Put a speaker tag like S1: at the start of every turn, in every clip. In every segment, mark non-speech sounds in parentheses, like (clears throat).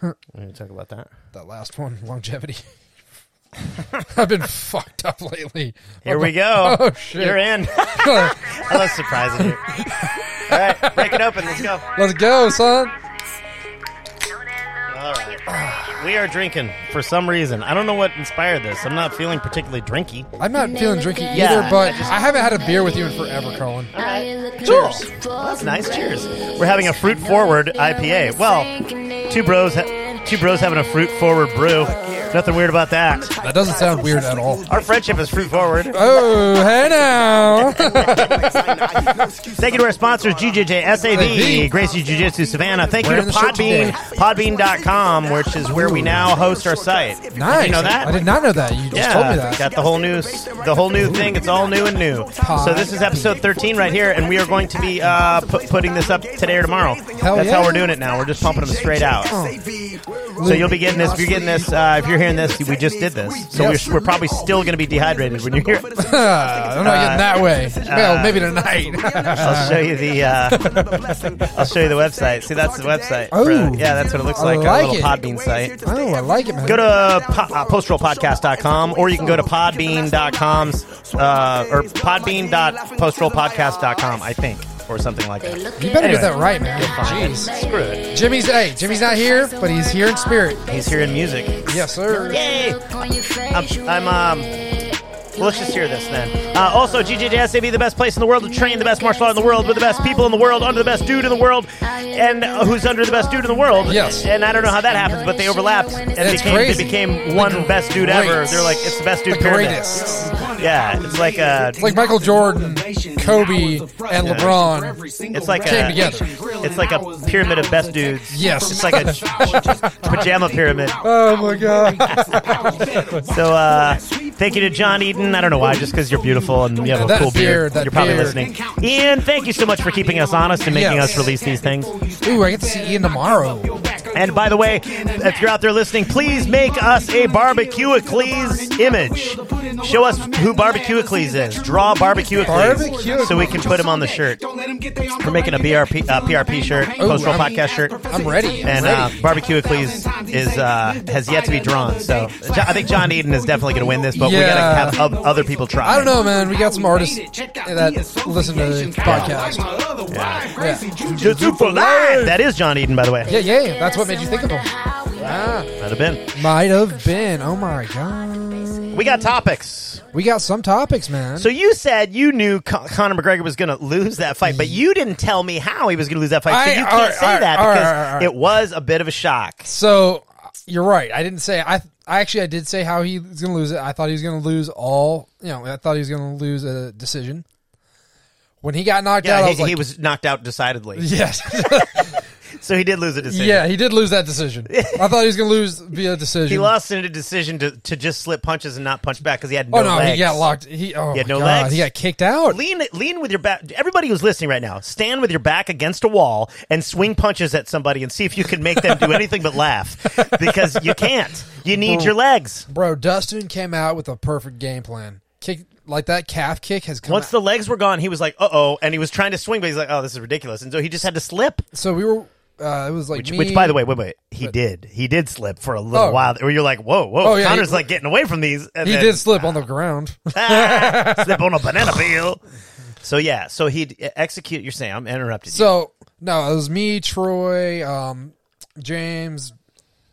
S1: We're going to talk about that.
S2: That last (laughs) one, longevity. I've been fucked up lately.
S1: Here we go.
S2: (laughs) Oh, shit.
S1: You're in. (laughs) I love surprising you. All right, break it open. Let's go.
S2: Let's go, son.
S1: All right. We are drinking for some reason. I don't know what inspired this. I'm not feeling particularly drinky.
S2: I'm not feeling drinky
S1: Yeah,
S2: either, but
S1: I just-
S2: I haven't had a beer with you in forever, Colin.
S1: Cheers. that's nice. Cheers. We're having a fruit forward IPA. Well, two bros, ha- two bros having a fruit forward brew. Nothing weird about that.
S2: That doesn't sound weird at all.
S1: Our friendship is fruit forward.
S2: Oh, hey
S1: (laughs)
S2: now.
S1: Thank you to our sponsors, GJJ
S2: Hey.
S1: SAB, Gracie Jiu Jitsu Savannah. Thank you
S2: Wearing
S1: to
S2: the shirt
S1: Podbean,
S2: today.
S1: podbean.com, which is where we now host our site. Did
S2: nice.
S1: you know that?
S2: I did not know that. You just
S1: Yeah,
S2: told me that. (laughs)
S1: got the whole new, the whole new thing. It's all new and new. So this is episode 13 right here, and we are going to be uh, pu- putting this up today or tomorrow. That's
S2: yeah. Oh.
S1: how we're doing it now. We're just pumping them straight out. So you'll be getting this. If you're getting this, uh, if you're hearing this, we just did this. So
S2: Yes.
S1: we're, we're probably still going to be dehydrated when you
S2: (laughs)
S1: hear it.
S2: I'm not getting that Uh,
S1: (laughs)
S2: way.
S1: Uh,
S2: well, maybe tonight. (laughs)
S1: I'll show you the. Uh, I'll show you the website. See, that's the website.
S2: Oh.
S1: for- yeah, that's what it looks
S2: I
S1: like.
S2: like
S1: our little
S2: it.
S1: Podbean site.
S2: oh, I like it, man.
S1: Go to po- uh, posturalpodcast.com or you can go to podbean.com uh, or podbean.posturalpodcast.com, I think, or something like that.
S2: you better
S1: anyway.
S2: get that right, man. Jeez.
S1: Screw it.
S2: Jimmy's hey, Jimmy's not here, but he's here in spirit.
S1: He's hearing music.
S2: Yes, sir.
S1: Yay! I'm, I'm um. Well, let's just hear this then. Uh, also, GJJSAB, the best place in the world to train the best martial art in the world with the best people in the world, under the best dude in the world, and uh, who's under the best dude in the world.
S2: Yes.
S1: And I don't know how that happens, but they overlapped. And it
S2: That's
S1: became,
S2: crazy.
S1: It became one
S2: The
S1: best dude ever.
S2: greats.
S1: They're like, it's the best dude
S2: The
S1: pyramid.
S2: greatest.
S1: Yeah, it's like uh, a.
S2: It's like Michael Jordan, Kobe, and LeBron.
S1: It's like
S2: Came
S1: a,
S2: together.
S1: It's like a pyramid of best dudes.
S2: Yes.
S1: it's like a pajama pyramid.
S2: (laughs) Oh my god.
S1: So, uh, thank you to John Eden. I don't know why, just because you're beautiful and you have a
S2: That
S1: cool beard.
S2: beard, that
S1: you're probably
S2: beard.
S1: listening. Ian, thank you so much for keeping us honest and making
S2: Yes.
S1: us release these things.
S2: Ooh, I get to see Ian tomorrow.
S1: And by the way, if you're out there listening, please make us a Barbecue Eccles image. Show us who Barbecue Eccles is. Draw Barbecue Eccles
S2: Barbecue
S1: so we can put him on the shirt. We're making a BRP, uh, PRP shirt,
S2: Ooh,
S1: Postal
S2: I'm-
S1: Podcast shirt.
S2: I'm ready. I'm
S1: And
S2: ready.
S1: uh, Barbecue Eccles is, uh, has yet to be drawn. So Jo- I think John Eden is definitely going to win this, but
S2: Yeah.
S1: we got to have o- other people try.
S2: I don't know, man. We got some artists that listen to the podcast.
S3: Yeah.
S1: Jiu-Jitsu for life. That is John Eden, by the way.
S2: Yeah, yeah. That's what made you think of them.
S1: Might have been.
S2: Might have been. Oh my god.
S1: We got topics.
S2: We got some topics, man.
S1: So you said you knew Con- Conor McGregor was going to lose that fight, but you didn't tell me how he was going to lose that fight. So
S2: I-
S1: you can't
S2: alright,
S1: say
S2: alright,
S1: that
S2: alright,
S1: because
S2: alright, alright.
S1: it was a bit of a shock.
S2: So you're right. I didn't say I. I actually I did say how he was going to lose it. I thought he was going to lose all. You know, I thought he was going to lose a decision. When he got knocked
S1: Yeah,
S2: out,
S1: he,
S2: I was like,
S1: he was knocked out decidedly, (laughs)
S2: yes, (laughs)
S1: so he did lose a decision.
S2: yeah, he did lose that decision. I thought he was going to lose via decision.
S1: He lost in a decision to, to just slip punches and not punch back because he had no.
S2: Oh no,
S1: legs.
S2: he got locked. He oh
S1: He had
S2: my
S1: no
S2: God,
S1: legs.
S2: He got kicked out.
S1: Lean, lean with your back. Everybody who's listening right now, stand with your back against a wall and swing punches at somebody and see if you can make them do anything but laugh because you can't. You need your legs.
S2: Bro, Dustin came out with a perfect game plan. Kick like that calf kick has come.
S1: Once
S2: out.
S1: the legs were gone, he was like, "Uh oh," and he was trying to swing, but he's like, "Oh, this is ridiculous," and so he just had to slip.
S2: so we were. Uh, it was like
S1: Which,
S2: me-
S1: which by the way, wait, wait, he did, he did slip for a little
S2: Oh.
S1: while. Where you're like, "Whoa, whoa,"
S2: Oh, yeah,
S1: Connor's
S2: he-
S1: like getting away from these. And
S2: he
S1: then,
S2: did slip on
S1: (laughs)
S2: the ground. (laughs)
S1: ah, slip on a banana peel. So yeah, so he'd execute. You're saying I'm interrupted. you.
S2: So no, it was me, Troy, um, James,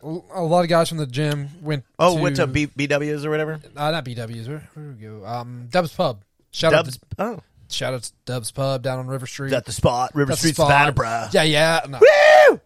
S2: a lot of guys from the gym went.
S1: Oh,
S2: to,
S1: went to B- BWs or whatever.
S2: uh, not BW's. Where, where did we go? Um, Dubs Pub. Shout
S1: Dubs.
S2: out,
S1: Oh,
S2: to, shout out to Dubs Pub down on River Street.
S1: at the spot, River
S2: That's
S1: Street,
S2: spot.
S1: Savannah, bruh.
S2: Yeah, yeah. No.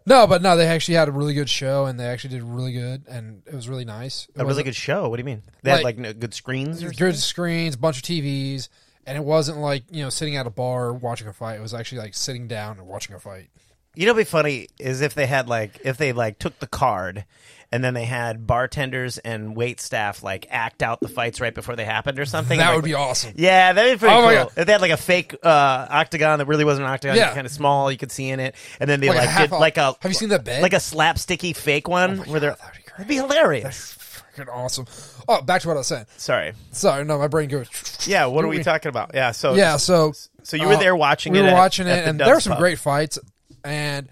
S2: no, but no, they actually had a really good show, and they actually did really good, and it was really nice. It
S1: A really
S2: wasn't-
S1: good show. What do you mean? They had
S2: Like-
S1: like no, good screens. Or something?
S2: good screens, bunch of TVs, and it wasn't like you know sitting at a bar watching a fight. It was actually like sitting down and watching a fight.
S1: You know, what'd be funny is if they had like if they like took the card, and then they had bartenders and wait staff like act out the fights right before they happened or something.
S2: That
S1: Like,
S2: would be awesome.
S1: Yeah, that'd be pretty
S2: Oh my
S1: cool.
S2: God.
S1: If they had like a fake uh, octagon that really wasn't an octagon,
S2: Yeah.
S1: kind of small, you could see in it, and then they
S2: Like a
S1: like,
S2: half
S1: did
S2: off-
S1: like a
S2: Have you seen that bed? Oh
S1: like a slapsticky fake one where they're
S2: that'd be great.
S1: that'd be hilarious.
S2: Freaking awesome. Oh, back to what I was saying.
S1: Sorry.
S2: Sorry, no, my brain goes.
S1: Yeah, what are we talking about? Yeah, so
S2: Yeah, so
S1: so you were
S2: uh,
S1: there watching
S2: we
S1: it
S2: were
S1: at-
S2: watching
S1: at
S2: it,
S1: the
S2: and there were
S1: Dubs
S2: some
S1: Pub.
S2: great fights, and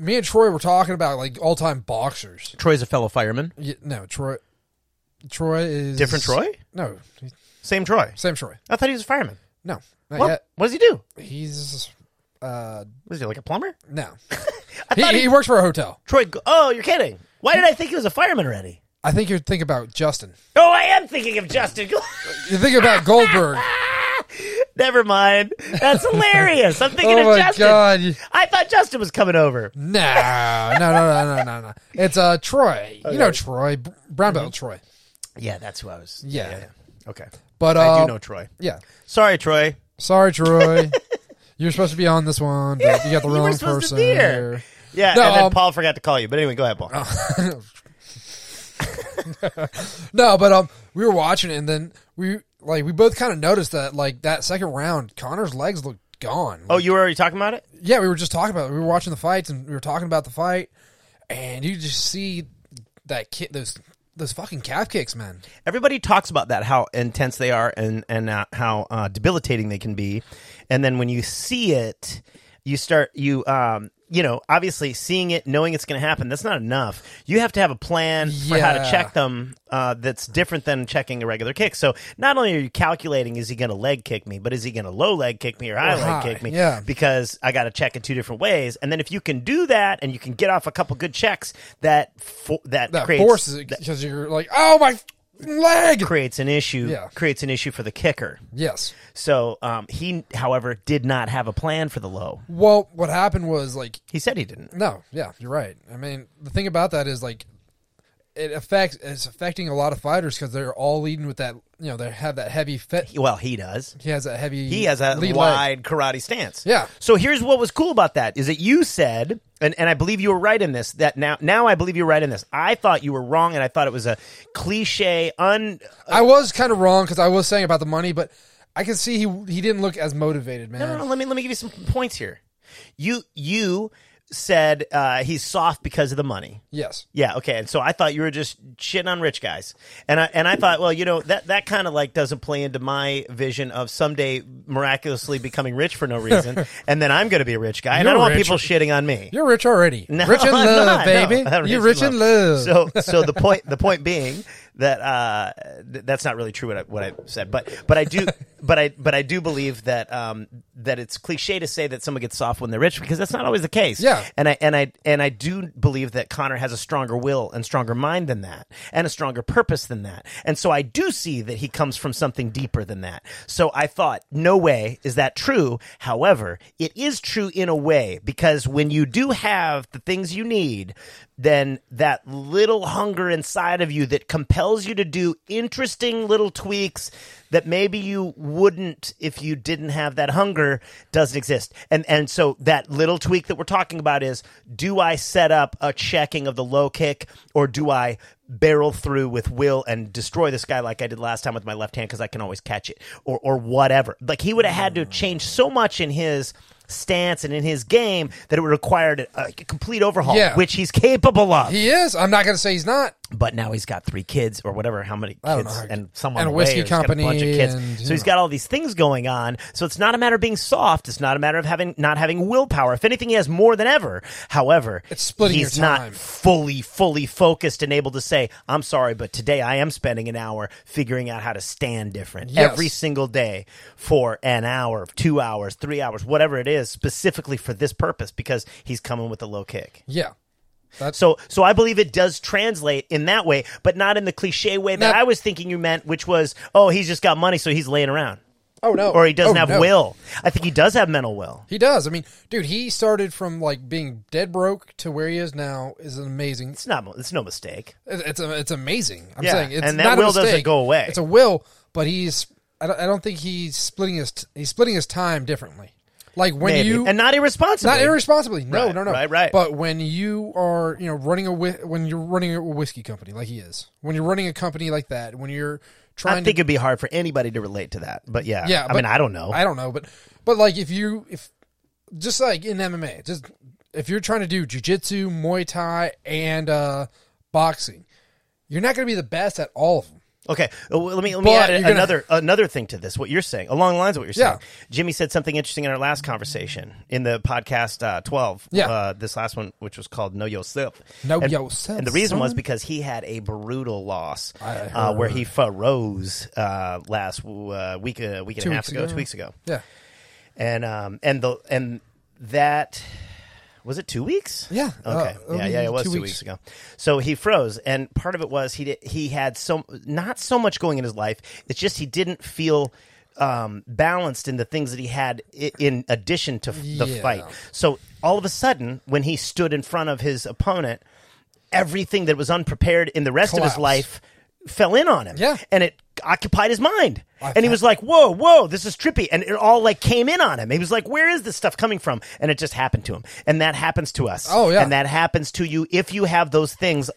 S2: me and Troy were talking about like all time boxers.
S1: Troy's a fellow fireman.
S2: Y no, Troy. Troy is
S1: Different Troy?
S2: No, he-
S1: Same Troy.
S2: same Troy.
S1: I thought he was a fireman.
S2: No, not
S1: What?
S2: yet.
S1: What does he do?
S2: He's uh
S1: Was he like a plumber? (laughs)
S2: no.
S1: I
S2: he,
S1: thought
S2: he,
S1: he,
S2: works for a hotel.
S1: Troy. Go- Oh, you're kidding. Why did I think he was a fireman already?
S2: I think you're thinking about Justin.
S1: Oh, I am thinking of Justin.
S2: You're thinking about Goldberg.
S1: (laughs) Never mind. That's hilarious. I'm thinking
S2: (laughs) oh
S1: of
S2: my
S1: Justin.
S2: god.
S1: I thought Justin was coming over.
S2: No, no, no, no, no, no, no. It's uh Troy. You know Troy, B- brown belt
S1: Mm-hmm.
S2: Troy.
S1: Yeah, that's who I was.
S2: Yeah.
S1: Okay.
S2: But uh,
S1: I do know Troy.
S2: yeah.
S1: Sorry, Troy. (laughs)
S2: Sorry, Troy. You're supposed to be on this one, but you got the
S1: You were
S2: wrong
S1: supposed to
S2: person
S1: be here.
S2: here.
S1: Yeah,
S2: No,
S1: and then
S2: um, uh,
S1: Paul forgot to call you. But anyway, go ahead, Paul.
S2: No, but um, we were watching it, and then we like we both kind of noticed that like that second round, Connor's legs looked gone.
S1: oh, you were already talking about it?
S2: yeah, we were just talking about it. We were watching the fights, and we were talking about the fight, and you just see that kid those those fucking calf kicks, man.
S1: Everybody talks about that, how intense they are and, and uh, how uh, debilitating they can be. And then when you see it, you start, you, um, you know, obviously seeing it, knowing it's going to happen, that's not enough. You have to have a plan for how to
S2: Yeah.
S1: check them uh, that's different than checking a regular kick. So not only are you calculating, is he going to leg kick me, but is he going to low leg kick me or high
S2: Or
S1: leg
S2: high,
S1: kick me?
S2: yeah.
S1: Because I got to check in two different ways. And then if you can do that and you can get off a couple good checks, that, fo- that,
S2: That
S1: creates
S2: forces it because you're like, oh my leg.
S1: creates an issue
S2: Yeah.
S1: creates an issue for the kicker.
S2: Yes.
S1: So um, he, however, did not have a plan for the low.
S2: Well, what happened was like
S1: He said he didn't.
S2: No, yeah, you're right. I mean, the thing about that is like it affects it's affecting a lot of fighters because they're all leading with that you know they have that heavy fit.
S1: Well, he does.
S2: He has that heavy.
S1: He has a
S2: lead leg.
S1: wide karate stance.
S2: Yeah.
S1: So here's what was cool about that is that you said, and, and I believe you were right in this. That now now I believe you're right in this. I thought you were wrong, and I thought it was a cliche. Un
S2: I was kind of wrong because I was saying about the money, but I can see he he didn't look as motivated, man.
S1: No, no, no. Let me let me give you some points here. You you said uh, he's soft because of the money.
S2: Yes,
S1: Yeah, okay. And so I thought you were just shitting on rich guys. And I and I thought, well, you know, that that kind of like doesn't play into my vision of someday miraculously becoming rich for no
S2: (laughs)
S1: reason and then I'm going to be a rich guy and I
S2: You're
S1: don't want
S2: rich.
S1: people shitting on me.
S2: you're rich already.
S1: (laughs) No,
S2: rich in
S1: I'm
S2: love,
S1: not. No,
S2: baby.
S1: I'm
S2: you're rich in love.
S1: So, so the point the point being that uh, th- that's not really true what I, what I said, but but I do but I but I do believe that um, that it's cliche to say that someone gets soft when they're rich because that's not always the case.
S2: Yeah.
S1: and I and I and I do believe that Connor has a stronger will and stronger mind than that, and a stronger purpose than that, and so I do see that he comes from something deeper than that. So I thought, no way is that true. However, it is true in a way because when you do have the things you need, then that little hunger inside of you that compels you to do interesting little tweaks that maybe you wouldn't if you didn't have that hunger doesn't exist. And and so that little tweak that we're talking about is do I set up a checking of the low kick or do I barrel through with will and destroy this guy like I did last time with my left hand cuz I can always catch it or or whatever. Like he would have had to change so much in his stance and in his game that it would required a, a complete overhaul
S2: Yeah.
S1: which he's capable of
S2: he is. I'm not going to say he's not.
S1: but now he's got three kids or whatever how many
S2: don't
S1: kids
S2: know.
S1: and someone
S2: And a whiskey
S1: he's got a bunch of
S2: company
S1: kids
S2: and, you
S1: so he's
S2: know.
S1: got all these things going on so it's not a matter of being soft it's not a matter of having not having willpower if anything he has more than ever however
S2: It's splitting
S1: he's
S2: your
S1: not
S2: time.
S1: fully fully focused and able to say i'm sorry but today i am spending an hour figuring out how to stand different
S2: Yes.
S1: every single day for an hour two hours three hours whatever it is specifically for this purpose because he's coming with a low kick
S2: Yeah, that's
S1: so, so I believe it does translate in that way, but not in the cliche way that
S2: Now-
S1: I was thinking you meant, which was, oh, he's just got money, so he's laying around,
S2: oh no,
S1: or he doesn't
S2: Oh,
S1: have
S2: no.
S1: will. I think he does have mental will.
S2: He does. I mean, dude, he started from like being dead broke to where he is now is amazing.
S1: It's not. It's no mistake.
S2: It- It's a, it's amazing. I'm
S1: Yeah,
S2: saying it's
S1: and that
S2: not a
S1: will doesn't
S2: mistake.
S1: go away.
S2: It's a will, but he's I don't, I don't think he's splitting his t- he's splitting his time differently. Like when
S1: Maybe.
S2: you
S1: and not irresponsible.
S2: not irresponsibly. No,
S1: Right,
S2: no, no.
S1: right, right.
S2: But when you are, you know, running a whi- when you're running a whiskey company like he is, when you're running a company like that, when you're
S1: I
S2: trying
S1: think
S2: to,
S1: it'd be hard for anybody to relate to that. But yeah,
S2: yeah.
S1: I
S2: but-
S1: mean, I don't know.
S2: I don't know, but but like if you if just like in MMA, just if you're trying to do jujitsu, muay thai, and uh, boxing, you're not going to be the best at all of them.
S1: Okay, uh, well, let me let me
S2: But
S1: add
S2: you're gonna-
S1: another another thing to this. What you're saying, along the lines of what you're saying,
S2: Yeah.
S1: Jimmy said something interesting in our last conversation in the podcast uh, twelve.
S2: Yeah.
S1: uh, this last one, which was called "Know Yourself."
S2: Know
S1: and,
S2: yourself,
S1: And the reason was
S2: son.
S1: because he had a brutal loss
S2: I
S1: uh, where he froze uh, last uh, week, uh, week and
S2: Two
S1: a half
S2: weeks
S1: ago,
S2: ago.
S1: two weeks ago,
S2: Yeah.
S1: and um, and the and that was it two weeks?
S2: Yeah,
S1: Okay.
S2: uh, it'll
S1: yeah,
S2: be
S1: yeah, it was
S2: two
S1: two,
S2: weeks.
S1: weeks ago. So he froze, and part of it was he did, he had so not so much going in his life. It's just he didn't feel um, balanced in the things that he had i- in addition to f- the
S2: Yeah.
S1: fight. So all of a sudden, when he stood in front of his opponent, everything that was unprepared in the rest of
S2: Collapsed.
S1: his life fell in on him.
S2: Yeah.
S1: and it occupied his mind.
S2: I
S1: and he
S2: bet.
S1: was like, "Whoa, whoa, this is trippy," and it all like came in on him. He was like, "Where is this stuff coming from?" And it just happened to him. And that happens to us.
S2: Oh, yeah.
S1: And that happens to you if you have those things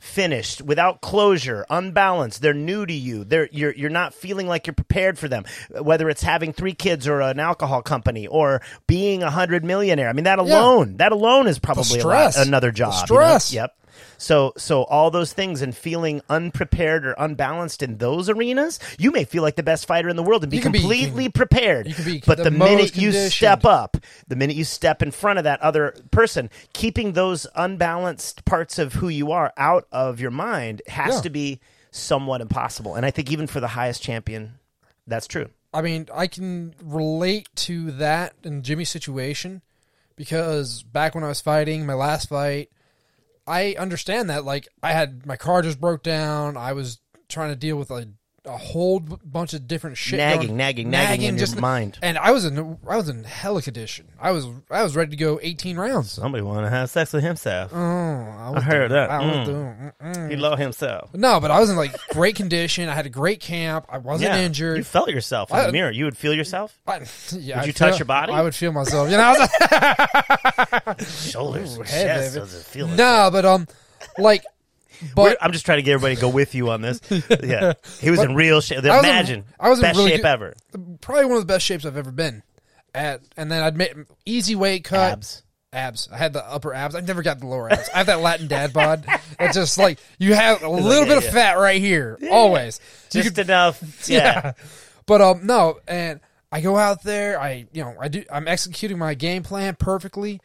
S1: unfinished, without closure, unbalanced. They're new to you. They're you're you're not feeling like you're prepared for them. Whether it's having three kids or an alcohol company or being a hundred millionaire. I mean, that alone, that alone is probably a lot-
S2: stress.
S1: another
S2: The
S1: job. you know?
S2: stress.
S1: Yep. So so all those things and feeling unprepared or unbalanced in those arenas, you may feel like the best fighter in the world and be
S2: You can be- you can-
S1: completely prepared.
S2: you can be
S1: but
S2: the
S1: the, minute
S2: most
S1: you
S2: conditioned.
S1: step up, the minute you step in front of that other person, keeping those unbalanced parts of who you are out of your mind has
S2: Yeah.
S1: to be somewhat impossible. And I think even for the highest champion, that's true.
S2: I mean, I can relate to that in Jimmy's situation because back when I was fighting my last fight, I understand that. Like, I had my car just broke down. I was trying to deal with a, a whole b- bunch of different shit,
S1: Nagging,
S2: going-
S1: nagging, nagging in your mind.
S2: And I was in I was in hella condition. I was I was ready to go eighteen rounds.
S1: Somebody want to have sex with himself.
S2: Oh, I, was
S1: heard
S2: doing-
S1: that.
S2: I was
S1: Mm.
S2: doing- mm-mm.
S1: He loved himself.
S2: No, but I was in like great condition. I had a great camp. I wasn't
S1: You
S2: injured.
S1: felt yourself in
S2: I-
S1: the mirror. You would feel yourself.
S2: I, (laughs) yeah,
S1: Would
S2: I'd
S1: you touch
S2: feel-
S1: your body?
S2: I would feel myself. You know, I was like,
S1: Shoulders, and
S2: hey,
S1: chest,
S2: baby.
S1: those are feeling.
S2: No, but um,
S1: (laughs)
S2: like,
S1: We're-
S2: but
S1: I'm just trying to get everybody to go with you on
S2: (laughs)
S1: this. Yeah, he was in real shape.
S2: was in-
S1: Imagine
S2: I was in
S1: best
S2: really
S1: shape
S2: good-
S1: ever.
S2: probably one of the best shapes I've ever been. At and then I'd make easy weight cut
S1: Abs.
S2: Abs. I had the upper abs. I never got the lower abs. I have that Latin
S1: (laughs)
S2: dad bod. It's just like you have a little
S1: yeah,
S2: bit
S1: yeah.
S2: of fat right here, always. You
S1: Just
S2: could- (laughs)
S1: enough. Yeah.
S2: but um, no, and I go out there. I you know I do. I'm executing my game plan perfectly.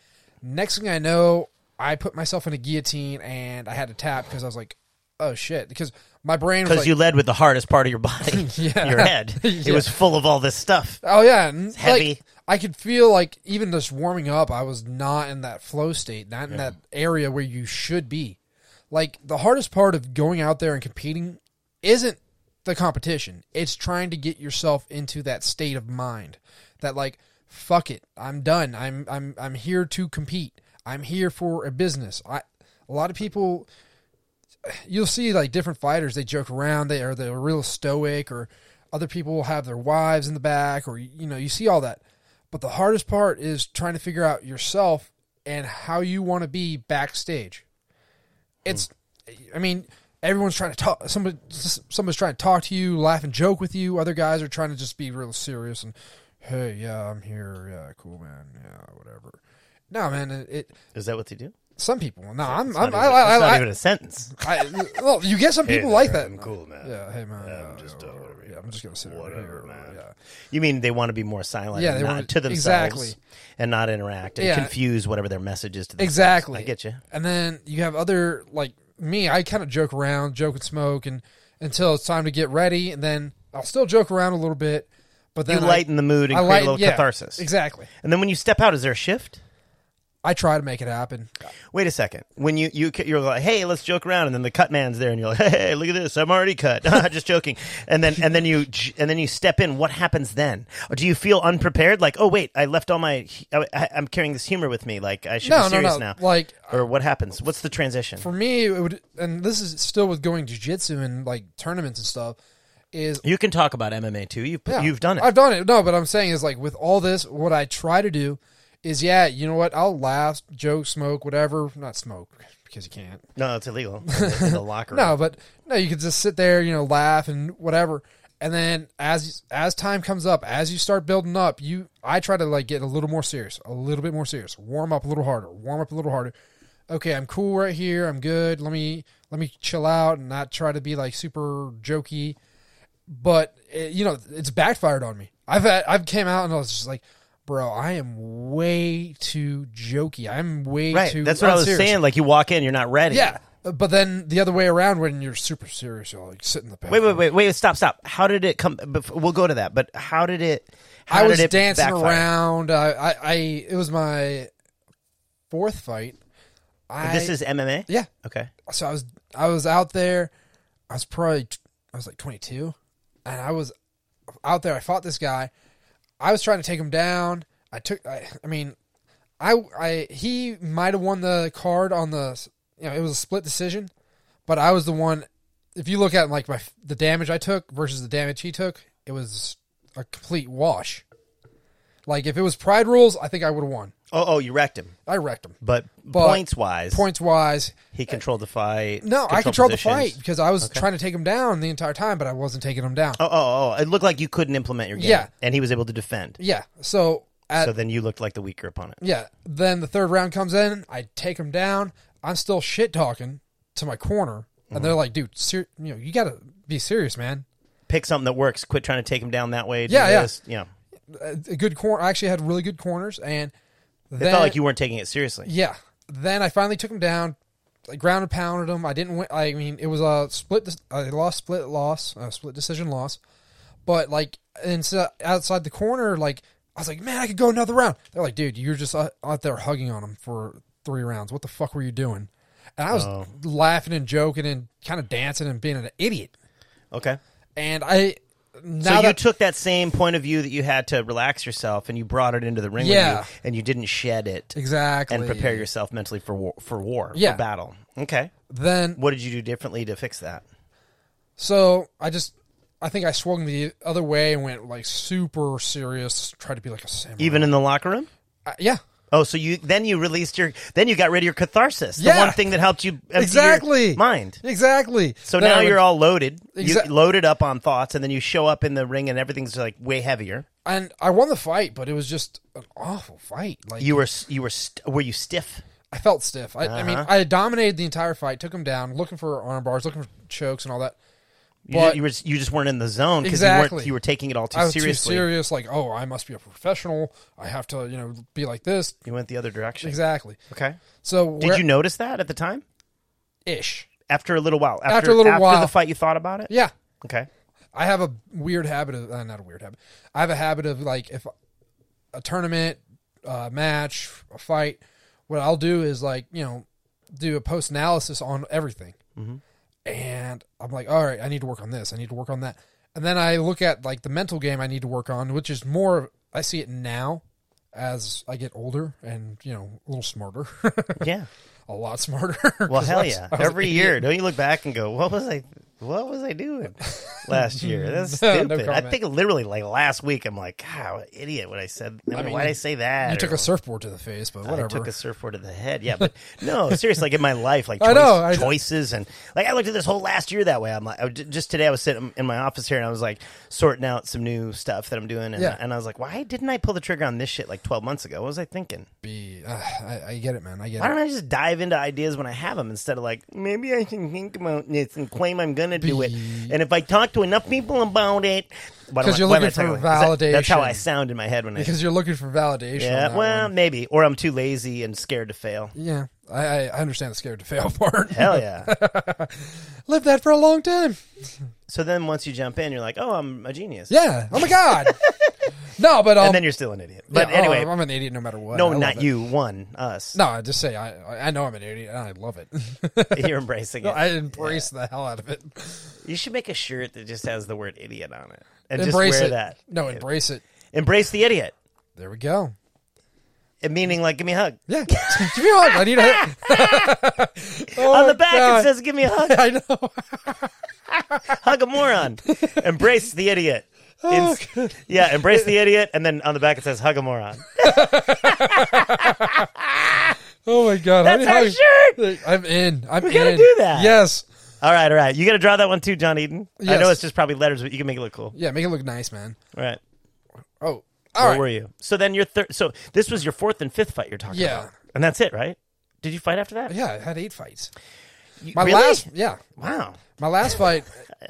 S2: Next thing I know, I put myself in a guillotine and I had to tap because I was like, oh shit, because my brain was
S1: Because
S2: like,
S1: you led with the hardest part of
S2: (laughs)
S1: your body,
S2: Yeah.
S1: your head. It
S2: (laughs) Yeah.
S1: was full of all this stuff.
S2: Oh yeah, and, like,
S1: heavy.
S2: I could feel like even just warming up, I was not in that flow state, not in that area where you should be. Like the hardest part of going out there and competing isn't the competition; it's trying to get yourself into that state of mind that like fuck it, I'm done. I'm I'm I'm here to compete. I'm here for a business. I a lot of people you'll see like different fighters they joke around they are they're real stoic or other people will have their wives in the back or you know you see all that but the hardest part is trying to figure out yourself and how you want to be backstage it's i mean everyone's trying to talk somebody somebody's trying to talk to you laugh and joke with you other guys are trying to just be real serious and hey yeah i'm here yeah cool man yeah whatever no man it, it
S1: Is that what they do?
S2: some people no i'm,
S1: Not
S2: I'm
S1: even,
S2: I, I,
S1: that's not
S2: I,
S1: even a sentence.
S2: I, well, you get some people like that.
S1: I'm cool, man.
S2: Yeah, hey man. Yeah, I'm
S1: just,
S2: just,
S1: uh,
S2: yeah, I'm just gonna sit whatever, here. Man. Yeah.
S1: You mean they want to be more silent
S2: Yeah,
S1: and
S2: they
S1: not
S2: wanna-
S1: to themselves
S2: exactly.
S1: and not interact and
S2: Yeah.
S1: confuse whatever their message is to themselves.
S2: Exactly.
S1: I get you.
S2: And then you have other like me. I kind of joke around, joke and smoke, and until it's time to get ready, and then I'll still joke around a little bit. But then
S1: You lighten the mood and
S2: I, I
S1: create
S2: light-
S1: a little
S2: yeah,
S1: catharsis.
S2: Exactly.
S1: And then when you step out, is there a shift?
S2: I try to make it happen.
S1: Wait a second. When you you you're like, hey, let's joke around, and then the cut man's there, and you're like, hey, look at this, I'm already cut. (laughs) Just joking. And then and then you and then you step in. What happens then? Or do you feel unprepared? Like, oh wait, I left all my. I, I- I'm carrying this humor with me. Like I should
S2: No,
S1: be
S2: no,
S1: serious
S2: no.
S1: now.
S2: Like
S1: Or what happens? What's the transition?
S2: for me, it would, and this is still with going jujitsu and like tournaments and stuff. Is
S1: you can talk about MMA too. You've
S2: Yeah.
S1: you've done it.
S2: I've done it. No, but I'm saying is like with all this, what I try to do is yeah, you know what? I'll laugh, joke, smoke, whatever. Not smoke because you can't.
S1: no, it's illegal.
S2: (laughs)
S1: In the locker room.
S2: No, but no, you could just sit there, you know, laugh and whatever. And then as as time comes up, as you start building up, you I try to like get a little more serious, a little bit more serious, warm up a little harder, warm up a little harder, okay, I'm cool right here. I'm good. Let me let me chill out and not try to be like super jokey. But eh, you know, it's backfired on me. I've had, I've came out and I was just like, bro, I am way too jokey. I'm way
S1: Right.
S2: too.
S1: That's what i was
S2: unserious."
S1: saying. Like you walk in, you're not ready.
S2: Yeah, but then the other way around when you're super serious, you're like sit in the back.
S1: Wait, wait, wait, wait. Stop, stop. How did it come? bef- We'll go to that. But how did it? How
S2: I was
S1: did it
S2: dancing
S1: backfire?
S2: around. I, I, I, it was my fourth fight. I,
S1: This is MMA.
S2: yeah.
S1: Okay.
S2: So I was, I was out there. I was probably, t- I was like 22, and I was out there. I fought this guy. I was trying to take him down. I took. I, I mean, I, I, he might have won the card on the. s- You know, it was a split decision, but I was the one. If you look at like my f- the damage I took versus the damage he took, it was a complete wash. Like if it was Pride rules, I think I would have won.
S1: Oh, oh, you wrecked him.
S2: I wrecked him
S1: But,
S2: But-
S1: points wise,
S2: points wise.
S1: he controlled the fight.
S2: No, I controlled
S1: positions.
S2: the fight because I was trying to take him down the entire time, but I wasn't taking him down.
S1: Oh, oh, oh! It looked like you couldn't implement your game.
S2: Yeah.
S1: and he was able to defend.
S2: Yeah. So at
S1: So then you looked like the weaker opponent.
S2: Yeah. Then the third round comes in. I take him down. I'm still shit talking to my corner, and
S1: Mm-hmm.
S2: they're like, "Dude, ser- you know, you gotta be serious, man."
S1: Pick something that works. Quit trying to take him down that way. Do
S2: Yeah, yeah.
S1: this. You know,
S2: A a good corner. I actually had really good corners, and
S1: it
S2: then
S1: felt like you weren't taking it seriously.
S2: yeah. Then I finally took him down. I ground and pounded him. I didn't win. I mean, it was a split. dec- I lost, split loss, a split decision loss. But like, and so outside the corner, like I was like, man, I could go another round. They're like, dude, you're just out out there hugging on him for three rounds. What the fuck were you doing? And I was
S1: Oh.
S2: laughing and joking and kind of dancing and being an idiot.
S1: Okay.
S2: And I now
S1: So you
S2: that
S1: took that same point of view that you had to relax yourself, and you brought it into the ring.
S2: Yeah.
S1: With you, and you didn't shed it.
S2: exactly
S1: And prepare yourself mentally for war, for war,
S2: Yeah.
S1: for battle. Okay.
S2: then
S1: What did you do differently to fix that?
S2: So I just, I think I swung the other way and went like super serious, tried to be like a samurai.
S1: Even in the locker room?
S2: I- yeah,
S1: Oh, so you then you released your then you got rid of your catharsis, the
S2: Yeah.
S1: one thing that helped you empty your
S2: exactly.
S1: mind.
S2: exactly.
S1: So now you're all loaded, you
S2: Exact-
S1: loaded up on thoughts, and then you show up in the ring and everything's like way heavier.
S2: and I won the fight, but it was just an awful fight. Like
S1: You were s- you were st- were you stiff?
S2: I felt stiff. I, I mean,
S1: Uh-huh.
S2: I dominated the entire fight, took him down, looking for arm bars, looking for chokes and all that.
S1: You,
S2: But-
S1: ju- you were s- you just weren't in the zone because you
S2: Exactly.
S1: weren't you were taking it all too
S2: I was
S1: seriously.
S2: too serious. Like, oh, I must be a professional. I have to, you know, be like this.
S1: You went the other direction.
S2: Exactly.
S1: Okay.
S2: So
S1: Did you notice that at the time?
S2: ish?
S1: After a little while, after,
S2: a little
S1: after the
S2: while.
S1: fight, you thought about it.
S2: Yeah.
S1: Okay.
S2: I have a weird habit of uh, not a weird habit. I have a habit of like if a tournament, a match, a fight, what I'll do is like you know do a post analysis on everything,
S1: Mm-hmm.
S2: and I'm like, all right, I need to work on this. I need to work on that, and then I look at like the mental game I need to work on, which is more. I see it now as I get older and you know a little smarter, (laughs)
S1: Yeah.
S2: a lot smarter. (laughs)
S1: Well, hell yeah! Every year, don't you look back and go, "What was I? What was I doing last
S2: (laughs)
S1: year?" That's
S2: No
S1: stupid. I
S2: comment.
S1: think literally, like last week, I'm like, "God, what an idiot!" What I said. I mean,
S2: mean,
S1: why did I say that?
S2: You took
S1: Or,
S2: a surfboard to the face, but whatever.
S1: I took a surfboard to the head. Yeah, but (laughs) no, seriously, like in my life, like
S2: (laughs) I know,
S1: choice-
S2: I-
S1: choices and like I looked at this whole last year that way. I'm like, I was- just today I was sitting in my office here and I was like sorting out some new stuff that I'm doing, and,
S2: Yeah.
S1: and I was like, why didn't I pull the trigger on this shit like 12 months ago? What was I thinking?
S2: Be, uh, I, I get it, man. I get
S1: Why
S2: it.
S1: don't I just dive into ideas when I have them instead of like maybe I can think about this and claim I'm gonna do it, and if I talk to enough people about it, why don't
S2: 'Cause you're
S1: I- why am
S2: looking
S1: I
S2: for
S1: talking like- 'cause that- That's how I
S2: validation.
S1: sound in my head when I.
S2: because you're looking for validation. on
S1: Yeah,
S2: that
S1: well,
S2: one.
S1: maybe, or I'm too lazy and scared to
S2: (laughs)
S1: fail.
S2: yeah, I, I I understand the scared to fail (laughs) part.
S1: Hell yeah!
S2: Lived that for a long time.
S1: so then once you jump in, you're like, oh, I'm a genius.
S2: Yeah. Oh
S1: (laughs)
S2: my god. no, but um,
S1: and then you're still an idiot. But
S2: yeah, oh,
S1: anyway,
S2: I'm an idiot no matter what. I
S1: no,
S2: love
S1: not
S2: it.
S1: you. One, us.
S2: No, I just say I I- I know I'm an idiot and I love it.
S1: (laughs)
S2: (laughs)
S1: You're embracing it.
S2: I embrace the hell out of it.
S1: you should make a shirt that just has the word idiot on it, and
S2: embrace
S1: just wear
S2: it.
S1: that.
S2: No, embrace it.
S1: Embrace the idiot.
S2: There we go.
S1: And meaning like, give me a hug. (laughs)
S2: Yeah. (laughs) Give me a hug. I need a hug. (laughs) Oh
S1: on
S2: my
S1: the back
S2: God.
S1: it says give me a hug
S2: (laughs) I know.
S1: hug a
S2: (laughs)
S1: moron embrace the idiot
S2: Oh,
S1: It's- yeah embrace the idiot and then on the back it says hug a moron
S2: Oh my god.
S1: That's our shirt.
S2: I'm in. I'm
S1: gotta
S2: in.
S1: do that.
S2: Yes.
S1: all right all right you gotta draw that one too john eden i
S2: Yes.
S1: know it's just probably letters but you can make it look cool
S2: Yeah. Make it look nice, man.
S1: all right
S2: Oh.
S1: where
S2: All right.
S1: were you so then your third so this was your fourth and fifth fight you're talking
S2: Yeah.
S1: about and that's it right Did you fight after that?
S2: Yeah, I had eight fights.
S1: You-
S2: My
S1: really?
S2: last, yeah,
S1: Wow.
S2: my last fight.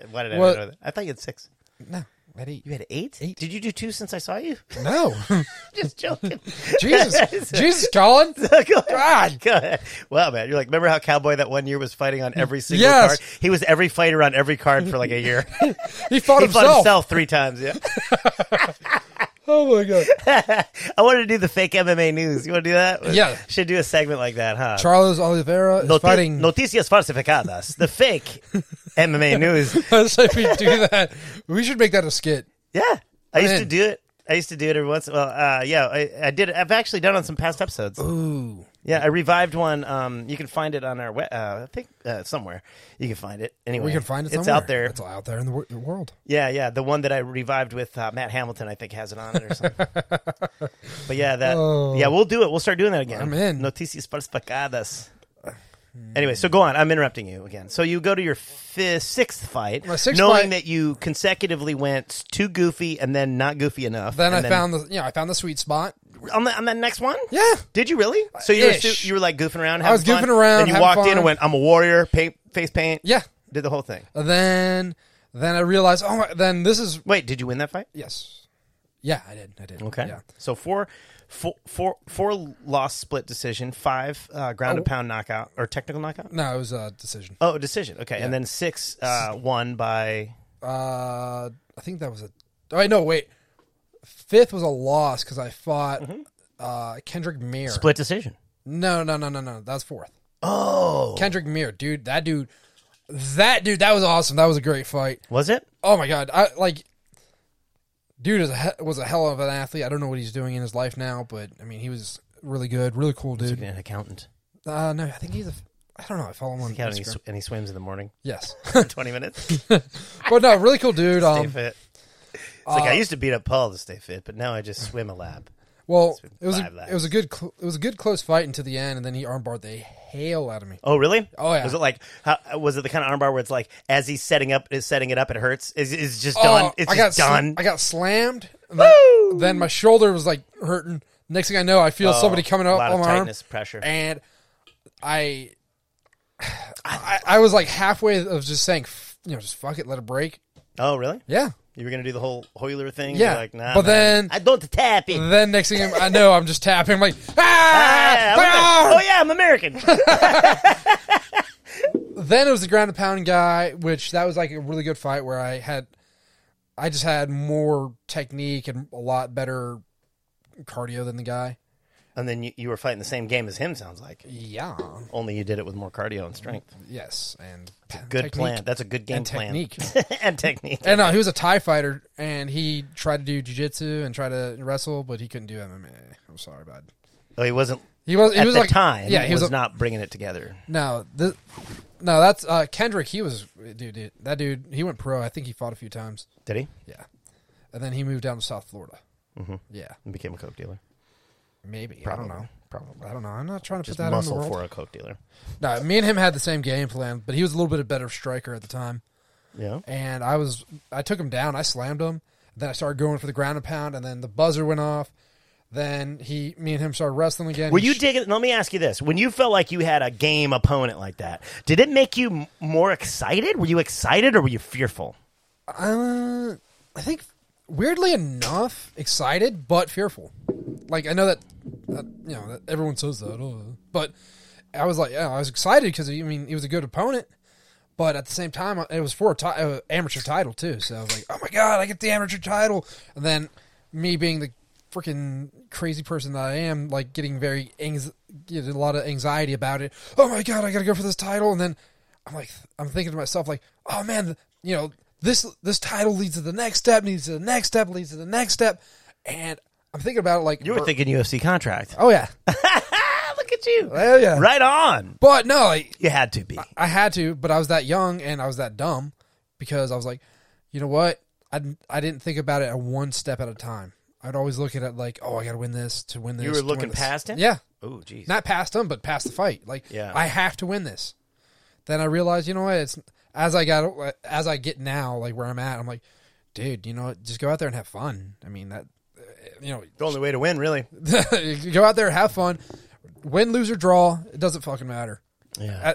S1: Why did I
S2: What-
S1: know that? I thought you had six.
S2: No, I had eight.
S1: You had eight?
S2: Eight.
S1: Did you do two since I saw you? (laughs)
S2: No, (laughs)
S1: Just joking. (laughs)
S2: Jesus, Jesus, Colin.
S1: Go ahead.
S2: God.
S1: Go ahead. Wow, man. You're like, remember how Cowboy that one year was fighting on every single
S2: Yes.
S1: card? He was every fighter on every card for like a year. he
S2: He fought (laughs) himself.
S1: fought himself three times, yeah. (laughs)
S2: Oh my god,
S1: I wanted to do the fake MMA news. You want to do that?
S2: Yeah.
S1: Should do a segment like that, huh?
S2: Charles Oliveira is
S1: Noti-
S2: fighting. (laughs)
S1: Noticias falsificadas. The fake MMA news.
S2: Let's say we do that. We should make that a skit.
S1: Yeah, I used to
S2: in.
S1: do it. I used to do it every once. Well, uh, yeah, I, I did. it. I've actually done it on some past episodes.
S2: Ooh,
S1: Yeah, I revived one. Um, you can find it on our. we- Uh, I think uh, somewhere you can find it. Anyway,
S2: we can find it.
S1: It's
S2: somewhere.
S1: out there.
S2: It's out there in the wor- the world.
S1: Yeah, yeah. The one that I revived with uh, Matt Hamilton, I think, has it on it or
S2: (laughs)
S1: something. but yeah, that.
S2: Oh.
S1: Yeah, we'll do it. We'll start doing that again.
S2: I'm in.
S1: Noticias falsificadas. Anyway, so go on. I'm interrupting you again. So you go to your fi sixth fight,
S2: My sixth
S1: knowing
S2: fight-
S1: that you consecutively went too goofy and then not goofy enough.
S2: Then
S1: and
S2: I found the, you know, I found the sweet spot.
S1: on the on that next one.
S2: Yeah.
S1: Did you really? So you were,
S2: Ish.
S1: su- you were like goofing around. Having
S2: I was
S1: fun,
S2: goofing around,
S1: Then you
S2: having
S1: walked in
S2: fun.
S1: and went, "I'm a warrior." Paint, face paint.
S2: Yeah.
S1: Did the whole thing.
S2: Then, then I realized. Oh, my, then this is
S1: Wait, did you win that fight?
S2: yes. Yeah, I did. I did.
S1: Okay.
S2: Yeah.
S1: So four, four, four, four loss split decision, five uh, ground
S2: Oh.
S1: and pound knockout or technical knockout.
S2: No, it was a decision.
S1: Oh, decision. Okay, and then six uh, won by.
S2: Uh, I think that was a. Oh, wait, no, wait. Fifth was a loss because I fought uh, Kendrick Mir.
S1: Split decision.
S2: No, no, no, no, no. That was fourth.
S1: Oh,
S2: Kendrick Mir, dude. That dude. That dude. That was awesome. That was a great fight.
S1: was it?
S2: Oh my god. I like. Dude is a, he- was a hell of an athlete. I don't know what he's doing in his life now, but I mean, he was really good, really cool dude.
S1: An accountant.
S2: Uh, no, I think he's a. I don't know. I follow him on
S1: Yeah, and he,
S2: Instagram.
S1: sw- and he swims in the morning
S2: (laughs) Yes,
S1: for twenty minutes.
S2: but no, really cool dude.
S1: Stay
S2: Um, uh,
S1: fit. It's like I used to beat up Paul to stay fit, but now I just swim a lap.
S2: well, it was
S1: five
S2: a,
S1: laps.
S2: it was a good cl- it was a good close fight until the end, and then he armbarred the hail out of me.
S1: Oh really?
S2: Oh, yeah.
S1: Was it like how, was it the kind of armbar where it's like as he's setting up is setting it up it hurts? Is is just done?
S2: Oh,
S1: It's
S2: I got
S1: just done.
S2: sl- I got slammed. and then-
S1: Woo! Oh,
S2: Then my shoulder was like hurting. Next thing I know, I feel somebody coming
S1: a
S2: up
S1: lot
S2: on
S1: of
S2: my
S1: tightness,
S2: arm,
S1: pressure.
S2: and
S1: (sighs)
S2: I, I, I was like halfway of just saying, "F- you know, just fuck it, let it break.
S1: Oh really?
S2: Yeah.
S1: You were gonna do the whole Euler thing.
S2: Yeah,
S1: You're like, nah,
S2: but
S1: man.
S2: then-
S1: I don't tap it.
S2: Then next thing I know, I'm just tapping. I'm
S1: (laughs)
S2: like, (laughs) ah,
S1: Ah, I'm a-
S2: ah!"
S1: oh yeah, I'm
S2: (laughs)
S1: American.
S2: Then it was the ground and pound guy, which that was like a really good fight where I had, I just had more technique and a lot better cardio than the guy.
S1: and then you, you were fighting the same game as him. Sounds like
S2: Yeah.
S1: only you did it with more cardio and strength.
S2: Yes, and
S1: Good
S2: technique.
S1: plan. That's a good game
S2: And
S1: plan.
S2: technique.
S1: (laughs) and technique.
S2: And no, he was a Thai fighter, and he tried to do jujitsu and try to wrestle, but he couldn't do MMA. I'm sorry, bud.
S1: Oh, he wasn't.
S2: He was. He
S1: at
S2: was
S1: the
S2: like
S1: time,
S2: Yeah, he was, a-
S1: not bringing it together.
S2: No, the, no, that's uh, Kendrick. He was dude, dude. That dude. He went pro. I think he fought a few times.
S1: Did he?
S2: Yeah, and then he moved down to South Florida.
S1: Mm-hmm.
S2: Yeah,
S1: And became a coke dealer.
S2: maybe. I don't know.
S1: Probably.
S2: I don't know. I'm not trying to
S1: Just
S2: put that on the
S1: muscle
S2: world.
S1: for a coke dealer.
S2: No, me and him had the same game plan, but he was a little bit a better striker at the time.
S1: Yeah.
S2: and I was I took him down. I slammed him. Then I started going for the ground and pound, and then the buzzer went off. Then he, me and him started wrestling again.
S1: Were you digging? Let me ask you this: When you felt like you had a game opponent like that, did it make you m- more excited? Were you excited or were you fearful?
S2: Uh, I think weirdly enough, excited but fearful. Like I know that, that you know that everyone says that, uh, but I was like, yeah, I was excited because I mean he was a good opponent, but at the same time it was for a ti- uh, amateur title too. So I was like, oh my god, I get the amateur title, and then me being the freaking crazy person that I am, like getting very anx- get a lot of anxiety about it. Oh my god, I gotta go for this title, and then I'm like, I'm thinking to myself, like, oh man, you know, this this title leads to the next step, leads to the next step, leads to the next step, and I'm thinking about it like,
S1: You were thinking UFC contract. (laughs)
S2: oh yeah,
S1: Look at you!
S2: Hell yeah.
S1: Right on.
S2: but no, like,
S1: You had to be.
S2: I had to, but I was that young and I was that dumb because I was like, you know what, I didn't- I didn't think about it at one step at a time. I'd always look at it like, oh, I gotta win this to win this.
S1: You were
S2: to win
S1: looking
S2: this.
S1: past him?
S2: yeah,
S1: Oh, jeez.
S2: not past him, but past the fight. Like,
S1: Yeah.
S2: I have to win this. Then I realized, you know what? It's as I got as I get now, like where I'm at. I'm like, dude, you know what? Just go out there and have fun. I mean, that you know, (laughs)
S1: The only way to win, really.
S2: go out there and have fun. Win, lose, or draw, it doesn't fucking matter.
S1: Yeah.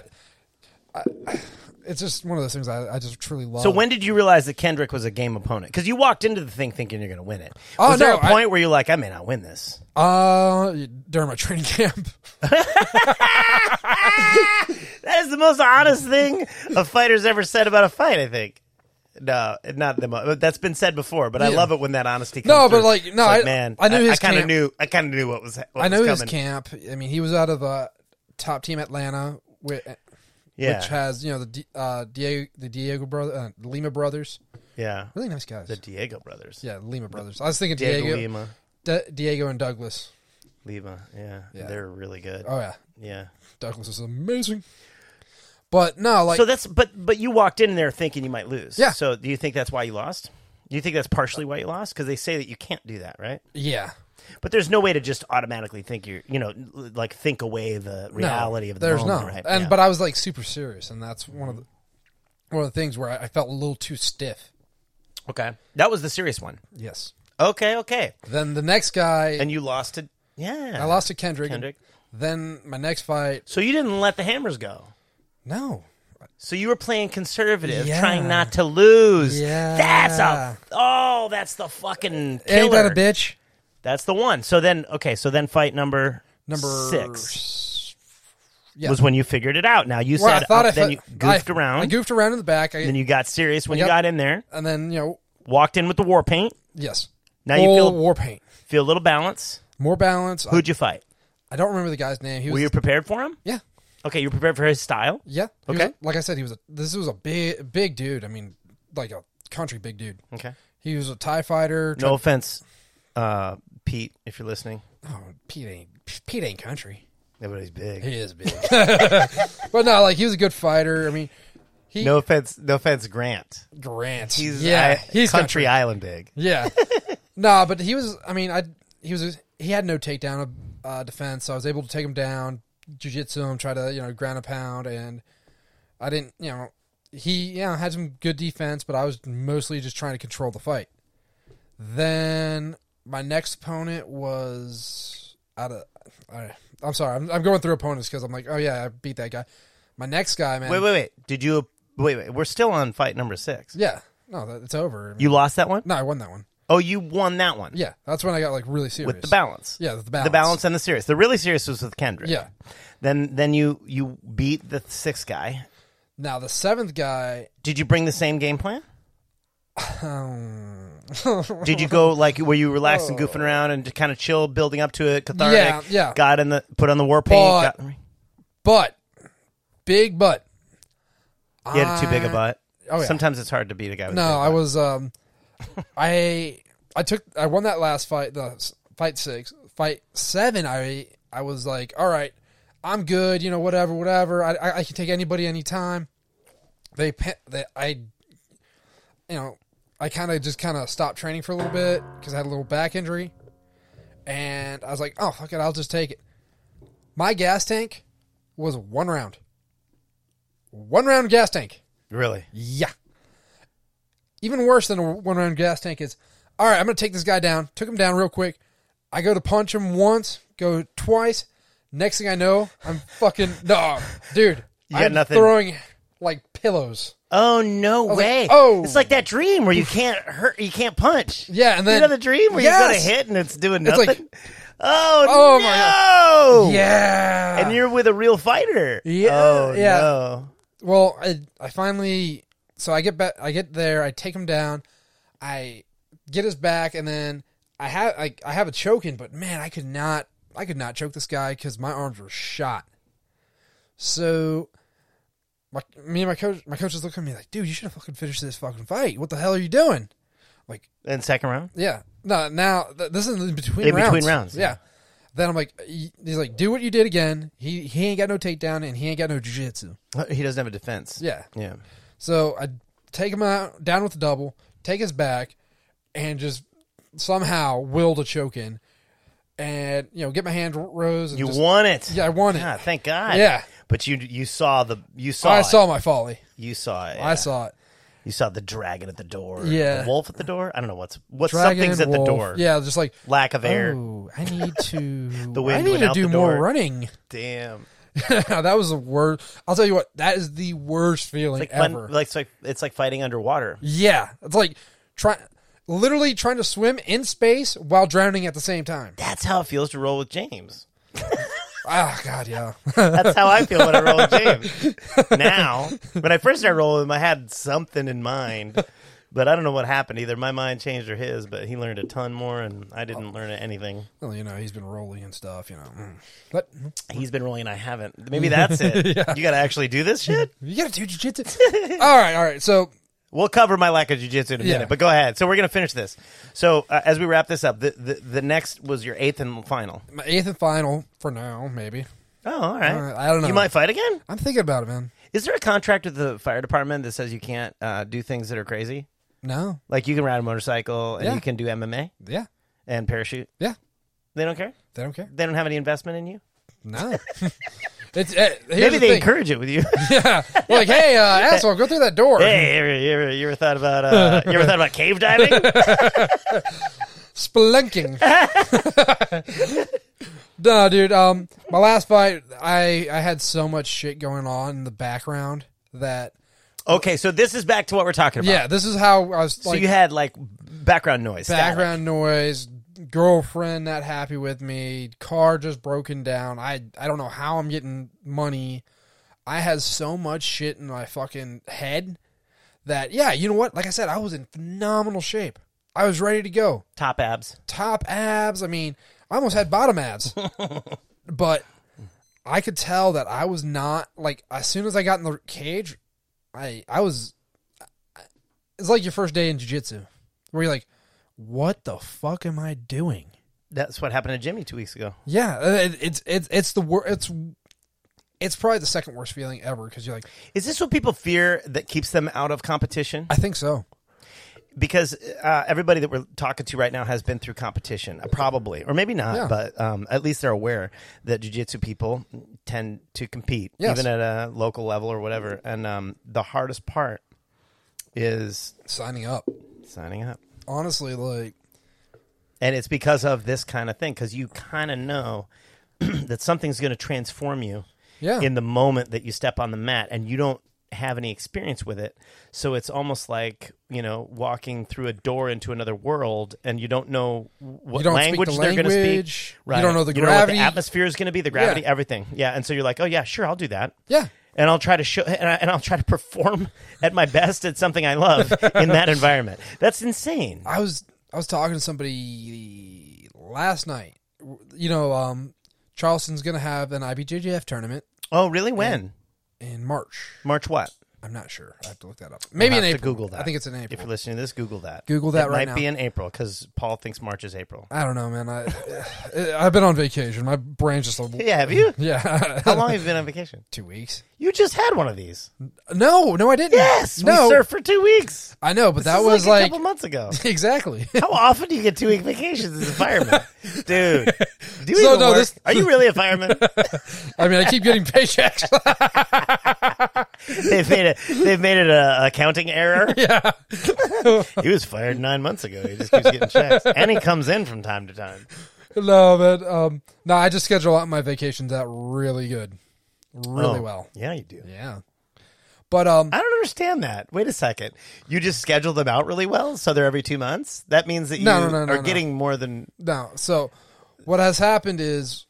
S2: I, I, it's just one of those things I, I just truly love.
S1: So when did you realize that Kendrick was a game opponent? Because you walked into the thing thinking you're going to win it.
S2: Oh,
S1: Was there
S2: no,
S1: a
S2: I-
S1: point where you're like, I may not win this?
S2: uh, during my (laughs) training camp,
S1: That is the most honest thing a fighter's ever said about a fight. I think. No, not the most. That's been said before, but I
S2: Yeah.
S1: love it when that honesty. comes
S2: No, but
S1: through.
S2: like, no,
S1: It's
S2: I-
S1: man,
S2: I knew
S1: I,
S2: his
S1: kind of
S2: camp-
S1: knew. I kind of knew what was. What
S2: I know
S1: was
S2: his
S1: coming.
S2: camp. I mean, he was out of uh, top team Atlanta, which,
S1: Yeah,
S2: which has you know the D- uh, Diego, the Diego brother, uh, Lima brothers,
S1: yeah.
S2: really nice guys.
S1: The Diego brothers.
S2: yeah, Lima brothers. I was thinking
S1: Diego,
S2: Diego, Diego,
S1: Lima,
S2: Diego and Douglas.
S1: Lima. Yeah.
S2: Yeah.
S1: they're really good.
S2: Oh yeah,
S1: Yeah.
S2: Douglas is amazing. But no, like
S1: so that's but but you walked in there thinking you might lose.
S2: Yeah.
S1: So do you think that's why you lost? Do you think that's partially why you lost? Because they say that you can't do that, right?
S2: yeah,
S1: But there's no way to just automatically think you're, you know, l- like think away the
S2: No,
S1: reality of the
S2: there's
S1: moment,
S2: no.
S1: right?
S2: And
S1: Yeah. Mm-hmm.
S2: but I was like super serious, and that's one of the one of the things where I, I felt a little too stiff.
S1: okay, that was the serious one.
S2: Yes.
S1: Okay, okay,
S2: Then the next guy,
S1: and you lost to yeah.
S2: I lost to Kendrick.
S1: Kendrick.
S2: Then my next fight,
S1: So you didn't let the hammers go.
S2: no,
S1: So you were playing conservative,
S2: Yeah.
S1: trying not to lose.
S2: Yeah.
S1: That's a oh, that's the fucking killer.
S2: ain't that a bitch?
S1: That's the one. So then, okay, so then fight number
S2: Number
S1: six
S2: s- Yeah.
S1: was when you figured it out. Now you
S2: Well,
S1: said
S2: I thought
S1: up,
S2: I
S1: then
S2: fi-
S1: you goofed
S2: I-
S1: around,
S2: I goofed around in the back. I,
S1: then you got serious when
S2: I
S1: you
S2: got-
S1: got in there,
S2: and then you know,
S1: walked in with the war paint,
S2: yes.
S1: Now you
S2: Full
S1: feel-
S2: war paint,
S1: feel a little balance.
S2: more balance. I,
S1: Who'd you fight?
S2: I don't remember the guy's name. He
S1: Were
S2: was
S1: you prepared for him?
S2: yeah,
S1: Okay, you were prepared for his style.
S2: yeah. He was-
S1: Okay.
S2: like I said, he was a, this was a big big dude. I mean, like a country big dude.
S1: Okay.
S2: He was a Tie fighter.
S1: No offense, uh, Pete, if you're listening.
S2: Oh, Pete ain't Pete ain't country.
S1: Everybody's big.
S2: He is big, (laughs) but no, like he was a good fighter. I mean,
S1: No offense, no offense, Grant.
S2: Grant.
S1: He's
S2: yeah,
S1: I-
S2: he's
S1: country
S2: country.
S1: island big. (laughs)
S2: Yeah, nah, but he was. I mean, I he was he had no takedown uh, defense, so I was able to take him down, jujitsu him, try to you know ground a pound, and I didn't you know he yeah had some good defense, but I was mostly just trying to control the fight. Then my next opponent was out of. I, I'm sorry, I'm, I'm going through opponents because I'm like, oh yeah, I beat that guy. My next guy, man.
S1: Wait, wait, wait. Did you? Wait, wait. We're still on fight number six.
S2: Yeah, no, that, it's over.
S1: You lost that one.
S2: no, I won that one.
S1: Oh, you won that one.
S2: Yeah, that's when I got like really serious
S1: With the balance.
S2: Yeah, with the balance.
S1: The balance and the serious. The really serious was with Kendrick.
S2: Yeah.
S1: Then then you you beat the sixth guy.
S2: Now the seventh guy,
S1: Did you bring the same game plan?
S2: Um.
S1: Did you
S2: (laughs)
S1: go like were you relaxed and goofing around and kind of chill, building up to it, cathartic?
S2: Oh. Yeah, yeah.
S1: Got in the put on the war paint.
S2: But-
S1: got-
S2: but big butt.
S1: you had too big a butt.
S2: oh, yeah.
S1: Sometimes it's hard to beat a guy. With
S2: No,
S1: a big
S2: I was um, (laughs) I I took I won that last fight, the s- fight six, fight seven. I I was like, all right, I'm good. You know, whatever, whatever. I I, I can take anybody anytime. They pe- they I, you know, I kind of just kind of stopped training for a little bit because I had a little back injury, and I was like, oh fuck it, I'll just take it. My gas tank was one round. One round gas tank.
S1: Really?
S2: Yeah. Even worse than a one round gas tank is all right, I'm going to take this guy down. Took him down real quick. I go to punch him once, go twice. Next thing I know, I'm fucking. No, dude.
S1: got
S2: I'm
S1: nothing.
S2: throwing like pillows.
S1: Oh no
S2: like,
S1: way!
S2: oh.
S1: it's like that dream where you can't hurt, you can't punch.
S2: Yeah, and
S1: you
S2: then-
S1: know the dream where you got
S2: Yes!
S1: a hit and it's doing
S2: It's
S1: nothing.
S2: like-
S1: oh,
S2: Oh,
S1: no!
S2: my Yeah.
S1: And you're with a real fighter.
S2: Yeah,
S1: Oh
S2: yeah.
S1: no.
S2: Well, I, I finally so I get back I get there, I take him down, I get his back and then I have I, I have a choking, but man, I could not I could not choke this guy cuz my arms were shot. So my, me and my coach my coaches look at me like, "Dude, you should have fucking finished this fucking fight. What the hell are you doing?" Like,
S1: And second round.
S2: yeah. No, now th- this is in between
S1: In
S2: rounds.
S1: between rounds,
S2: Yeah.
S1: yeah.
S2: Then I'm like, he- he's like, do what you did again. He he ain't got no takedown and he ain't got no jiu-jitsu.
S1: He doesn't have a defense.
S2: Yeah.
S1: Yeah.
S2: So I take him out down with the double, take his back, and just somehow will to choke in, and you know get my hand r- rose. And
S1: You
S2: just-
S1: won it.
S2: Yeah, I won it.
S1: Ah, thank God.
S2: Yeah.
S1: But you you saw the you saw
S2: I
S1: it.
S2: saw my folly.
S1: you saw it.
S2: I
S1: yeah.
S2: saw it.
S1: You saw the dragon at the door.
S2: Yeah.
S1: The wolf at the door. I don't know what's what's
S2: Dragon,
S1: something's at the
S2: wolf.
S1: door.
S2: Yeah, just like
S1: Lack of air.
S2: Oh,
S1: (laughs)
S2: I need to.
S1: The wind
S2: I need
S1: went
S2: to
S1: out
S2: do
S1: the
S2: more
S1: door.
S2: running. (laughs)
S1: Damn.
S2: that was the worst. I'll tell you what. That is the worst feeling
S1: Like fun,
S2: ever.
S1: like it's like it's like fighting underwater.
S2: yeah, it's like try, literally trying to swim in space while drowning at the same time.
S1: That's how it feels to roll with James.
S2: Ah, God, yeah.
S1: That's how I feel when I roll with James. Now, when I first started rolling with him, I had something in mind, but I don't know what happened. Either my mind changed or his, but he learned a ton more, and I didn't learn anything.
S2: well, you know, he's been rolling and stuff. You know, Mm. but
S1: He's been rolling, I haven't. (laughs) Maybe that's it. You got to actually do this shit?
S2: you gotta do jujitsu. (laughs) all right, all right. So
S1: We'll cover my lack of jujitsu in a
S2: Yeah.
S1: minute, but go ahead. So we're going to finish this. So uh, as we wrap this up, the, the, the next was your eighth and final.
S2: my eighth and final for now, maybe.
S1: Oh, all right.
S2: Uh, I don't know.
S1: You might fight again?
S2: I'm thinking about it, man.
S1: Is there a contract with the fire department that says you can't uh, do things that are crazy?
S2: No,
S1: Like you can ride a motorcycle and
S2: Yeah.
S1: you can do MMA
S2: yeah,
S1: and parachute.
S2: yeah.
S1: They don't care.
S2: They don't care.
S1: They don't have any investment in you. (laughs)
S2: No. it's uh, here's
S1: Maybe
S2: the
S1: they
S2: thing.
S1: encourage it with
S2: (laughs)
S1: you.
S2: yeah. Like,
S1: (laughs)
S2: hey, uh, asshole, go through that door.
S1: hey, you ever, you ever, you ever thought about uh, you ever thought about cave diving?
S2: (laughs)
S1: (laughs)
S2: Spelunking. no, dude. Um, my last fight, I I had so much shit going on in the background that
S1: okay, so this is back to what we're talking about.
S2: yeah, this is how I was
S1: So
S2: like
S1: you had like background noise. static.
S2: background noise, girlfriend not happy with me, car just broken down. I I don't know how I'm getting money. I had so much shit in my fucking head that yeah, you know what? Like I said, I was in phenomenal shape. I was ready to go.
S1: top abs.
S2: top abs. I mean, I almost had bottom (laughs) abs. but I could tell that I was not like as soon as I got in the cage, I I was it's like your first day in jiu-jitsu where you're like, "What the fuck am I doing?"
S1: That's what happened to Jimmy two weeks ago.
S2: Yeah, uh, it, it's it's it's the wor- it's it's probably the second worst feeling ever cuz you're like,
S1: Is this what people fear that keeps them out of competition?
S2: "I think so."
S1: because uh, everybody that we're talking to right now has been through competition, uh, probably, or maybe not,
S2: Yeah.
S1: but um, at least they're aware that jujitsu people tend to compete,
S2: Yes.
S1: even at a local level or whatever. And um, the hardest part is
S2: Signing up.
S1: signing up.
S2: Honestly, like
S1: And it's because of this kind of thing, because you kind of know (clears throat) that something's going to transform you
S2: yeah.
S1: in the moment that you step on the mat and you don't have any experience with it. So it's almost like, you know, walking through a door into another world and you don't know what
S2: You don't speak
S1: language
S2: the
S1: they're going to
S2: language.
S1: speak.
S2: You don't know the
S1: what
S2: gravity.
S1: the atmosphere is going to be, the gravity, everything. Yeah. And so you're like, oh, yeah, sure, I'll do that.
S2: yeah.
S1: And I'll try to show, and, I, and I'll try to perform at my best at something I love in
S2: (laughs)
S1: that environment. That's insane.
S2: I was I was talking to somebody last night. You know, um, Charleston's going to have an IBJJF tournament
S1: Oh, really? When?
S2: in March.
S1: March what?
S2: I'm not sure. I have to look that up. Maybe
S1: have
S2: in
S1: to
S2: April.
S1: Google that.
S2: I think it's in
S1: If
S2: April.
S1: you're listening to this, Google that.
S2: Google that
S1: it
S2: right
S1: might
S2: now.
S1: be in April because Paul thinks March is April.
S2: I don't know, man. I I've been on vacation. My brain's just a,
S1: (laughs) Yeah, have you?
S2: yeah.
S1: (laughs) How long have you been on vacation?
S2: Two weeks.
S1: You just had one of these.
S2: No, no, I didn't.
S1: Yes, we
S2: no.
S1: surfed for two weeks.
S2: I know, but that
S1: This is
S2: was
S1: a
S2: like,
S1: couple months ago.
S2: (laughs)
S1: (laughs)
S2: exactly.
S1: How often do you get two week vacations as a
S2: (laughs)
S1: fireman, dude? Do you
S2: So,
S1: even
S2: no,
S1: work?
S2: this-
S1: Are you really a
S2: (laughs)
S1: fireman?
S2: I mean, I keep getting paychecks. (laughs)
S1: they've made it. They've made it a accounting
S2: (laughs)
S1: error. Yeah, he was fired nine months ago. He just keeps getting checks, and he comes in from time to time.
S2: no, man. Um, no, I just schedule out my vacations out really good, really
S1: Oh,
S2: well.
S1: Yeah, you do.
S2: Yeah. But um
S1: I don't understand that. Wait a second. You just schedule them out really well, so they're every two months. That means that you
S2: No, no, no, no,
S1: are
S2: no.
S1: getting more than
S2: no, so what has happened is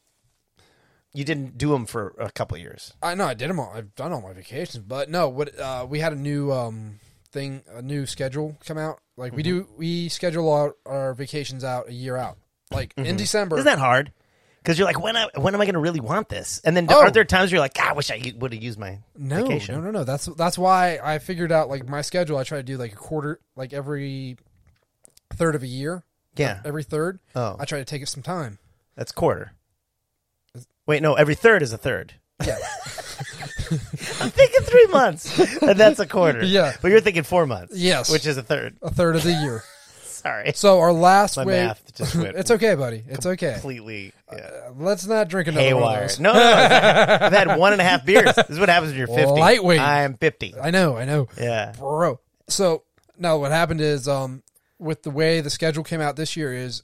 S1: you didn't do them for a couple of years.
S2: I know I did them all. I've done all my vacations, but no, what uh, we had a new um thing, a new schedule come out. Like we
S1: Mm-hmm.
S2: do, we schedule our, our vacations out a year out. Like in December,
S1: Isn't Mm-hmm. that hard? Because you're like, when I, when am I going to really want this? And then
S2: Oh.
S1: aren't there times you're like, God, I wish I would have used my
S2: no,
S1: vacation.
S2: no, no, no. That's that's why I figured out like my schedule. I try to do like a quarter, like every third of a year,
S1: Yeah,
S2: every third.
S1: Oh.
S2: I try to take it some time.
S1: that's quarter. Wait, no, every third is a third.
S2: Yeah.
S1: I'm thinking three
S2: (laughs)
S1: months, and that's a quarter.
S2: Yeah.
S1: but you're thinking four months.
S2: Yes.
S1: which is a third.
S2: A third of the year.
S1: Sorry,
S2: So our last
S1: my
S2: way.
S1: math just went
S2: (laughs) It's okay, buddy. It's okay.
S1: completely yeah.
S2: Let's not drink another one of
S1: haywire.
S2: those.
S1: No, no, no, I've had one and a half beers. This is what happens when you're 50.
S2: Lightweight.
S1: I'm 50.
S2: I know, I know.
S1: Yeah,
S2: Bro. So no, what happened is um, with the way the schedule came out this year is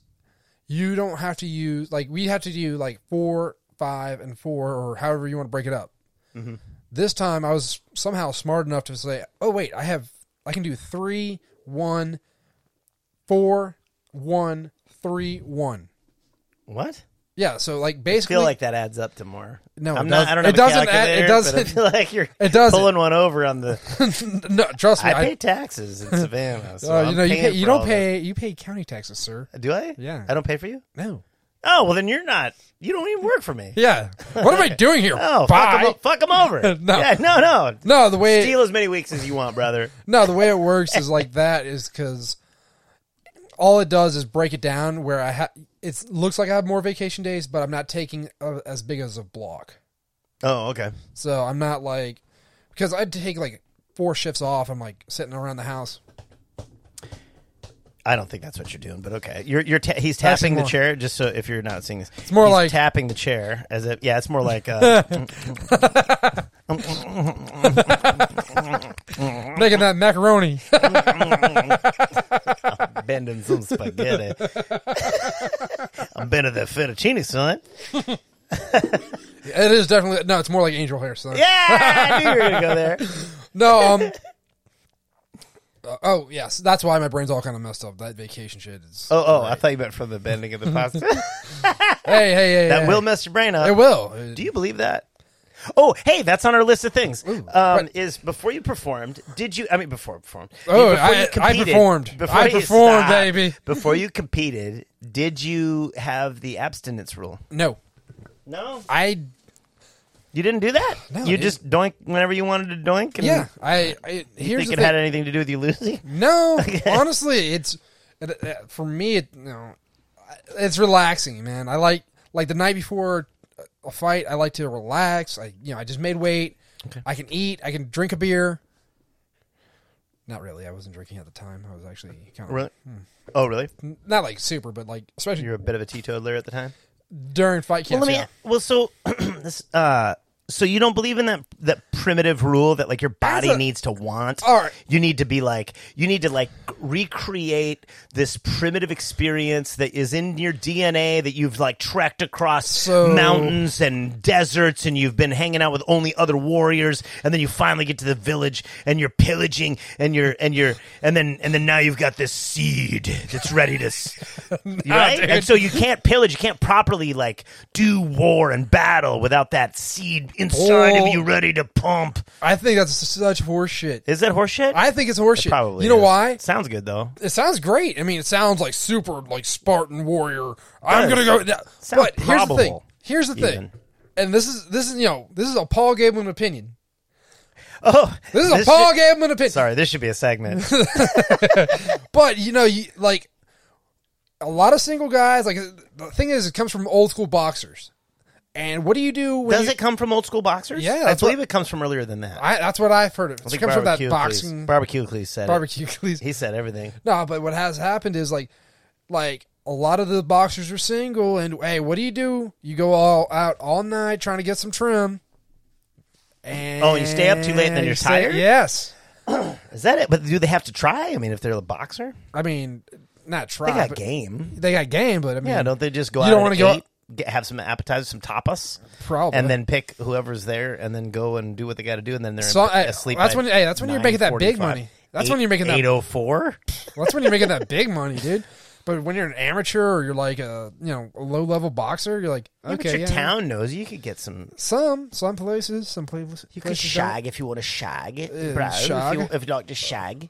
S2: you don't have to use like we have to do like four, five, and four, or however you want to break it up.
S1: Mm-hmm.
S2: This time I was somehow smart enough to say, oh wait, I have I can do three, one, four, one, three, one.
S1: What?
S2: Yeah, so like
S1: I feel
S2: basically,
S1: like that adds up to more.
S2: No, it
S1: I'm not,
S2: doesn't-
S1: I don't
S2: it
S1: have a
S2: doesn't add- it
S1: calculator, but I
S2: doesn't-
S1: feel like you're
S2: (laughs) it doesn't.
S1: pulling one over on
S2: (laughs)
S1: the.
S2: (laughs) no, trust me,
S1: I
S2: I,
S1: pay taxes in Savannah. So
S2: (laughs) oh,
S1: I'm
S2: you know you,
S1: paying
S2: pay, you
S1: for all
S2: don't
S1: this.
S2: pay you pay county taxes, sir.
S1: Do I?
S2: Yeah.
S1: I don't pay for you.
S2: No,
S1: Oh well, then you're not. You don't even work for me.
S2: yeah, what am I doing here?
S1: (laughs) Oh,
S2: Bye.
S1: fuck them over.
S2: (laughs) No.
S1: yeah, no, no.
S2: No, the way
S1: Deal as many weeks as you want, brother.
S2: No, the way it works is like that is because all it does is break it down where I have. It looks like I have more vacation days, but I'm not taking a, as big as a block.
S1: Oh, okay.
S2: So I'm not like because I'd take like four shifts off. I'm like sitting around the house.
S1: I don't think that's what you're doing, but okay. You're you're ta- he's
S2: That's
S1: tapping the
S2: more-
S1: chair just so if you're not seeing this. It's
S2: more like-
S1: tapping the chair as if yeah, it's more like
S2: (laughs)
S1: uh,
S2: Making that macaroni. (laughs)
S1: bending some spaghetti. (laughs) I'm bending the fettuccine, son.
S2: it is definitely no. It's more like angel hair. So
S1: Yeah, I knew you were gonna go there.
S2: no. Um. (laughs) uh, oh yes, that's why my brain's all kind of messed up. That vacation shit is.
S1: (laughs) Oh, oh, I thought you meant for the bending of the pasta. (laughs)
S2: Hey, hey, hey.
S1: that
S2: hey.
S1: will mess your brain up.
S2: It will. Uh,
S1: Do you believe that? Oh, hey, that's on our list of things. um,
S2: right.
S1: Is before you performed, did you? I mean, before performed.
S2: Oh,
S1: before
S2: I- I performed. I
S1: you-
S2: performed,
S1: stop.
S2: baby.
S1: Before you competed, did you have the abstinence rule?
S2: No,
S1: No,
S2: I
S1: you didn't do that.
S2: No,
S1: you
S2: dude.
S1: just doink whenever you wanted to doink. And
S2: Yeah, I, I
S1: you
S2: here's
S1: think
S2: the
S1: it
S2: thing.
S1: had anything to do with you losing? (laughs)
S2: no, honestly, it's it, uh, for me. It, no, it's relaxing, man. I like like the night before uh, a fight. I like to relax. I you know I just made weight. I can eat. I can drink a beer. Not really. I wasn't drinking at the time. I was actually kind of
S1: Really? Oh, really?
S2: not like super, but like especially
S1: You're a bit of a teetotaler at the time.
S2: during fight camps.
S1: Well,
S2: yeah.
S1: let me. Well, so (clears throat) this. Uh, so you don't believe in that that primitive rule that like your body
S2: As a-
S1: needs to want.
S2: All right.
S1: You need to be like you need to like recreate this primitive experience that is in your DNA that you've like trekked across
S2: So-
S1: mountains and deserts and you've been hanging out with only other warriors and then you finally get to the village and you're pillaging and you're and you're and then and then now you've got this seed that's ready to s-
S2: (laughs)
S1: right?
S2: dude.
S1: And so you can't pillage, you can't properly like do war and battle without that seed inside
S2: Bull-
S1: of you ready to pump.
S2: I think that's such horseshit.
S1: Is that horseshit?
S2: I think it's horseshit.
S1: Probably.
S2: You know
S1: is.
S2: why?
S1: Sounds good though.
S2: it sounds great. I mean, it sounds like super like Spartan warrior. I'm gonna go. No,
S1: Sounds
S2: but here's the thing.
S1: probable,
S2: Here's the
S1: even.
S2: thing. And this is this is you know this is a Paul Gableman opinion.
S1: Oh,
S2: This is a Paul
S1: should-
S2: Gableman opinion.
S1: Sorry, this should be a
S2: (laughs)
S1: segment.
S2: But you know, you like a lot of single guys. Like the thing is, it comes from old school boxers. And what do you do? When
S1: Does
S2: you-
S1: it come from old school boxers?
S2: Yeah,
S1: I
S2: that's
S1: believe it comes from earlier than that.
S2: I, that's what I've heard of. It
S1: think
S2: comes from that
S1: Barbecue Cleese-
S2: boxing
S1: Barbecue Cleese said it.
S2: barbecue. (laughs) Please.
S1: He said everything.
S2: No, but what has happened is like, like a lot of the boxers are single, and hey, what do you do? You go all out all night trying to get some trim. And
S1: Oh, you stay up too late and then
S2: you
S1: you're
S2: stay-
S1: tired?
S2: Yes,
S1: Is that it? But do they have to try? I mean, if they're a boxer,
S2: I mean, not try.
S1: they got
S2: Ah, but-
S1: game.
S2: They got game, but I mean,
S1: Yeah, don't they just go
S2: You
S1: out
S2: don't
S1: and
S2: wanna go
S1: eat, get, have some appetizers, some tapas?
S2: probably.
S1: and then pick whoever's there, and then go and do what they got to do, and then they're
S2: So,
S1: in-
S2: hey,
S1: asleep.
S2: that's
S1: by
S2: when- hey, that's when you're making that big
S1: 9:45.
S2: money. That's
S1: Eight-
S2: when you're making that- (laughs)
S1: 804.
S2: that's when you're making that big money, dude. But when you're an amateur or you're like a you know a low level boxer, you're like
S1: Yeah, but
S2: okay,
S1: your
S2: yeah.
S1: town knows you could get some.
S2: some some places, some places
S4: You can shag if you want to shag, bro.
S2: uh,
S4: If,
S2: shag.
S4: you, if you like to shag.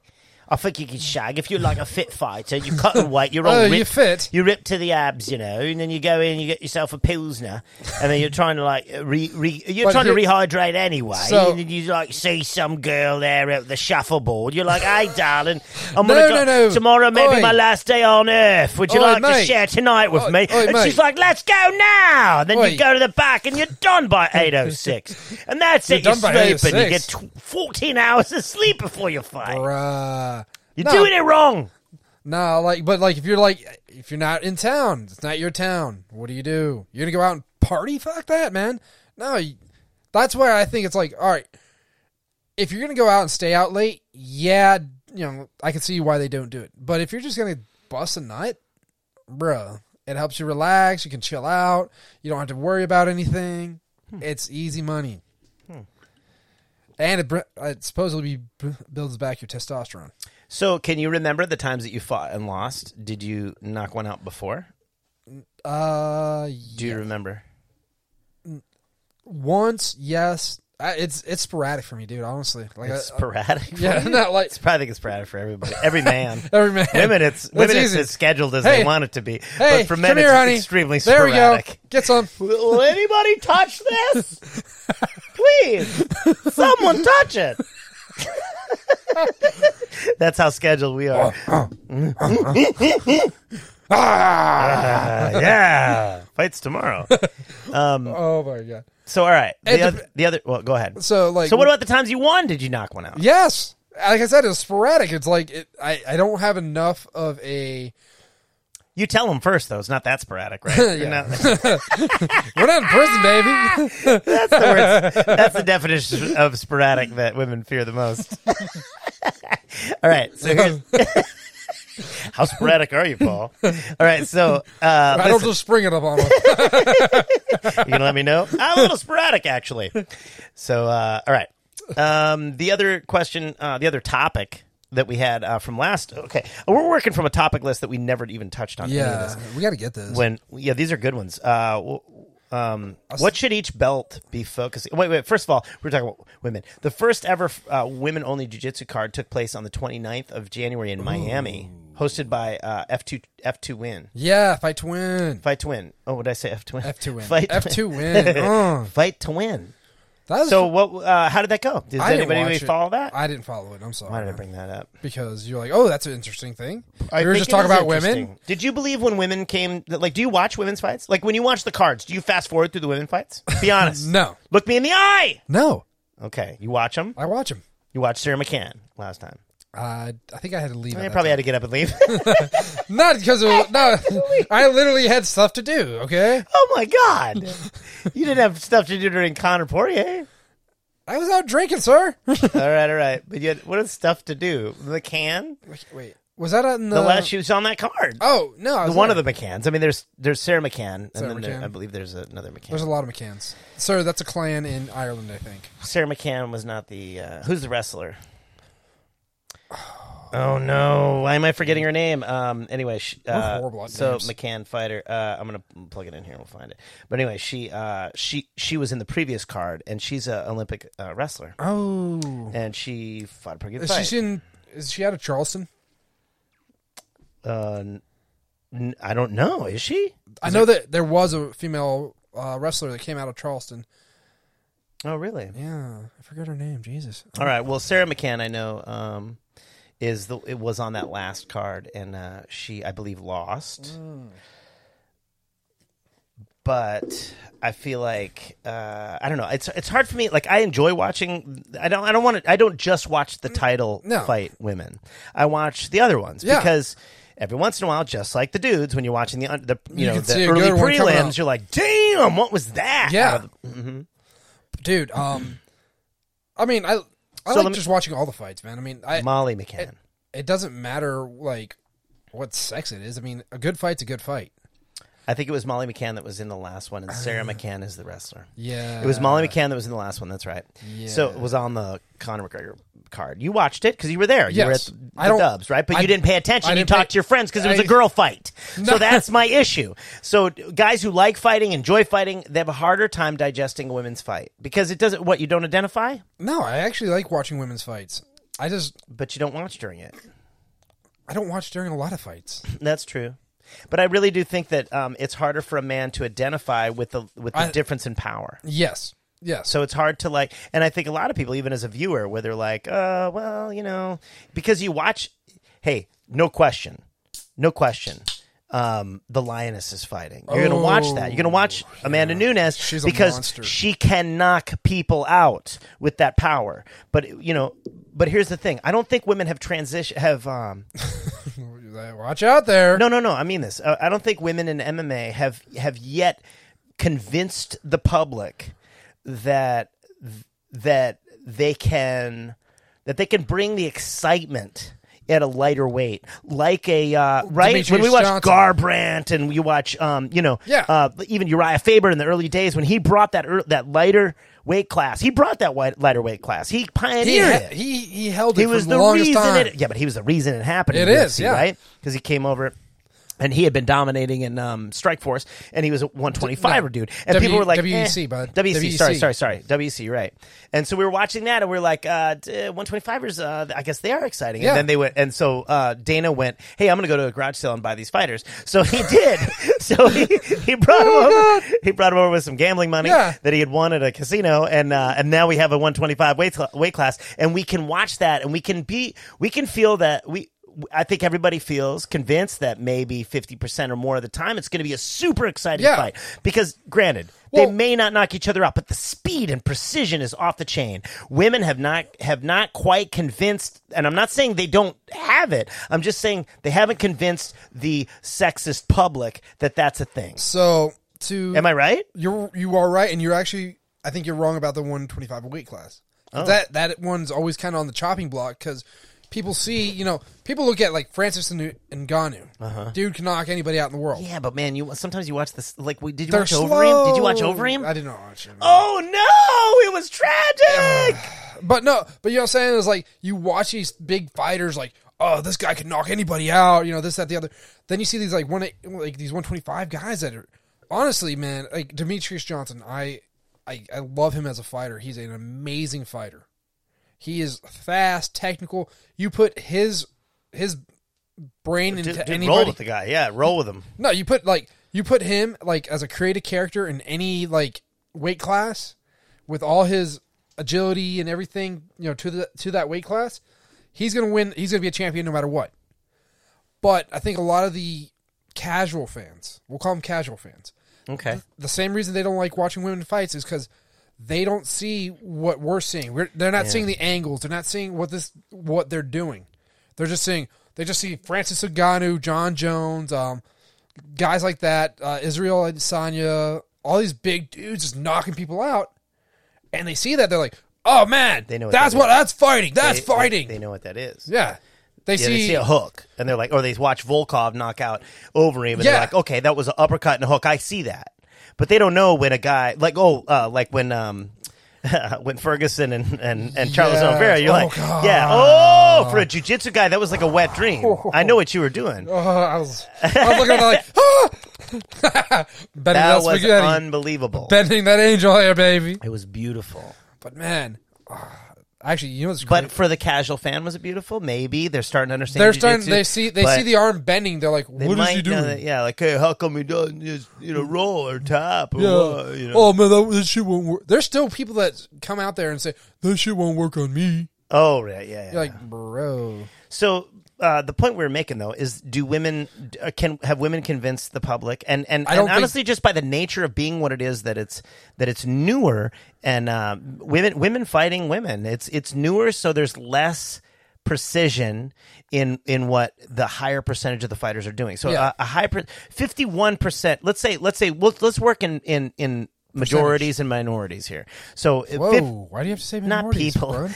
S4: I think you can shag if you're like a fit fighter. You cut and weight, you're all
S2: (laughs) Oh,
S4: ripped.
S2: you fit.
S4: You're ripped to the abs, you know, and then you go in and you get yourself a pilsner, and then you're trying to like uh, re, re you're
S2: But
S4: trying to
S2: here-
S4: rehydrate anyway.
S2: So-
S4: and then you like see some girl there at the shuffleboard. You're like, hey, darling, I'm
S2: No,
S4: gonna go
S2: no, no.
S4: tomorrow. Maybe
S2: Oi.
S4: my last day on earth. Would you
S2: Oi,
S4: like to
S2: mate.
S4: share tonight with
S2: Oi,
S4: me?
S2: oi,
S4: and
S2: mate.
S4: she's like, let's go now. Then
S2: Oi.
S4: you go to the back and you're done by eight oh
S2: (laughs)
S4: six, and that's it.
S2: You're
S4: You're
S2: done by
S4: sleeping. You
S2: 8:06.
S4: get tw- 14 hours of sleep before you fight.
S2: Bruh.
S4: You're
S2: No,
S4: doing it wrong.
S2: No, like, but like, if you're like, if you're not in town, it's not your town. What do you do? You're gonna go out and party? Fuck that, man. No, you, that's why I think it's like, all right, if you're gonna go out and stay out late, yeah, you know, I can see why they don't do it. But if you're just gonna bust a nut, bruh, it helps you relax. You can chill out. You don't have to worry about anything. It's easy money. And it, br- it supposedly b- builds back your testosterone.
S1: So, can you remember the times that you fought and lost? Did you knock one out before?
S2: Uh,
S1: Do you remember?
S2: once, yes. I, it's it's sporadic for me, dude. Honestly, like
S1: It's
S2: I, I,
S1: sporadic.
S2: Uh, (laughs) yeah, not like
S1: (laughs) I think it's sporadic for everybody, every man.
S2: (laughs) every man.
S1: Women, it's women,
S2: That's
S1: it's
S2: easy.
S1: as scheduled as
S2: Hey.
S1: they want it to be.
S2: Hey,
S1: but for men,
S2: come here,
S1: it's
S2: honey.
S1: extremely
S2: there
S1: sporadic.
S2: we go. Get some.
S1: Will anybody touch this? Please, someone touch it. (laughs) That's how scheduled we are. Ah, (laughs) yeah, fights tomorrow.
S2: Oh my god.
S1: So, all right, the,
S2: It dep-
S1: other, the other. Well, go ahead.
S2: So like.
S1: So, what about the times you won? Did you knock one out?
S2: Yes, like I said, it's sporadic. It's like it, I I don't have enough of a.
S1: You tell them first, though. It's not that sporadic, right? You're not-
S2: We're not in
S1: (laughs)
S2: prison, baby.
S1: That's the, words, that's the definition of sporadic that women fear the most. All right, so here's how sporadic are you, Paul? All right, so uh,
S2: I don't just spring it up on them.
S1: you gonna let me know? I'm a little sporadic, actually. So, uh, all right. Um, the other question, uh, the other topic that we had uh, from last. Okay, we're working from a topic list that we never even touched on. any of
S2: Yeah,
S1: this.
S2: we got to get this.
S1: when yeah, these are good ones. Uh, w- um, what should each belt be focusing? Wait, wait. First of all, we're talking about women. The first ever uh, women-only jiu-jitsu card took place on the 29th of January in Miami, hosted by uh, F2 F2 Win.
S2: yeah, fight to win.
S1: Fight to win. Oh, what did I say? F to win.
S2: F to win.
S1: Fight
S2: F
S1: (laughs)
S2: to win. Oh,
S1: Fight to win.
S2: that was-
S1: So what? Uh, how did that go? Does
S2: I didn't
S1: anybody
S2: watch it.
S1: follow that?
S2: I didn't follow it. I'm sorry.
S1: Why did I bring that up?
S2: because you're like, oh, that's an interesting thing.
S1: I
S2: we were
S1: think
S2: just
S1: it
S2: talking
S1: is
S2: about women.
S1: interesting. Did you believe when women came? that- Like, do you watch women's fights? Like, when you watch the cards, do you fast forward through the women fights? Be honest.
S2: (laughs) No.
S1: Look me in the eye.
S2: No,
S1: Okay, you watch them.
S2: I watch them.
S1: You watched Sarah McCann last time.
S2: Uh, I think I had to leave. at
S1: I
S2: that
S1: probably
S2: time.
S1: had to get up and leave. (laughs)
S2: not because of no. I literally had stuff to do. Okay,
S1: oh my god, you didn't have stuff to do during Conor
S2: (laughs)
S1: Poirier.
S2: I was out drinking, sir.
S1: All right, all right, but you had what is stuff to do? McCann,
S2: Wait, was that on the,
S1: the last she was on that card.
S2: Uh, Oh no, I was
S1: One
S2: there.
S1: of the McCanns. I mean, there's there's Sarah McCann, and
S2: Sarah
S1: then there,
S2: McCann.
S1: I believe there's another McCann.
S2: There's a lot of McCanns, sir. That's a clan in Ireland, I think.
S1: Sarah McCann was not the uh, who's the
S2: (sighs)
S1: wrestler. Oh no! Why am I forgetting her name? Um. Anyway, she, uh,
S2: horrible at
S1: so
S2: names.
S1: McCann fighter. Uh, I'm gonna plug it in here. and We'll find it. But anyway, she uh she she was in the previous card, and she's an Olympic uh, wrestler,
S2: Oh,
S1: and she fought a pretty good
S2: is
S1: fight.
S2: she in? Is she out of Charleston?
S1: uh, n- I don't know. Is she?
S2: I know that there was a female uh, wrestler that came out of Charleston.
S1: Oh really?
S2: Yeah, I forget her name. Jesus.
S1: All right. Well, Sarah McCann, I know, um, is the it was on that last card, and uh, she, I believe, lost. But I feel like uh, I don't know. It's it's hard for me. Like I enjoy watching. I don't. I don't want to. I don't just watch the title
S2: Mm, No.
S1: fight women. I watch the other ones
S2: Yeah.
S1: because. Every once in a while, just like the dudes, when you're watching the un- the you,
S2: You
S1: know
S2: can
S1: the
S2: see a
S1: early
S2: good one coming up.
S1: prelims, you're like, "Damn, what was that?"
S2: Yeah.
S1: Out of the-
S2: dude. Um, I mean, I I
S1: let
S2: like
S1: me-
S2: just watching all the fights, man. I mean, I
S1: Molly McCann.
S2: it doesn't matter like what sex it is. I mean, a good fight's a good fight.
S1: I think it was Molly McCann that was in the last one, and Sarah McCann is the wrestler.
S2: Ah. Yeah,
S1: It was Molly McCann that was in the last one. That's right. So it was on the Conor McGregor card. You watched it because you were there. You were at
S2: Yes.
S1: the, the
S2: I don't-
S1: dubs, right? But
S2: I-
S1: you didn't pay attention.
S2: I
S1: You
S2: didn't pay-
S1: talked to your friends because it was a
S2: I-
S1: girl fight. So that's
S2: (laughs)
S1: my issue. So guys who like fighting, enjoy fighting, they have a harder time digesting a women's fight because it doesn't. What you don't identify,
S2: No, I actually like watching women's fights. I just
S1: but you don't watch during it.
S2: I don't watch during a lot of fights.
S1: That's true. But I really do think that um, it's harder for a man to identify with the with the
S2: I-
S1: difference in power.
S2: Yes, yes.
S1: So it's hard to like, and I think a lot of people, even as a viewer, where they're like, uh, well, you know, because you watch, hey, no question, no question. Um, the lioness is fighting. You're gonna watch that. You're gonna watch Amanda Nunes
S2: Oh, She's a
S1: because
S2: monster.
S1: she can knock people out with that power. But you know, but here's the thing: I don't think women have transition have um,
S2: Watch out there.
S1: no, no, no. I mean this. Uh, I don't think women in MMA have have yet convinced the public that that they can that they can bring the excitement at a lighter weight, like a uh, right when we
S2: Demetrius
S1: watch
S2: Johnson.
S1: Garbrandt and you watch, um, you know,
S2: Yeah.
S1: uh, even Uriah Faber in the early days when he brought that ear that lighter weight class. He brought that white, lighter weight class. He
S2: He,
S1: pioneered it.
S2: he he held it
S1: He
S2: for
S1: was
S2: the,
S1: the
S2: longest
S1: reason
S2: time.
S1: it. Yeah, but he was the reason it happened.
S2: It
S1: in
S2: is,
S1: UFC,
S2: yeah.
S1: right because he came over. And he had been dominating in um, Strike Force, and he was a 125er
S2: No.
S1: dude. And
S2: W-
S1: people were like,
S2: WEC,
S1: eh.
S2: bud. E
S1: WEC, sorry,
S2: WEC.
S1: sorry, sorry, WEC, right. And so we were watching that, and we were like, uh, d- 125ers, uh, I guess they are exciting.
S2: Yeah.
S1: And then they went, and so uh, Dana went, hey, I'm going to go to a garage sale and buy these fighters. So he (laughs) did. so he, he
S2: Oh
S1: brought him over. He brought him over with some gambling money
S2: Yeah.
S1: that he had won at a casino, and uh, and now we have a 125 weight cl- weight class, and we can watch that, and we can be, we can feel that we. I think everybody feels convinced that maybe 50% or more of the time it's going to be a super exciting
S2: Yeah.
S1: fight. Because, granted,
S2: Well-
S1: they may not knock each other out, but the speed and precision is off the chain. Women have not have not quite convinced, and I'm not saying they don't have it. I'm just saying they haven't convinced the sexist public that that's a thing.
S2: So to
S1: Am I right?
S2: you're you are right, and you're actually I think you're wrong about the 125 a weight class.
S1: Oh.
S2: That that one's always kind of on the chopping block because people see you know people look at like Francis Ngannou, Ngannou.
S1: Uh-huh.
S2: dude can knock anybody out in the world.
S1: Yeah, but man, you sometimes you watch this. Like, we- did you
S2: They're
S1: watch
S2: slow.
S1: over him? Did you watch over him?
S2: I did not watch him.
S1: oh no, it was tragic.
S2: (sighs) But no, but you know what I'm saying is like you watch these big fighters like oh this guy can knock anybody out you know this that the other. Then you see these like one like these 125 guys that are honestly man like Demetrius Johnson I I, I love him as a fighter. He's an amazing fighter. He is fast, technical. You put his his brain into
S1: Dude, dude, roll
S2: anybody.
S1: with the guy. Yeah, roll with him.
S2: No, you put like you put him like as a creative character in any like weight class with all his agility and everything, you know, to the to that weight class, he's going to win, he's going to be a champion no matter what. But I think a lot of the casual fans, we'll call them casual fans,
S1: Okay.
S2: the same reason they don't like watching women fights is because they don't see what we're seeing. We're, they're not seeing the angles. They're not seeing what this what they're doing. They're just seeing. They just see Francis Ngannou, John Jones, um, guys like that, uh, Israel Adesanya, all these big dudes just knocking people out, and they see that they're like, "Oh man,
S1: They know what
S2: that's
S1: that
S2: what that's fighting. That's
S1: They- they-
S2: fighting."
S1: They, know what that is.
S2: yeah, they
S1: Yeah,
S2: see.
S1: they see a hook, and they're like, or they watch Volkov knock out over him, and
S2: Yeah.
S1: they're like, okay, that was an uppercut and a hook. I see that, but they don't know when a guy like, oh, uh, like when um, (laughs) when Ferguson and and, and Charles
S2: Yeah.
S1: Oliveira, you're
S2: Oh,
S1: like,
S2: God.
S1: yeah, oh, for a jujitsu guy, that was like a wet dream.
S2: (laughs)
S1: I know what you were doing.
S2: Oh, (laughs) I was, I was looking at it
S1: (laughs)
S2: like, ah! (laughs) bending
S1: that
S2: that,
S1: was
S2: spaghetti,
S1: unbelievable.
S2: bending that angel hair, baby.
S1: It was beautiful.
S2: But man, ah, actually, you know what's great?
S1: But for the casual fan, was it beautiful? Maybe they're starting to understand.
S2: they're starting.
S1: jujitsu,
S2: They see. They
S1: but
S2: see the arm bending. They're like,
S1: they
S2: "What is
S1: might
S2: he
S1: know
S2: doing?"
S1: that- yeah, like hey, how come he doesn't just you know roll or tap or
S2: Yeah.
S1: what? You know?
S2: Oh man, that, that shit won't work. There's still people that come out there and say that shit won't work on me.
S1: Oh, right, yeah, yeah.
S2: You're like, bro,
S1: so uh, the point we are making though is, do women d- uh, can have women convinced the public? And and,
S2: I don't
S1: and
S2: think-
S1: honestly, just by the nature of being what it is, that it's that it's newer and uh, women women fighting women. It's it's newer, so there's less precision in in what the higher percentage of the fighters are doing. So
S2: Yeah.
S1: a, a high fifty one percent. Let's say let's say we'll, let's work in in in majorities and minorities here. So uh,
S2: whoa,
S1: fif-
S2: oh, why do you have to say
S1: not
S2: minorities,
S1: people. (laughs)
S2: bro?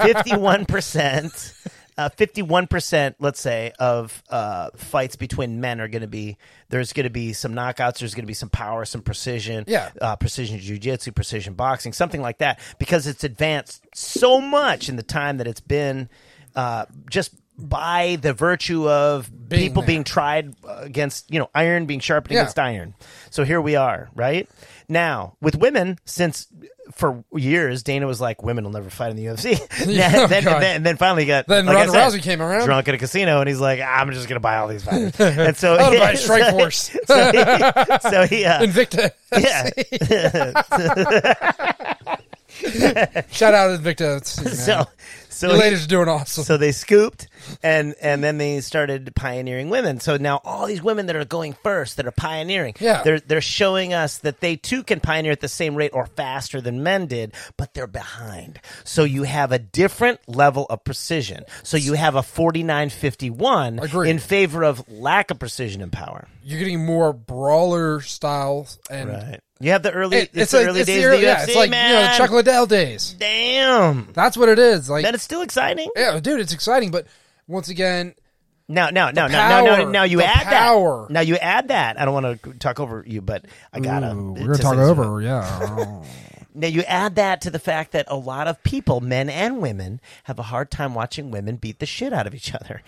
S1: Fifty-one percent. uh, Fifty-one percent, let's say, of uh, fights between men are going to be. There's going to be some knockouts. There's going to be some power, some precision.
S2: Yeah.
S1: uh, precision jujitsu, precision boxing, something like that, because it's advanced so much in the time that it's been. Uh, just by the virtue of
S2: Being
S1: people
S2: there.
S1: being tried uh, against, you know, iron being sharpened
S2: Yeah.
S1: against iron. So here we are, right? Now, with women, since for years Dana was like, women will never fight in the
S2: (laughs)
S1: UFC. (laughs) Then-
S2: Yeah, oh,
S1: then,
S2: God.
S1: then, and then finally got
S2: Then
S1: like I
S2: Ronda
S1: said,
S2: Rousey came around.
S1: drunk at a casino, and he's like, I'm just going to buy all these
S2: (laughs)
S1: fighters. and (laughs) so,
S2: I'm gonna buy Strike Force.
S1: so he, so he
S2: (laughs)
S1: uh,
S2: Invicta.
S1: (laughs) yeah.
S2: Shout out Invicta. It's- man.
S1: (laughs) So, so
S2: you
S1: he-
S2: ladies are doing awesome.
S1: So they scooped, and and then they started pioneering women. So now all these women that are going first, that are pioneering,
S2: Yeah.
S1: they're they're showing us that they too can pioneer at the same rate or faster than men did, but they're behind. So you have a different level of precision. So you have a forty nine fifty one
S2: Agreed.
S1: in favor of lack of precision and power.
S2: You're getting more brawler styles, and
S1: You have the early,
S2: It-
S1: it's, the
S2: like-
S1: early
S2: it's the
S1: days
S2: early-
S1: of the
S2: yeah,
S1: UFC,
S2: it's like
S1: man.
S2: you know the Chuck Liddell days.
S1: Damn,
S2: That's what it is. Like
S1: that is still exciting.
S2: Yeah, dude, it's exciting, but Once again,
S1: Now, now, now, now, now, now,
S2: power.
S1: now you
S2: The
S1: add
S2: power.
S1: that. Now you add that. I don't want to talk over you, but I gotta.
S2: Ooh,
S1: to
S2: we're gonna
S1: say
S2: talk
S1: this.
S2: over. (laughs) Yeah,
S1: Now you add that to the fact that a lot of people, men and women, have a hard time watching women beat the shit out of each other.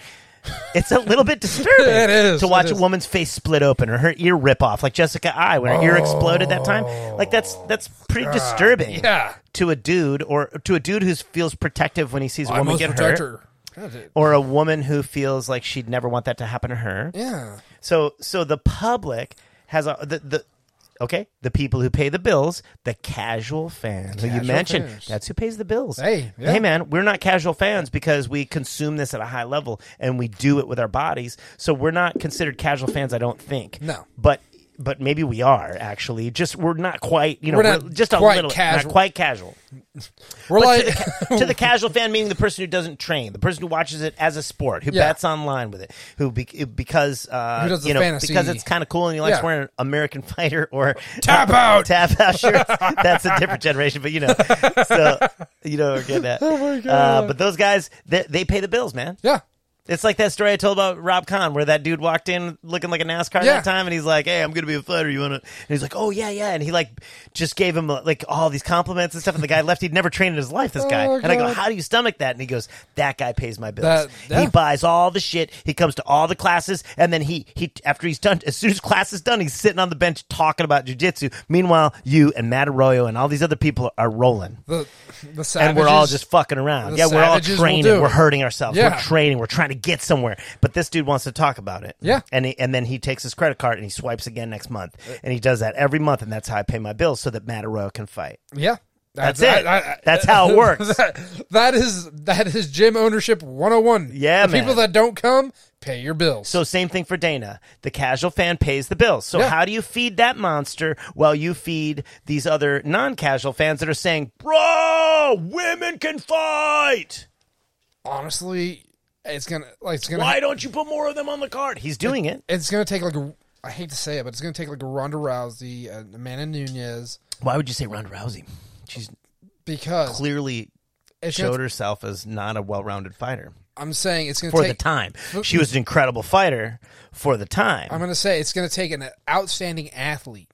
S1: It's a little bit disturbing
S2: (laughs) It is,
S1: to
S2: it
S1: watch a
S2: is.
S1: woman's face split open or her ear rip off, like Jessica I, when her ear exploded that time. Like that's that's pretty disturbing.
S2: yeah.
S1: To a dude or to a dude who feels protective when he sees a
S2: I
S1: woman
S2: must
S1: get
S2: protect
S1: hurt,
S2: her. God, it-
S1: or a woman who feels like she'd never want that to happen to her. (laughs)
S2: Yeah,
S1: So so the public has a the, the okay the people who pay the bills, the casual fan who you
S2: Casual
S1: mentioned.
S2: fans.
S1: That's who pays the bills.
S2: Hey, yeah.
S1: hey, man, we're not casual fans because we consume this at a high level and we do it with our bodies. So we're not considered casual fans. I don't think.
S2: No.
S1: but. But maybe we are actually just we're not quite you know
S2: We're
S1: we're
S2: not
S1: just a
S2: quite
S1: little
S2: casual.
S1: not quite casual
S2: we're
S1: but
S2: like
S1: (laughs) to, the
S2: (laughs)
S1: ca- to the casual fan, meaning the person who doesn't train, the person who watches it as a sport, who
S2: Yeah.
S1: bets online with it, who be- because uh,
S2: Who does the
S1: you know
S2: fantasy.
S1: because it's kind of cool and he likes
S2: Yeah.
S1: wearing an American (laughs) Fighter or (laughs)
S2: Tap out!
S1: tap out shirts. That's a different generation, but you know, so you know we're
S2: (laughs)
S1: getting that. Oh
S2: my
S1: Uh,
S2: God.
S1: but those guys, they, they pay the bills, man.
S2: yeah.
S1: It's like that story I told about Rob Kahn, where that dude walked in looking like a NASCAR
S2: Yeah.
S1: that time, and he's like, "Hey, I'm gonna be a fighter. You wanna?" And he's like, "Oh yeah, yeah." And he like just gave him like all these compliments and stuff, and the guy left. He'd never trained in his life. This guy,
S2: Oh,
S1: and I go,
S2: God.
S1: "How do you stomach that?" And he goes, "That guy pays my bills.
S2: That- yeah.
S1: He buys all the shit. He comes to all the classes, and then he he after he's done, as soon as class is done, he's sitting on the bench talking about jujitsu. Meanwhile, you and Matt Arroyo and all these other people are rolling."
S2: The the savages,
S1: and we're all just fucking around.
S2: the
S1: Yeah, we're all
S2: savages will
S1: training.
S2: do it.
S1: We're hurting ourselves.
S2: Yeah.
S1: We're training. We're trying to get somewhere. But this dude wants to talk about it.
S2: Yeah. Uh.
S1: And he, and then he takes his credit card and he swipes again next month. And he does that every month. And that's how I pay my bills so that Matt Arroyo can fight.
S2: yeah.
S1: That's it. That's how
S2: (laughs)
S1: it works.
S2: that- that is that is gym ownership 101.
S1: Yeah,
S2: the
S1: man.
S2: people that don't come pay your bills.
S1: So same thing for Dana. The casual fan pays the bills. So
S2: Yeah.
S1: how do you feed that monster while you feed these other non-casual fans that are saying, "Bro, women can fight.
S2: honestly, it's gonna like it's gonna
S1: Why don't you put more of them on the card?" He's doing it.
S2: it's gonna take like a I hate to say it, but it's gonna take like a Ronda Rousey, and Amanda Nunez,
S1: Why would you say Ronda Rousey? She's
S2: because
S1: clearly
S2: it's
S1: showed
S2: gonna,
S1: herself as not a well-rounded fighter
S2: I'm saying it's gonna
S1: for the
S2: take.
S1: time. She was an incredible fighter for the time.
S2: I'm gonna say it's gonna take an outstanding athlete,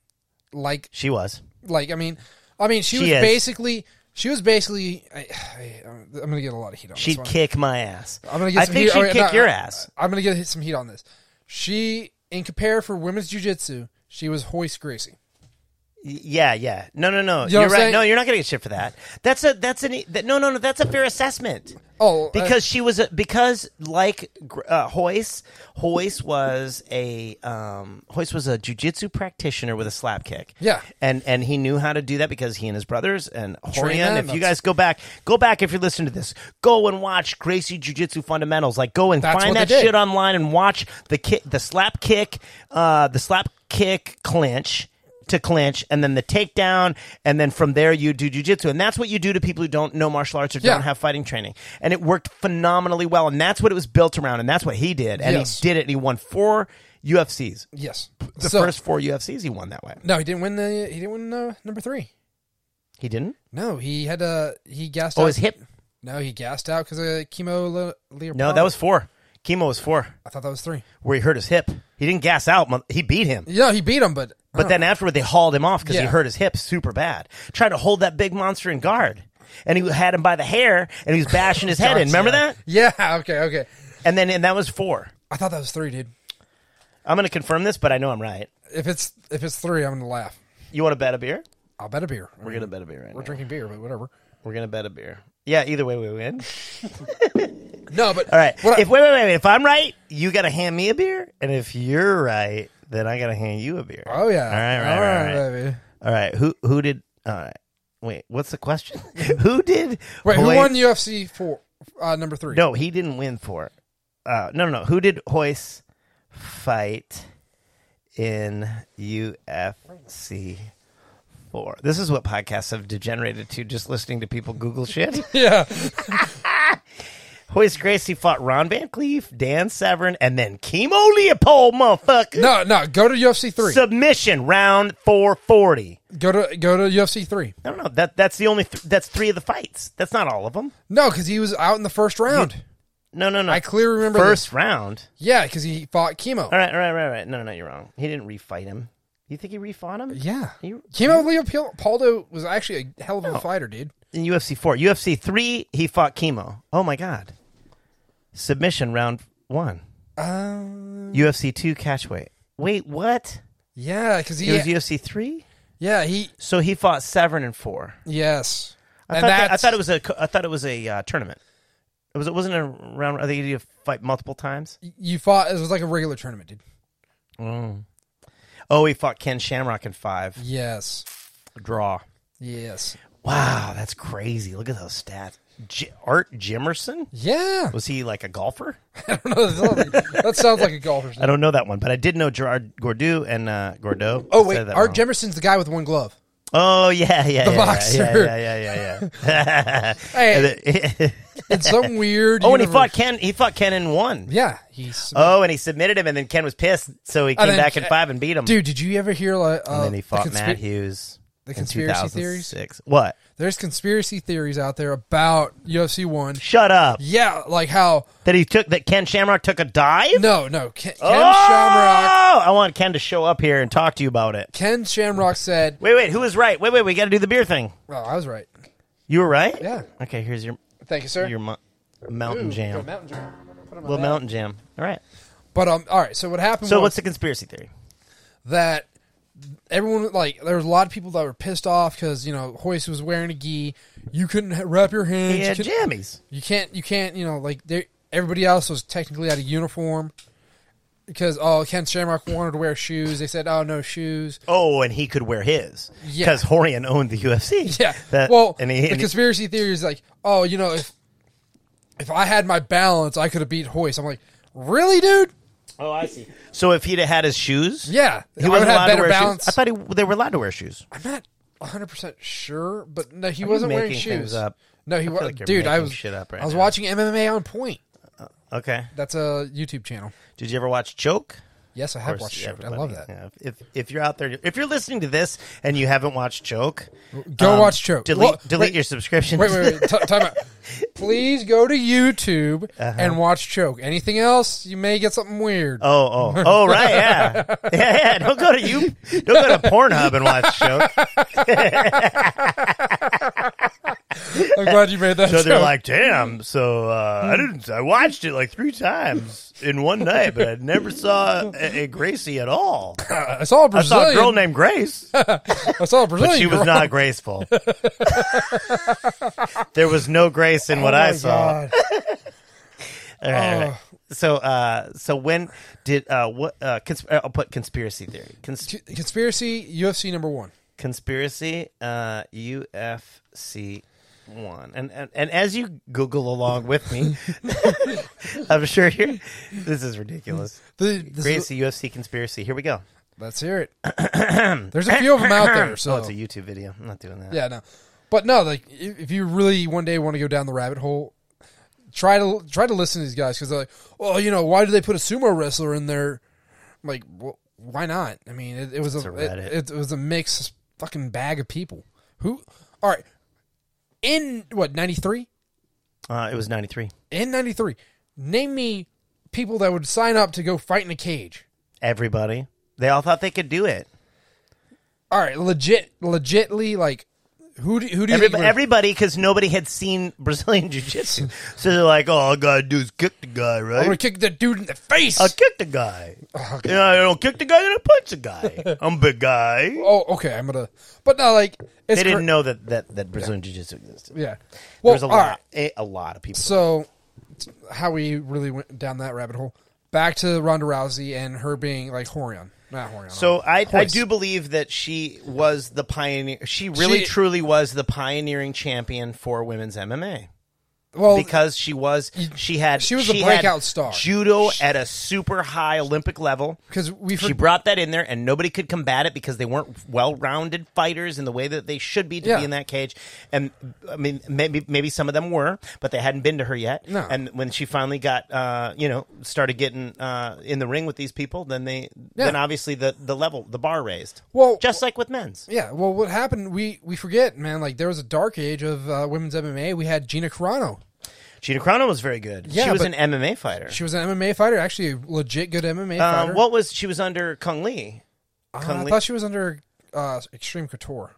S2: like
S1: she was.
S2: like I mean, I mean she,
S1: She
S2: was
S1: is.
S2: basically she was basically. I, I, I'm gonna get a lot of heat on.
S1: She'd
S2: this one.
S1: kick my ass.
S2: I'm gonna get
S1: I
S2: some
S1: think
S2: heat.
S1: she'd
S2: okay,
S1: kick
S2: no, uh,
S1: your
S2: I-
S1: ass.
S2: I'm gonna get hit some heat on this. She, in compare for women's jujitsu, she was Hoist Gracie.
S1: Y- Yeah, yeah. No, no, no.
S2: You know
S1: You are
S2: what I'm
S1: right.
S2: saying?
S1: No, you're not gonna get shit for that. That's a that's an e, that, no, no, no. That's a fair assessment.
S2: Oh, uh,
S1: because she was a, because like gr- uh, Hoist, Hoist was a um, Hoist was a jujitsu practitioner with a slap kick.
S2: Yeah.
S1: and and he knew how to do that because he and his brothers and Horian.
S2: them,
S1: If you
S2: that's-
S1: guys go back, go back if you're listening to this, go and watch Gracie Jujitsu Fundamentals. Like go and
S2: That's
S1: find that
S2: what they did.
S1: shit online and watch the kick, the slap kick, uh, the slap kick clinch. To clinch and then the takedown, and then from there you do jujitsu, and that's what you do to people who don't know martial arts or
S2: Yeah.
S1: don't have fighting training. And it worked phenomenally well. And that's what it was built around. And that's what he did. And
S2: Yes.
S1: he did it. And he won four UFCs.
S2: yes,
S1: The
S2: So-
S1: first four UFCs he won that way.
S2: No, he didn't win the. He didn't win uh, number three.
S1: He didn't?
S2: No, he had uh he gassed.
S1: Oh,
S2: out.
S1: his hip.
S2: No, he gassed out because of chemo. Le- Leopardi.
S1: No, that was four. Chemo was four,
S2: I thought that was three.
S1: where he hurt his hip. He didn't gas out. mo- He beat him.
S2: Yeah, he beat him, but
S1: But then afterward, they hauled him off because he
S2: Yeah.
S1: hurt his hip super bad. Tried to hold that big monster in guard. And he had him by the hair and he was bashing his head
S2: (laughs)
S1: in. Remember that?
S2: yeah, okay, okay.
S1: And then and that was four.
S2: I thought that was three, dude.
S1: I'm going to confirm this, but I know I'm right.
S2: If it's if it's three, I'm gonna laugh.
S1: You want to bet a beer?
S2: I'll bet a beer. I mean,
S1: We're going to bet a beer right
S2: we're
S1: now.
S2: drinking beer, but whatever.
S1: We're gonna bet a beer. Yeah, either way we win.
S2: No, but
S1: All right.
S2: What I-
S1: if wait, wait, wait, wait. If I'm right, you gotta hand me a beer, and if you're right, then I gotta hand you a beer.
S2: oh yeah,
S1: All right, right, right, right.
S2: baby.
S1: All right. Who who did? All right. Wait. What's the question? (laughs) who did?
S2: Wait, who
S1: Hoist-
S2: won UFC four uh, number three?
S1: No, he didn't win for. Uh, no, no, no. Who did Hoist fight in UFC four? This is what podcasts have degenerated to. Just listening to people Google shit.
S2: (laughs) Yeah,
S1: (laughs) Hoist Gracie fought Ron Van Cleef, Dan Severn, and then Chemo Leopold, motherfucker.
S2: no, no. Go to UFC three.
S1: Submission round 440.
S2: go to go to UFC three.
S1: I don't know. That that's the only th- that's three of the fights. That's not all of them.
S2: No, because he was out in the first round.
S1: No, no, no.
S2: I clearly remember
S1: first round.
S2: Yeah, because he fought chemo.
S1: All right, all right, all right, all right. No, no, you're wrong. He didn't refight him. You think he refought him?
S2: Yeah,
S1: He-
S2: chemo. Leo Pil- Paldo was actually a hell of a fighter, dude.
S1: In UFC four, UFC three, he fought chemo. Oh my god. Submission round one.
S2: Um,
S1: UFC two catchweight. Wait, what?
S2: yeah, because he,
S1: It was UFC three.
S2: yeah, he,
S1: So he fought seven and four.
S2: yes,
S1: I
S2: and
S1: thought, that- I
S2: that's-
S1: thought it was a. co- I thought it was a uh, tournament. It was. It wasn't a round. I think you fight multiple times.
S2: you fought. It was like a regular tournament, dude.
S1: Oh, he fought Ken Shamrock in five.
S2: Yes,
S1: Draw.
S2: yes,
S1: Wow, that's crazy. Look at those stats. J- Art Jimerson
S2: yeah.
S1: was he like a golfer?
S2: that sounds like a golfer's
S1: (laughs) I don't know that one, but I did know Gerard Gordeau and uh, Gordeau.
S2: Oh
S1: Said
S2: wait,
S1: that
S2: Art
S1: wrong.
S2: Jemerson's the guy with one glove.
S1: Oh yeah, yeah, the yeah,
S2: boxer.
S1: Yeah, yeah, yeah, yeah. yeah. And
S2: (laughs) Hey,
S1: the- (laughs)
S2: it's some weird.
S1: oh, and he
S2: universe-
S1: fought Ken. He fought Ken in one.
S2: Yeah, he's
S1: Oh, and he submitted him, and then Ken was pissed, so he
S2: And
S1: came
S2: then-
S1: back in five and beat him.
S2: dude. Did you ever hear? Like, uh,
S1: and then he fought
S2: the conspi-
S1: Matt Hughes.
S2: the
S1: in
S2: conspiracy theories?
S1: 2006. What?
S2: There's conspiracy theories out there about UFC one.
S1: Shut up!
S2: Yeah, like how?
S1: That he took that Ken Shamrock took a dive.
S2: No, no. Ken, Ken
S1: oh!
S2: Shamrock.
S1: I want Ken to show up here and talk to you about it.
S2: Ken Shamrock said,
S1: Wait, wait, who was right? Wait, wait, we got to do the beer thing.
S2: "Oh, I was right.
S1: You were right.
S2: Yeah.
S1: Okay, here's your
S2: Thank you, sir."
S1: your mo- mountain
S2: Ooh,
S1: jam.
S2: go Mountain Jam. Put 'em on
S1: Little
S2: that.
S1: mountain jam. All right.
S2: But um, all right. So what happened?
S1: So
S2: was
S1: what's the conspiracy theory?
S2: that? Everyone like there was a lot of people that were pissed off because you know Hoist was wearing a gi. You couldn't ha- wrap your hands.
S1: Yeah,
S2: you, couldn't-
S1: jammies.
S2: you can't. You can't. You know, like they- everybody else was technically out of uniform because oh, Ken Shamrock wanted to wear shoes. They said, "Oh, no shoes."
S1: Oh, and he could wear his
S2: Yeah.
S1: because Horian owned the UFC.
S2: Yeah.
S1: That-
S2: well,
S1: and he,
S2: the
S1: and he-
S2: conspiracy theory is like, oh, you know, if if I had my balance, I could have beat Hoist. I'm like, really, dude?
S1: oh, I see. So if he'd have had his shoes,
S2: Yeah,
S1: he
S2: I would
S1: wasn't allowed
S2: have
S1: to
S2: better
S1: wear
S2: balance.
S1: shoes. I thought he, they were allowed to wear shoes.
S2: I'm not 100 percent sure, but no, he wasn't wearing
S1: making
S2: shoes.
S1: things up?
S2: No, he
S1: feel
S2: was.
S1: like you're
S2: dude, I
S1: making
S2: was.
S1: shit up right
S2: I was
S1: now.
S2: watching MMA on Point.
S1: Okay.
S2: That's a YouTube channel.
S1: Did you ever watch Choke?
S2: Yes, I have watched.
S1: Yeah,
S2: Shoot. I
S1: everybody.
S2: love that.
S1: Yeah. If if you're out there, if you're listening to this and you haven't watched Choke, um,
S2: Go watch Choke.
S1: Delete
S2: Well,
S1: delete
S2: wait.
S1: your subscription.
S2: Wait, wait, wait. T-
S1: (laughs)
S2: time out. Please go to YouTube and watch Choke. Anything else, you may get something weird.
S1: Uh-huh. Oh,
S2: (laughs)
S1: oh, oh, right, yeah, yeah, yeah. Don't go to you, don't go to Pornhub and watch Choke.
S2: (laughs) I'm glad you made that.
S1: (laughs) So they're
S2: joke.
S1: like, damn. So uh, I didn't. I watched it like three times in one night, but I never saw a, a Gracie at all.
S2: I saw a
S1: I
S2: Brazilian.
S1: saw a girl named
S2: (laughs)
S1: Grace, but
S2: I saw a Brazilian.
S1: she was
S2: girl.
S1: not graceful. (laughs) there was no grace in what
S2: Oh
S1: I
S2: my
S1: saw.
S2: God. Oh.
S1: All right, all right. So, uh, so when did uh, what? Uh, cons- uh, I'll put conspiracy theory. Cons-
S2: C- Conspiracy UFC number one.
S1: conspiracy uh, UFC one, and, and and as you Google along with me, (laughs) I'm sure you're. This is ridiculous.
S2: The, this is,
S1: Gracie UFC conspiracy. Here we go.
S2: let's hear
S1: (clears throat)
S2: it. There's a few of them out there. So
S1: Oh, it's a YouTube video. I'm not doing that.
S2: yeah, no, but no, like i- if you really one day want to go down the rabbit hole, try to try to listen to these guys because they're like, well, you know, why do they put a sumo wrestler in there? I'm like, well, why not? I mean, it, it was a,
S1: a
S2: it-
S1: Reddit.
S2: it, was a mixed fucking bag of people. Who? All right, in what ninety three?
S1: Uh, it was 93.
S2: in 93 name me people that would sign up to go fight in a cage
S1: Everybody. They all thought they could do it.
S2: all right legit legitly like who do, who do you
S1: Everybody,
S2: think would-
S1: everybody, because nobody had seen Brazilian (laughs) jiu-jitsu, so they're like, "Oh, all I gotta do is kick the guy,
S2: i'm
S1: right?
S2: gonna Oh, kick that dude in the face
S1: I'll kick the guy. You know, I don't kick the guy, then I punch the
S2: (laughs)
S1: guy. I'm a big guy."
S2: oh okay i'm gonna but no like it's
S1: they
S2: cra-
S1: didn't know that that, that Brazilian jiu-jitsu existed.
S2: yeah
S1: there
S2: well
S1: was a
S2: all
S1: lot,
S2: right.
S1: a, a lot of people.
S2: so t- how we really went down that rabbit hole back to ronda rousey and her being like horion not horion uh,
S1: So I, I
S2: Hoist.
S1: do believe that she was the pioneer. She really
S2: She-
S1: truly was the pioneering champion for women's MMA
S2: well
S1: because she was she had
S2: Oh, she was a
S1: had
S2: breakout star.
S1: Judo at a super high Olympic level.
S2: because we for-
S1: She brought that in there, and nobody could combat it because they weren't well-rounded fighters in the way that they should be to
S2: Yeah.
S1: be in that cage. And I mean, maybe maybe some of them were, but they hadn't been to her yet.
S2: No.
S1: And when she finally got, uh, you know, started getting uh, in the ring with these people, then they
S2: Yeah.
S1: then obviously the the level the bar raised.
S2: Well-
S1: just like with men's.
S2: yeah well what happened we we forget man like there was a dark age of uh, women's mma we had gina carano
S1: Gina Carano was very good. she
S2: Yeah,
S1: was
S2: but-
S1: an MMA fighter.
S2: She was an MMA fighter, actually a legit good
S1: Um,
S2: MMA fighter.
S1: what was she was under Kung Lee?
S2: Uh,
S1: Kung
S2: I
S1: Lee-
S2: thought she was under uh, Extreme Couture.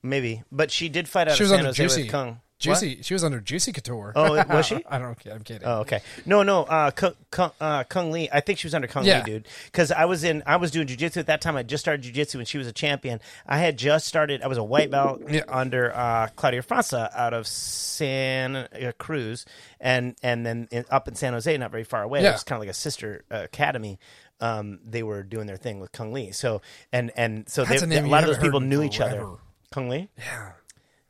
S1: Maybe, but she did fight out
S2: She
S1: of San
S2: was under
S1: Jose
S2: Juicy.
S1: with Kung.
S2: Juicy. She was under Juicy Couture.
S1: Oh, it-
S2: (laughs)
S1: was she?
S2: I don't. I'm kidding.
S1: Oh, okay. No, no. Uh, Kung, Kung, uh, Kung Lee. I think she was under Kung
S2: Yeah.
S1: Lee, dude. Because I was in, I was doing jujitsu at that time. I just started jujitsu, and she was a champion. I had just started. I was a white belt
S2: Yeah.
S1: under uh, Claudia França out of Santa Cruz, and and then in, up in San Jose, not very far away.
S2: Yeah.
S1: It was kind of like a sister uh, academy. Um, they were doing their thing with Kung Lee. So and and so
S2: That's
S1: they,
S2: a name
S1: a
S2: you
S1: lot of
S2: haven't
S1: those people
S2: heard in
S1: knew each other.
S2: forever.
S1: Kung Lee.
S2: Yeah.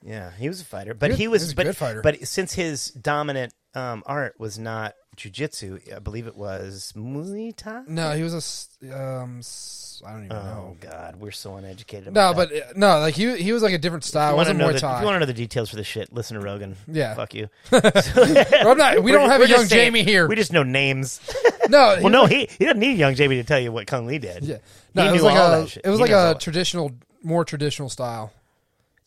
S1: Yeah, he was a fighter, but
S2: Good-
S1: he
S2: he
S1: was
S2: was a
S1: but,
S2: good fighter.
S1: But since his dominant um, art was not jujitsu, I believe it was Muay Thai.
S2: No, he was a. s- Um, s- I don't even
S1: Oh
S2: know.
S1: God, we're so uneducated.
S2: No,
S1: About
S2: but uh, no, like he he was like a different
S1: that. Wanna
S2: style. It wasn't
S1: know
S2: Muay
S1: the- if
S2: Thai.
S1: you want to know the details for this shit, listen to Rogan.
S2: Yeah.
S1: fuck
S2: (laughs)
S1: you. (laughs)
S2: Well, I'm not- we
S1: We're
S2: don't
S1: ju-
S2: have
S1: we're
S2: a
S1: just
S2: young
S1: saying-
S2: Jamie here.
S1: We just know
S2: (laughs)
S1: names. (laughs)
S2: no, he
S1: well, no, he he doesn't need young Jamie to tell you what Kung Lee did.
S2: Yeah. No,
S1: he
S2: it was
S1: knew
S2: like
S1: all
S2: a
S1: that shit.
S2: it was
S1: He
S2: like
S1: knows all
S2: a
S1: that.
S2: traditional, more traditional style.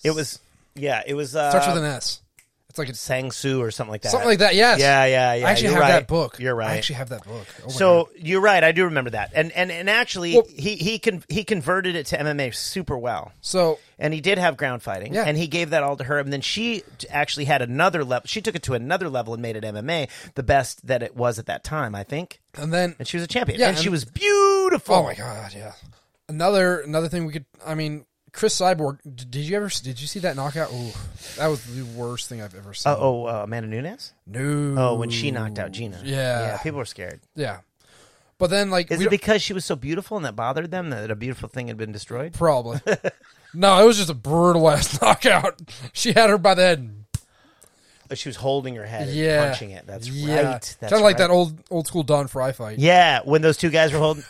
S1: it was yeah, it was
S2: Starts
S1: uh,
S2: with an S. It's like it's
S1: Sang Soo or something like that.
S2: something like that. Yes.
S1: Yeah, yeah, yeah.
S2: I actually
S1: You're
S2: have
S1: right.
S2: that book.
S1: You're right.
S2: I actually have that book. Oh my
S1: So
S2: God.
S1: you're right. I do remember that. And and and actually,
S2: Well-
S1: he he con- he converted it to MMA super well.
S2: so
S1: And he did have ground fighting,
S2: Yeah.
S1: and he gave that all to her. And then she t- actually had another level. She took it to another level and made it MMA, the best that it was at that time, I think.
S2: and then
S1: And she was a champion.
S2: Yeah,
S1: and, she
S2: and-
S1: was beautiful.
S2: oh my god, yeah. Another another thing we could. I mean, Chris Cyborg. d- Did you ever did you see that knockout? Ooh, that was the worst thing I've ever seen.
S1: Uh, oh, uh, Amanda Nunes.
S2: no.
S1: Oh, when she knocked out Gina.
S2: Yeah.
S1: yeah. People were scared.
S2: Yeah. But then like
S1: Is
S2: we
S1: it
S2: don't-
S1: because she was so beautiful and that bothered them that a beautiful thing had been destroyed?
S2: probably. (laughs) no, it was just a brutal ass (laughs) knockout. She had her by the head. and-
S1: Oh, she was holding her head, and
S2: Yeah.
S1: punching it. That's
S2: yeah.
S1: right. That's
S2: Kind of like
S1: right.
S2: that old old school Don Fry fight.
S1: Yeah, when those two guys were
S2: (laughs)
S1: holding.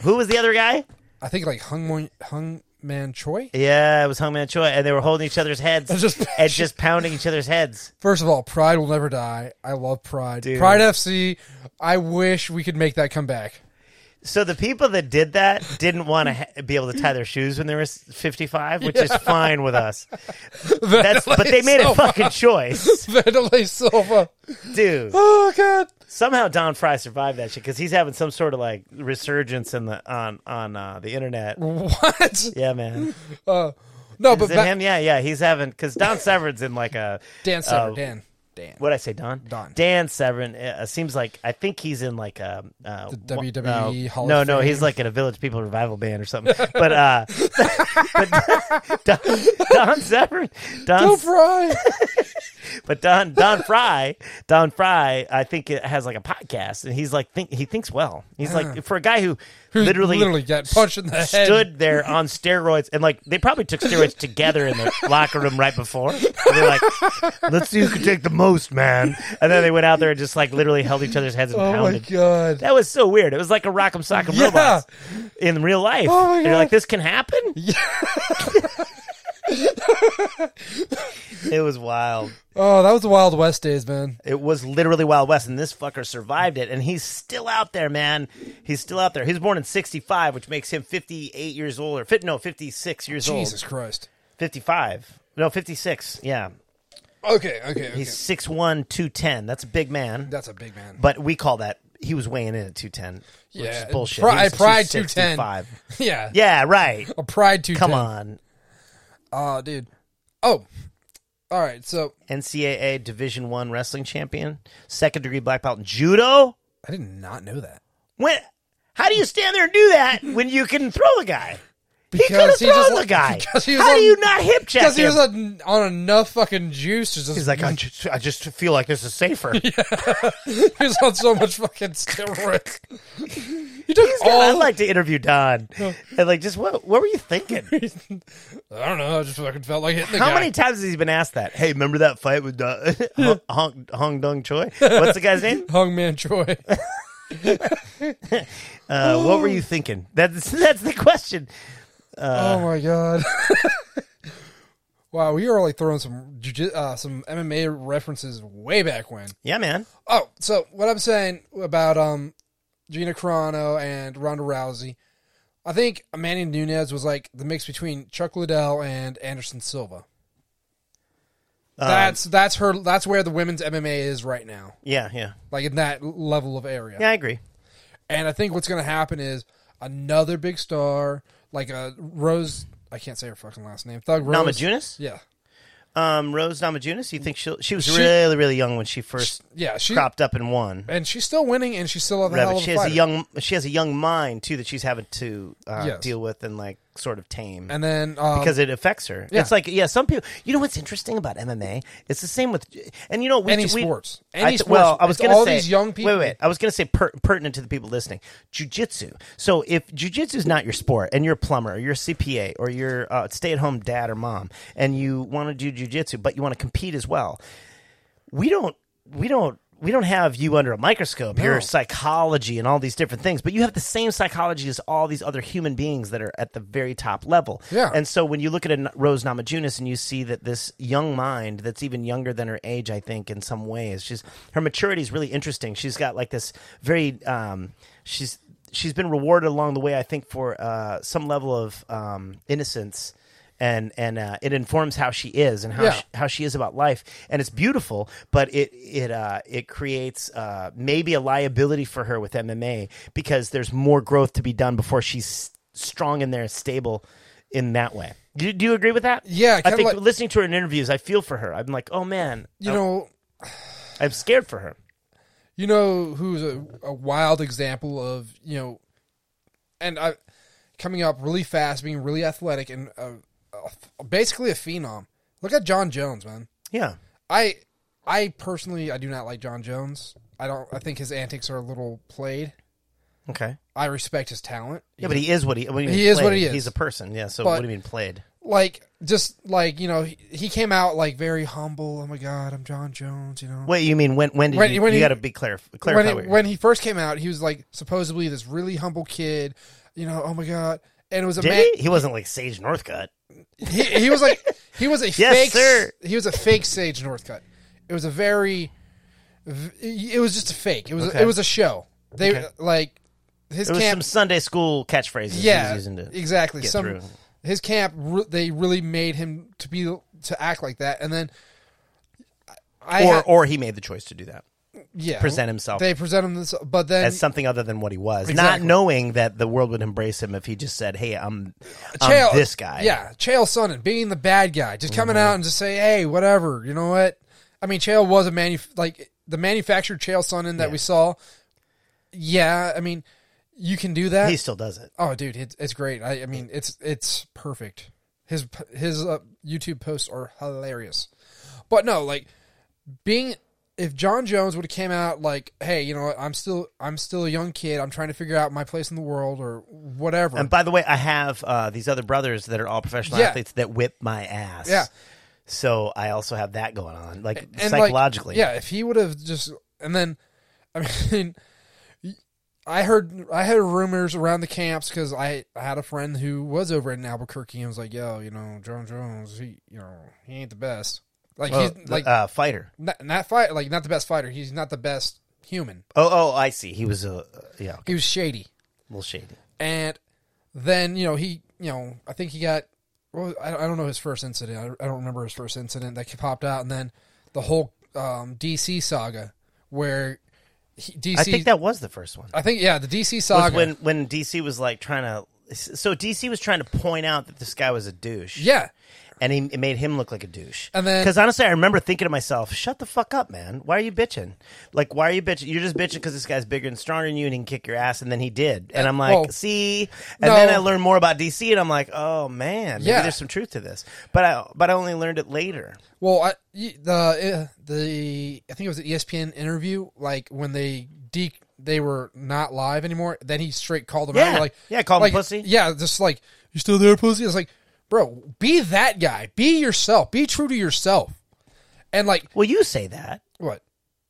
S1: Who was the other guy?
S2: I think like Hung Mon- Hung Man Choi.
S1: Yeah, it was Hungman Choi, and they were holding each other's
S2: (laughs)
S1: heads
S2: just-
S1: and just pounding each other's heads.
S2: First of all, Pride will never die. I love Pride. Pride FC. I wish we could make that come back. (laughs)
S1: So the people that did that didn't want to ha- be able to tie their shoes when they were fifty-five, which is fine with
S2: (laughs)
S1: us. That's, but they made a
S2: Vandalay (laughs)
S1: fucking choice,
S2: Silva. Vandalay Silva.
S1: dude.
S2: Oh god.
S1: Somehow Don Fry survived that shit because he's having some sort of like resurgence in the on on uh, the internet.
S2: What?
S1: Yeah, man.
S2: Uh, no,
S1: Is
S2: but
S1: it
S2: ba-
S1: him? Yeah, yeah. He's having because Don Severn's in like a
S2: Dan Sever.
S1: uh,
S2: Dan. Dan.
S1: what I say, Don?
S2: Don.
S1: Dan Severn uh, seems like I think he's in like a uh,
S2: The
S1: wha-
S2: WWE
S1: uh,
S2: Hall of
S1: No, no,
S2: Fame.
S1: he's like in a Village People Revival Band or something. But uh, (laughs)
S2: (laughs)
S1: but Don, Don Severn,
S2: Don
S1: Don, (laughs)
S2: Fry.
S1: but Don Don Fry, Don Fry, I think it has like a podcast, and he's like think he thinks well. He's like for a guy who literally
S2: literally got punched in the head.
S1: stood there on steroids and like they probably took
S2: (laughs)
S1: steroids together in the locker room right before. And they're like, "Let's see who can take the most, man." And then they went out there and just like literally held each other's heads and
S2: Oh my
S1: pounded.
S2: god.
S1: That was so weird. It was like a rock'em sock'em
S2: Yeah.
S1: robots in real life.
S2: Oh my
S1: They're
S2: God.
S1: like, "This can happen." (laughs) it was wild.
S2: Oh, that was the Wild West days, man.
S1: It was literally Wild West, and this fucker survived it, and he's still out there, man. He's still out there. He was born in '65, which makes him 58 years old, or fit, no, 56 years
S2: Jesus
S1: old.
S2: Christ.
S1: 55, no, 56. Yeah,
S2: Okay, okay, okay.
S1: he's six one, two ten. That's a big man,
S2: That's a big man.
S1: but we call that he was weighing in at 210, which
S2: Yeah,
S1: is bullshit.
S2: Pri-
S1: He was
S2: Pride Oh, 210.
S1: 265.
S2: yeah.
S1: Yeah,
S2: (laughs)
S1: right.
S2: A Pride 210.
S1: Come on,
S2: Oh, dude. Oh. All right. So
S1: NCAA Division One wrestling champion, second degree black belt in judo.
S2: I did not know that.
S1: When? How do you stand there and do that when you can throw the guy? he could have
S2: Because he
S1: thrown
S2: just-
S1: the guy.
S2: because he was
S1: How do
S2: on-
S1: you not hip check
S2: Because he
S1: him?
S2: was on, on enough fucking juice. to Just,
S1: He's like, I just, I just feel like this is safer.
S2: (laughs) he was on so much
S1: (laughs)
S2: fucking steroids. He took
S1: I'd
S2: all.
S1: Oh, like to interview Don. And like, just what? What were you
S2: (laughs)
S1: thinking?
S2: I don't know. I just fucking felt like hitting the
S1: How
S2: guy.
S1: many times has he been asked that? Hey, remember that fight with uh, (laughs) Hong, Hong, Hong Dong Choi? What's the guy's name?
S2: Hung
S1: (laughs)
S2: Man Choi.
S1: Uh, what were you thinking? That's that's the question.
S2: oh my god. (laughs) wow, we are like throwing some juji- uh, some MMA references way back when.
S1: Yeah, man.
S2: Oh, so what I'm saying about um Gina Carano and Ronda Rousey, I think Amanda Nunes was like the mix between Chuck Liddell and Anderson Silva.
S1: Um,
S2: That's that's her. That's where the women's MMA is right now,
S1: Yeah, yeah,
S2: like in that level of area.
S1: yeah. I agree.
S2: And I think what's going to happen is another big star, like a Rose. I can't say her fucking last name. Thug Rose.
S1: Namajunas,
S2: Yeah,
S1: um, Rose Namajunas. You think she she was
S2: She-
S1: really really young when she first
S2: yeah. She
S1: cropped up and won?
S2: and she's still winning, and she's still a hell
S1: Rabbit.
S2: of a
S1: She has
S2: fighter.
S1: a young she has a young mind too that she's having to uh,
S2: Yes.
S1: deal with and like sort of tame.
S2: and then um,
S1: because it affects her.
S2: yeah.
S1: It's like yeah, some people. You know what's interesting about MMA? It's the same with, and you know we,
S2: Any
S1: we-
S2: sports.
S1: I
S2: Any
S1: th-
S2: sports.
S1: Well, I was
S2: It's
S1: going to
S2: all
S1: say
S2: these young people-
S1: Wait, wait. I was going to say per, pertinent to the people listening. Jujitsu. So if jujitsu is not your sport, and you're a plumber, or you're a CPA, or you're a stay-at-home dad or mom, and you want to do jujitsu, but you want to compete as well, we don't we don't we don't have you under a microscope your psychology and all these different things but you have the same psychology as all these other human beings that are at the very top level
S2: Yeah.
S1: and so when you look at a N- rose namajunas and you see that this young mind that's even younger than her age i think in some ways she's her maturity is really interesting she's got like this very um, she's she's been rewarded along the way i think for uh, some level of um, innocence and and uh, it informs how she is and how
S2: Yeah.
S1: she, how she is about life, and it's beautiful. But it it uh, it creates uh, maybe a liability for her with MMA because there's more growth to be done before she's strong in there, stable in that way. Do, do you agree with that?
S2: Yeah,
S1: I
S2: kinda
S1: think
S2: like-
S1: listening to her in interviews, I feel for her. I'm like, oh man,
S2: you know,
S1: I'm scared for her.
S2: you know who's a, a wild example of you know, and I coming up really fast, being really athletic, and uh uh basically a phenom. Look at John Jones, man.
S1: Yeah,
S2: I I personally I do not like John Jones. I don't. I think his antics are a little played.
S1: okay.
S2: I respect his talent.
S1: Yeah, but he is what he. What do you
S2: He
S1: mean
S2: is what
S1: played?
S2: he is.
S1: He's a person. Yeah. So
S2: But-
S1: what do you mean played?
S2: Like just like you know, he, he came out like very humble. Oh my God, I'm John Jones. You know,
S1: Wait, you mean when? When did
S2: When-
S1: you,
S2: when
S1: you
S2: he-
S1: got to be clear? Clarify.
S2: when
S1: what
S2: he,
S1: you're-
S2: when he first came out, he was like supposedly this really humble kid. You know, oh my God, and it was a
S1: did
S2: man.
S1: he? He wasn't like Sage Northcutt.
S2: He, he was like he
S1: (laughs)
S2: was a fake.
S1: sir.
S2: He was a fake Sage Northcutt. It was a very. v- It was just a fake. It was
S1: Okay.
S2: it was a show. They
S1: Okay.
S2: like his
S1: It was some
S2: camp
S1: Sunday school catchphrases. he
S2: yeah,
S1: was using to
S2: exactly.
S1: get
S2: Some
S1: through.
S2: his camp, re- they really made him to be to act like that, and then I
S1: or
S2: ha-
S1: or he made the choice to do that,
S2: yeah,
S1: present himself
S2: They present him this, but then
S1: as something other than what he was, not
S2: Exactly.
S1: knowing that the world would embrace him if he just said, "Hey, I'm,
S2: Chael-
S1: I'm this guy." Mm-hmm.
S2: yeah, Chael Sonnen being the bad guy, just coming out and just say, hey, whatever, you know what? I mean, Chael was a manuf- like the manufactured Chael Sonnen that we saw. Yeah, I mean, you can do that.
S1: he still does it.
S2: Oh, dude, it's, it's great. I, I mean, it's it's perfect. His his uh, YouTube posts are hilarious. But no, like being if John Jones would have came out like, hey, you know, what? I'm still I'm still a young kid. I'm trying to figure out my place in the world or whatever.
S1: And by the way, I have uh, these other brothers that are all professional
S2: Yeah.
S1: athletes that whip my ass.
S2: Yeah.
S1: So I also have that going on, like
S2: and like,
S1: psychologically.
S2: yeah, if he would have just and then, I (laughs) mean, I heard I heard rumors around the camps because I, I had a friend who was over in Albuquerque and was like, yo, you know, John Jones, he you know he ain't the best. Like
S1: Well,
S2: he's like
S1: uh, fighter.
S2: not, not fight like not the best fighter. He's not the best human.
S1: Oh, oh, I see. He was a uh, yeah, a
S2: He was shady,
S1: little shady.
S2: and then you know he you know I think he got well I don't, I don't know his first incident. I, I don't remember his first incident that popped out, and then the whole um, DC saga where he, DC.
S1: I think that was the first one.
S2: I think yeah, the DC
S1: was
S2: saga.
S1: when when DC was like trying to. So DC was trying to point out that this guy was a douche.
S2: yeah,
S1: and he, it made him look like a douche.
S2: And then-
S1: because honestly, I remember thinking to myself, "Shut the fuck up, man! Why are you bitching? Like, why are you bitching? You're just bitching because this guy's bigger and stronger than you, and he can kick your ass." And then he did, and I'm like,
S2: Well,
S1: "See." And
S2: no.
S1: then I learned more about DC, and I'm like, "Oh man, maybe
S2: Yeah.
S1: there's some truth to this." But I but I only learned it later.
S2: Well, I, y- the uh, the E I think it was an ESPN interview, like when they de- they were not live anymore. Then he straight called them
S1: Yeah.
S2: out, like
S1: Yeah, called him
S2: like,
S1: pussy.
S2: Yeah, just like you still there, pussy. It's like, bro, be that guy. Be yourself. Be true to yourself. And like,
S1: Well, you say that.
S2: what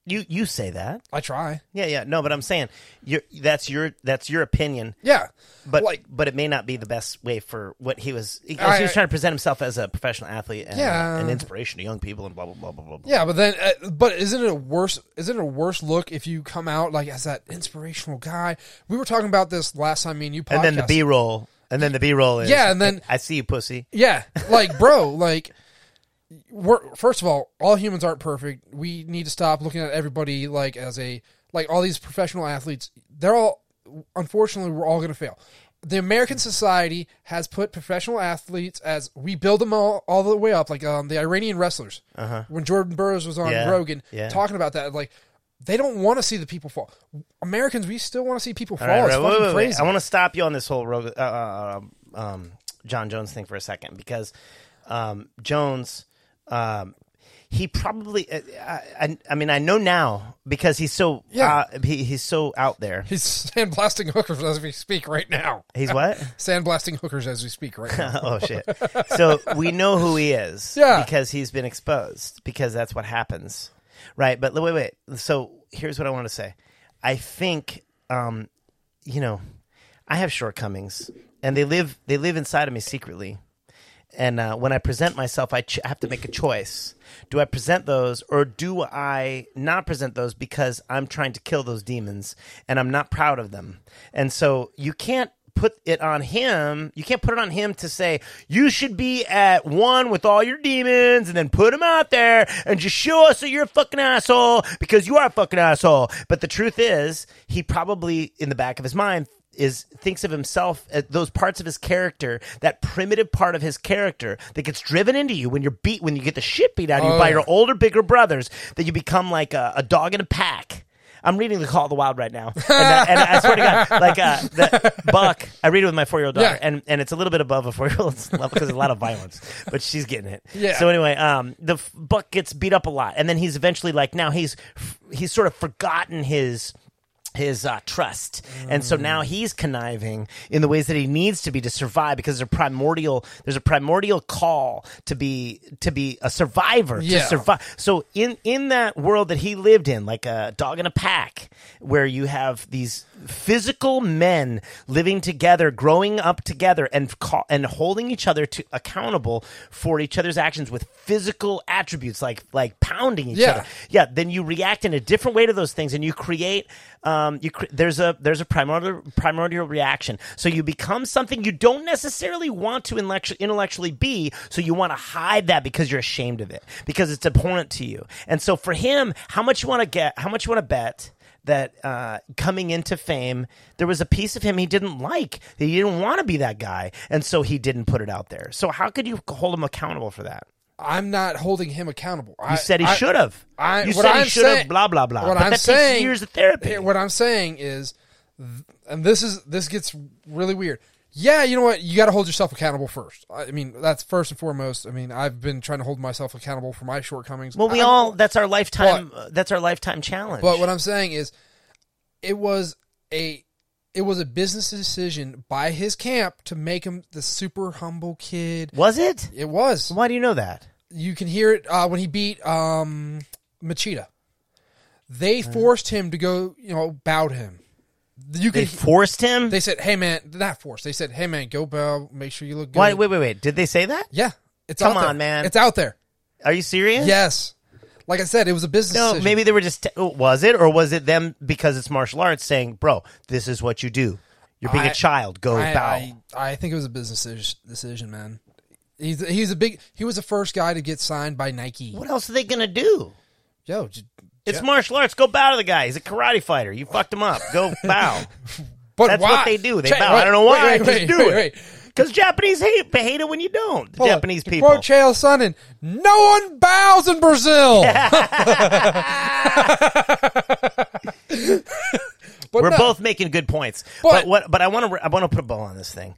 S1: You you say that.
S2: I try,
S1: Yeah, yeah. No, but I'm saying you that's your that's your opinion.
S2: yeah,
S1: But
S2: like,
S1: but it may not be the best way for what he was. He,
S2: I-
S1: he was trying to present himself as a professional athlete and
S2: Yeah.
S1: an inspiration to young people and blah blah blah blah blah. blah.
S2: yeah. But then, uh, but isn't it a worse? Isn't it a worse look if you come out like as that inspirational guy? We were talking about this last time, me and you. Podcast.
S1: And then the B roll, and then the B roll is
S2: Yeah, and then-
S1: I see you, pussy.
S2: Yeah, like bro, like we're first of all, all humans aren't perfect. We need to stop looking at everybody like as a like all these professional athletes. They're all unfortunately we're all going to fail. The American society has put professional athletes as we build them all, all the way up, like um, the Iranian wrestlers. When Jordan Burroughs was on
S1: Uh-huh. Yeah,
S2: Rogan
S1: yeah.
S2: talking about that, like they don't want to see the people fall. Americans, we still want to see people fall.
S1: All right,
S2: Oh, it's
S1: right, wait,
S2: fucking
S1: wait, wait.
S2: crazy.
S1: I want to stop you on this whole Rog- uh, uh, um, John Jones thing for a second because um, Jones, um, he probably, uh, I, I, I mean, I know now because he's so,
S2: Yeah.
S1: uh, he, he's so out there.
S2: He's (laughs) sandblasting hookers as we speak right now.
S1: He's what?
S2: Sandblasting hookers as we speak right
S1: (laughs)
S2: now.
S1: oh shit! So we know who he is,
S2: Yeah.
S1: because he's been exposed. Because that's what happens, right? But wait, wait. So here's what I want to say. I think, um, you know, I have shortcomings, and they live they live inside of me secretly. And uh, when I present myself, I, ch- I have to make a choice. Do I present those, or do I not present those because I'm trying to kill those demons and I'm not proud of them? And so you can't put it on him. You can't put it on him to say you should be at one with all your demons and then put them out there and just show us that you're a fucking asshole because you are a fucking asshole. But the truth is, he probably in the back of his mind is thinks of himself at those parts of his character, that primitive part of his character that gets driven into you when you're beat, when you get the shit beat out of you
S2: Oh,
S1: by
S2: yeah.
S1: your older, bigger brothers, that you become like a, a dog in a pack. I'm reading The Call of the Wild right now, and, uh, and I swear to God, like uh, the Buck, I read it with my four year old daughter,
S2: Yeah.
S1: and, and it's a little bit above a four year old's (laughs) level because there's a lot of violence, but she's getting it.
S2: Yeah.
S1: So anyway, um, the f- Buck gets beat up a lot, and then he's eventually like now he's f- he's sort of forgotten his his uh, trust. And so
S2: Mm.
S1: now he's conniving in the ways that he needs to be to survive because there's a primordial there's a primordial call to be to be a survivor to
S2: Yeah.
S1: survive. So in in that world that he lived in like a dog in a pack where you have these physical men living together, growing up together and call, and holding each other to accountable for each other's actions with physical attributes like like pounding each
S2: Yeah.
S1: other yeah then you react in a different way to those things and you create um you cre- there's a there's a primordial primordial reaction so you become something you don't necessarily want to intellectu- intellectually be so you want to hide that because you're ashamed of it because it's abhorrent to you and so for him how much you want to get how much you want to bet that uh, coming into fame, there was a piece of him he didn't like. He didn't want to be that guy, and so he didn't put it out there. So how could you hold him accountable for that?
S2: I'm not holding him accountable.
S1: You said he should have.
S2: I-
S1: You
S2: what
S1: said
S2: I'm
S1: he should have.
S2: saying-
S1: Blah blah blah.
S2: what
S1: but
S2: I'm
S1: that takes
S2: saying- eh,
S1: years of therapy.
S2: What I'm saying is, th- and this is this gets really weird. Yeah, you know what? You got to hold yourself accountable first. I I mean, that's first and foremost. I mean, I've been trying to hold myself accountable for my shortcomings.
S1: well, we
S2: I-
S1: all that's our lifetime. uh, that's our lifetime challenge.
S2: But what I'm saying is, it was a it was a business decision by his camp to make him the super humble kid.
S1: was it?
S2: It was.
S1: Why do you know that?
S2: you can hear it uh, when he beat um, Machida. They forced him to go, you know, bow to him. You
S1: They
S2: could. They,
S1: forced him.
S2: said, "Hey man, not forced." They said, "Hey man, go bow. Make sure you look good."
S1: Why? Wait, wait, wait. Did they say that?
S2: Yeah, it's
S1: Come
S2: out there.
S1: on, man.
S2: It's out there.
S1: Are you serious?
S2: Yes, like I said, it was a business.
S1: No,
S2: decision.
S1: maybe they were just. T- was it, or was it them because it's martial arts saying, "Bro, this is what you do. You're being a
S2: I-
S1: child. Go
S2: I,
S1: bow."
S2: I, I think it was a business deci- decision, man. He's he's a big. He was the first guy to get signed by Nike.
S1: what else are they gonna do?
S2: Yo, j-
S1: It's martial arts. Go bow to the guy. He's a karate fighter. You fucked him up.
S2: (laughs)
S1: Go bow.
S2: but
S1: That's
S2: why?
S1: what they do. They
S2: Check-
S1: bow. I
S2: wait,
S1: don't know why.
S2: Wait, wait,
S1: Just
S2: wait,
S1: do
S2: wait,
S1: it.
S2: wait.
S1: Because Japanese hate hate it when you don't. The
S2: Hold on.
S1: Japanese
S2: To
S1: people.
S2: Quote Chael Sonnen, no one bows in
S1: (laughs)
S2: Brazil. (laughs) But
S1: We're
S2: no,
S1: both making good points. But,
S2: But-
S1: what? But I want to. I want to put a bow on this thing.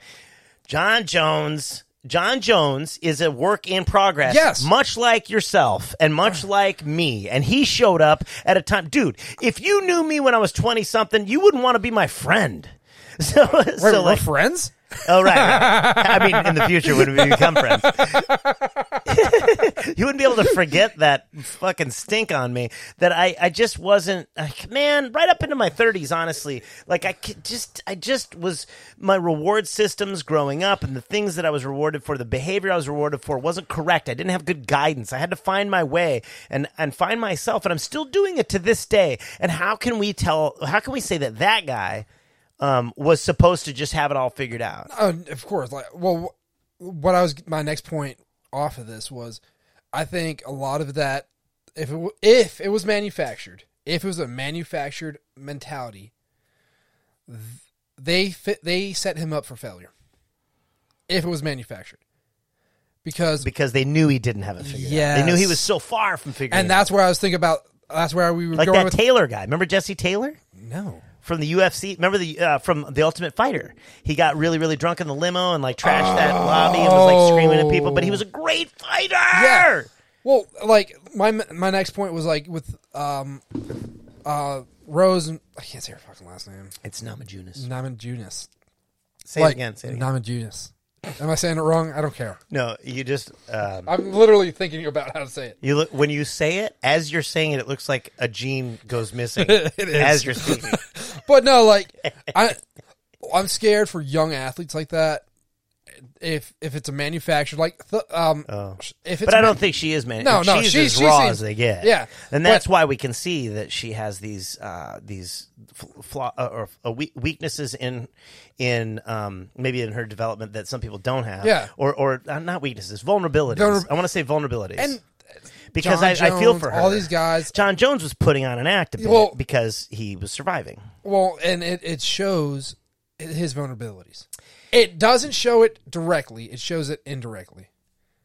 S1: John Jones. John Jones is a work in progress.
S2: Yes.
S1: Much like yourself and much like me. And he showed up at a time. Dude, if you knew me when I was 20 something, you wouldn't want to be my friend. (laughs) So,
S2: Wait,
S1: so
S2: we're
S1: like,
S2: friends.
S1: (laughs) Oh right, right. I mean, in the future when we become friends, (laughs) you wouldn't be able to forget that fucking stink on me. That I, I just wasn't. Like, man, right up into my thirties, honestly, like I could just, I just was my reward systems growing up, and the things that I was rewarded for, the behavior I was rewarded for, wasn't correct. I didn't have good guidance. I had to find my way and and find myself, and I'm still doing it to this day. And how can we tell? How can we say that that guy? Um, was supposed to just have it all figured out.
S2: Uh, of course. Like, well, wh- what I was my next point off of this was, I think a lot of that, if it, w- if it was manufactured, if it was a manufactured mentality, th- they fit, they set him up for failure. If it was manufactured, because
S1: because they knew he didn't have it figured out. They knew he
S2: Yes.
S1: was so far from figuring
S2: and
S1: it out.
S2: that's where I was thinking about. That's where we were
S1: Like
S2: going
S1: that
S2: with
S1: Taylor guy. Remember Jesse Taylor?
S2: no.
S1: from the UFC. Remember the uh, from the Ultimate Fighter? He got really, really drunk in the limo and like trashed that
S2: Oh.
S1: lobby and was like screaming at people. But he was a great fighter.
S2: Yeah. Well, like my my next point was like with um uh Rose. and- I can't say her fucking last name.
S1: It's Namajunas.
S2: Naman Junis.
S1: Say it again. Say it again.
S2: Naman Junis. Am I saying it wrong? I don't care.
S1: No, you just um,
S2: I'm literally thinking about how to say it.
S1: you look when you say it as you're saying it. It looks like a gene goes
S2: (laughs)
S1: missing as you're speaking.
S2: But no,
S1: (laughs)
S2: like I I'm scared for young athletes like that. If if it's a manufactured like th- um if it's
S1: Oh. But I
S2: ma-
S1: don't think she is man.
S2: No, no,
S1: she's
S2: she-
S1: as
S2: she
S1: raw
S2: seems-
S1: as they get.
S2: yeah.
S1: and
S2: But-
S1: that's why we can see that she has these uh, these f- flaw uh, or uh, we- weaknesses in in um, maybe in her development that some people don't have.
S2: Yeah.
S1: or or uh, not weaknesses, vulnerabilities.
S2: Vulner-
S1: I want to say vulnerabilities,
S2: And
S1: because
S2: John
S1: I, I feel
S2: Jones,
S1: for her.
S2: all these guys.
S1: John Jones was putting on an act a bit
S2: Well-
S1: because he was surviving.
S2: Well, and it, it shows his vulnerabilities. It doesn't show it directly. It shows it indirectly.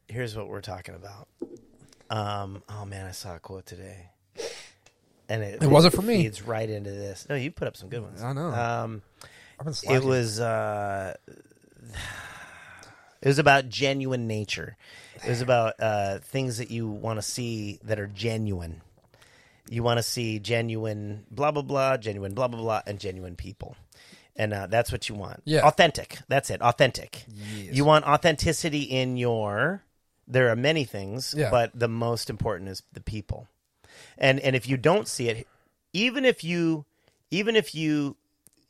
S1: here's what we're talking about. Um, oh man, I saw a quote today, and it,
S2: It wasn't for me.
S1: It's right into this. No, you put up some good ones.
S2: I know.
S1: Um,
S2: I've been slacking.
S1: it was uh, (sighs) it was about genuine nature. It was about uh, things that you want to see that are genuine. You want to see genuine blah blah blah, genuine blah blah blah, and genuine people. And uh, that's what you want.
S2: Yeah.
S1: Authentic. That's it. Authentic. You want authenticity in your. There are many things,
S2: Yeah.
S1: but the most important is the people. And and if you don't see it, even if you, even if you,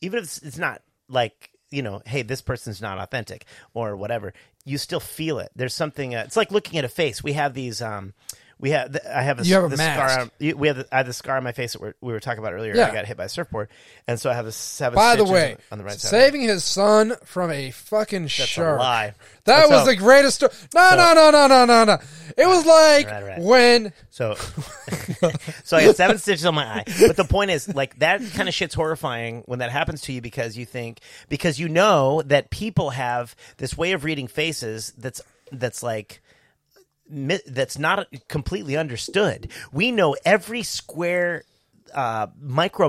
S1: even if it's, it's not like you know, hey, this person's not authentic or whatever, you still feel it. There's something. Uh, it's like looking at a face. We have these. um we have. th- I have a,
S2: You have a
S1: the
S2: mask.
S1: scar. On, you- we have. The, I have the scar on my face that we're, we were talking about earlier.
S2: Yeah.
S1: I got hit by a surfboard, and so I have a seven.
S2: By the way,
S1: on the, on the right side. of my-
S2: saving his son from a fucking shark.
S1: lie.
S2: That
S1: That's
S2: was
S1: how-
S2: the greatest story. No, no, no, no, no, no, no. It was like
S1: Right, right.
S2: when
S1: So, (laughs) so I got seven stitches on my eye. But the point is, like that kind of shit's horrifying when that happens to you because you think because you know that people have this way of reading faces that's that's like mi- that's not completely understood. We know every square uh,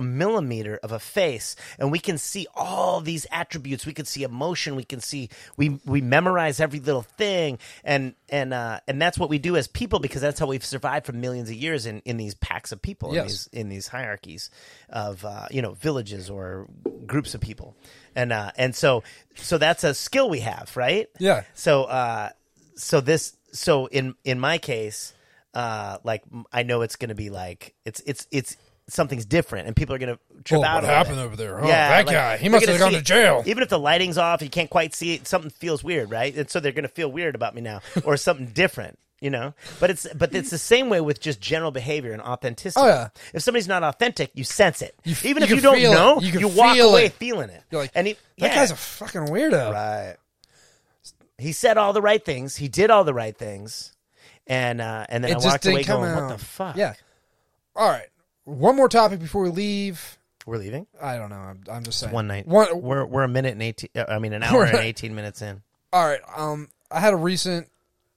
S1: micromillimeter of a face, and we can see all these attributes. We can see emotion. We can see we we memorize every little thing, and and uh, and that's what we do as people because that's how we've survived for millions of years in, in these packs of people, in,
S2: Yes.
S1: these, in these hierarchies of uh, you know villages or groups of people, and uh, and so so that's a skill we have, right?
S2: Yeah.
S1: So uh, so this so in in my case, uh, like m- I know it's gonna be like it's it's it's something's different, and people are gonna trip
S2: Well,
S1: out. on
S2: what
S1: it.
S2: happened over there? Oh,
S1: yeah,
S2: that
S1: like,
S2: guy. He
S1: they're
S2: must
S1: gonna
S2: have gone
S1: see
S2: to
S1: it.
S2: jail.
S1: Even if the lighting's off, you can't quite see it. Something feels weird, right? And so they're gonna feel weird about me
S2: (laughs)
S1: now, or something different. You know, but it's but it's the same way with just general behavior and authenticity.
S2: Oh, yeah.
S1: If somebody's not authentic, you sense it.
S2: f-
S1: Even
S2: you
S1: if you
S2: can
S1: don't
S2: feel it.
S1: know,
S2: You
S1: you,
S2: can
S1: walk
S2: feel
S1: away
S2: it.
S1: feeling it.
S2: You're like,
S1: and he,
S2: that
S1: yeah.
S2: guy's a fucking weirdo.
S1: Right. Uh, He said all the right things. He did all the right things. And uh, and then
S2: It
S1: I
S2: just
S1: walked
S2: didn't
S1: away
S2: come
S1: going,
S2: out.
S1: "What the fuck?"
S2: Yeah. All right. One more topic before we leave.
S1: we're leaving
S2: I don't know. I'm, I'm just saying.
S1: one night.
S2: One,
S1: We're we're a minute and eighteen. uh, I mean, an
S2: (laughs)
S1: hour and eighteen minutes in.
S2: all right. Um, I had a recent,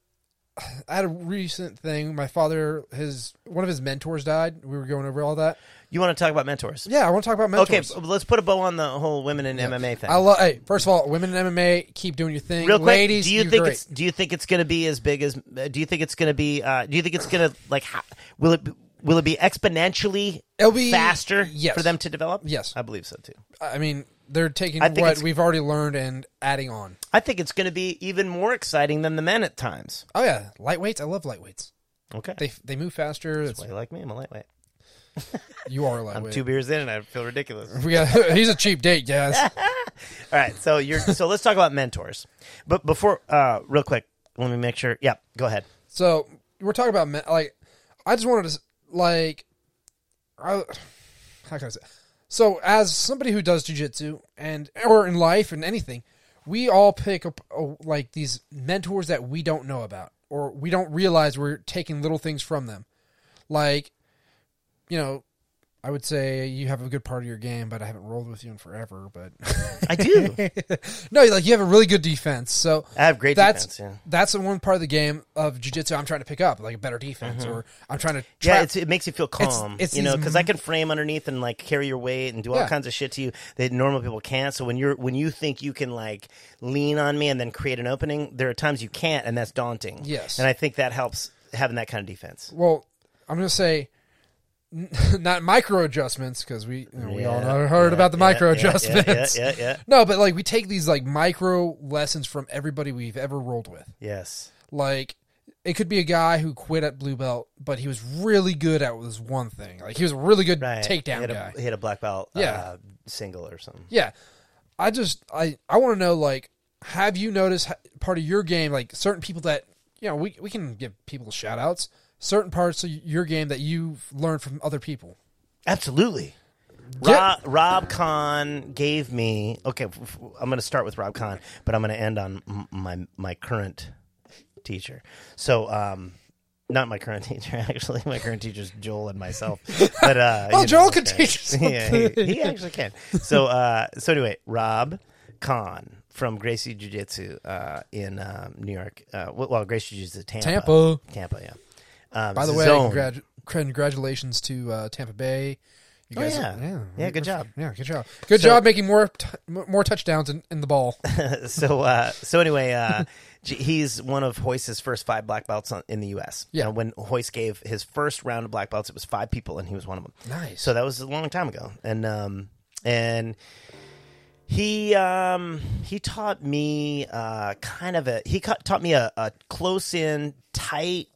S2: (sighs) I had a recent thing. My father, his one of his mentors died. We were going over all that.
S1: You want to talk about mentors?
S2: Yeah, I want to talk about
S1: Okay,
S2: mentors.
S1: b- let's put a bow on the whole women in MMA thing.
S2: I love. Hey, first of all, women in MMA, keep doing your thing.
S1: Real quick,
S2: Ladies,
S1: do you
S2: you're
S1: think
S2: great.
S1: it's do you think it's going to be as big as? uh, Do you think it's going to be? Uh, do you think it's going to like? ho- Will it be- will it be exponentially
S2: It'll be-
S1: faster
S2: yes.
S1: for them to develop?
S2: Yes.
S1: I believe so too.
S2: I mean, they're taking
S1: I think
S2: what
S1: it's-
S2: we've already learned and adding on.
S1: I think it's going to be even more exciting than the men at times.
S2: Oh yeah, lightweights. I love lightweights.
S1: Okay.
S2: They they move faster. It's,
S1: Well, you like me? I'm a lightweight.
S2: you are a
S1: I'm
S2: lightweight.
S1: two beers in and I feel ridiculous. (laughs) All
S2: we got, (laughs) he's a cheap date, guys.
S1: right. So you're so let's talk about mentors. But before uh real quick, let me make sure. Yeah, go ahead.
S2: So we're talking about men, like I just wanted to s- like I, how can I say? So as somebody who does jujitsu and or oh, in life and anything, we all pick up uh, like these mentors that we don't know about. or we don't realize we're taking little things from them. Like, you know, I would say you have a good part of your game, but I haven't rolled with you in forever. But
S1: I (laughs) do.
S2: no, like you have a really good defense. So
S1: I have great
S2: that's
S1: defense. Yeah.
S2: that's the one part of the game of jujitsu I'm trying to pick up, like a better defense, or I'm trying to
S1: Mm-hmm. Yeah,
S2: trap.
S1: it's, it makes you feel
S2: It's-
S1: calm,
S2: it's
S1: you know,
S2: these
S1: because I can frame underneath and like carry your weight and do all
S2: Yeah.
S1: kinds of shit to you that normal people can't. So when you're when you think you can like lean on me and then create an opening, there are times you can't, and that's daunting.
S2: Yes.
S1: and I think that helps having that kind of defense.
S2: well, I'm gonna say n- (laughs) not micro adjustments because we you know, we all
S1: Yeah,
S2: know, heard about the
S1: yeah, yeah,
S2: micro adjustments.
S1: Yeah, yeah, yeah, yeah.
S2: (laughs) No, but like we take these like micro lessons from everybody we've ever rolled with.
S1: Yes.
S2: Like it could be a guy who quit at blue belt, but he was really good at this one thing. Like he was a really good
S1: Right.
S2: takedown
S1: hit a,
S2: guy.
S1: Hit a black belt.
S2: Yeah.
S1: Uh, single or something.
S2: Yeah, I just I I want to know like, have you noticed ha- part of your game like certain people that you know we we can give people shout outs certain parts of your game that you've learned from other people.
S1: Absolutely.
S2: Yeah.
S1: Rob, Rob Kahn gave me. Okay, f- f- I'm going to start with Rob Kahn, but I'm going to end on m- my my current teacher. So, um, not my current (laughs) teacher actually. My current teacher's Joel and myself. But uh,
S2: (laughs) Oh,
S1: you
S2: Joel
S1: know,
S2: can
S1: okay.
S2: teach
S1: (laughs)
S2: us
S1: yeah, he, he actually can. So, uh, so anyway, Rob Kahn from Gracie Jiu Jitsu uh, in um, New York. Uh, well, Gracie Jiu Jitsu Tampa.
S2: Tampa.
S1: Tampa, yeah. Um,
S2: By the way,
S1: Zone.
S2: congratu- congratulations to uh, Tampa Bay. You
S1: Oh,
S2: guys,
S1: yeah. Yeah, good job.
S2: Yeah, good job. Good
S1: So-
S2: job making more t- m- more touchdowns in, in the ball.
S1: so uh, so anyway, uh, (laughs) J- he's one of Hoist's first five black belts on, in the U.S.
S2: Yeah.
S1: Uh, when Hoist gave his first round of black belts, it was five people, and he was one of them.
S2: Nice.
S1: So that was a long time ago, and um, and he um, he taught me uh, kind of a he ca- taught me a, a close in tight.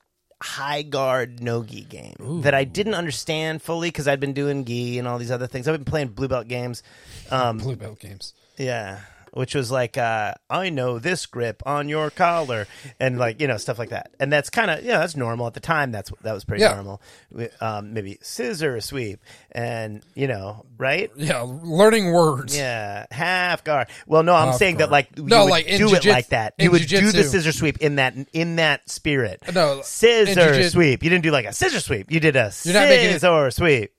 S1: High guard nogi game that I didn't understand fully because I'd been doing gi and all these other things. I've been playing blue belt games, (laughs) um,
S2: Blue belt games.
S1: yeah. Which was like, uh, I know this grip on your collar, and like you know stuff like that, and that's kind of yeah, that's normal at the time. That's that was pretty
S2: Yeah.
S1: normal. We- Um, maybe scissor sweep, and you know, right?
S2: Yeah, learning words.
S1: Yeah, half guard. Well, no, I'm
S2: Half
S1: saying that
S2: guard.
S1: like you
S2: No,
S1: would
S2: like, in
S1: do it
S2: jujitsu-
S1: like that.
S2: in
S1: You would do the
S2: jujitsu.
S1: scissor sweep in that in that spirit.
S2: No, in
S1: scissor
S2: jujit-
S1: sweep. You didn't do like a scissor sweep. You did a
S2: You're not making it-
S1: scissor sweep.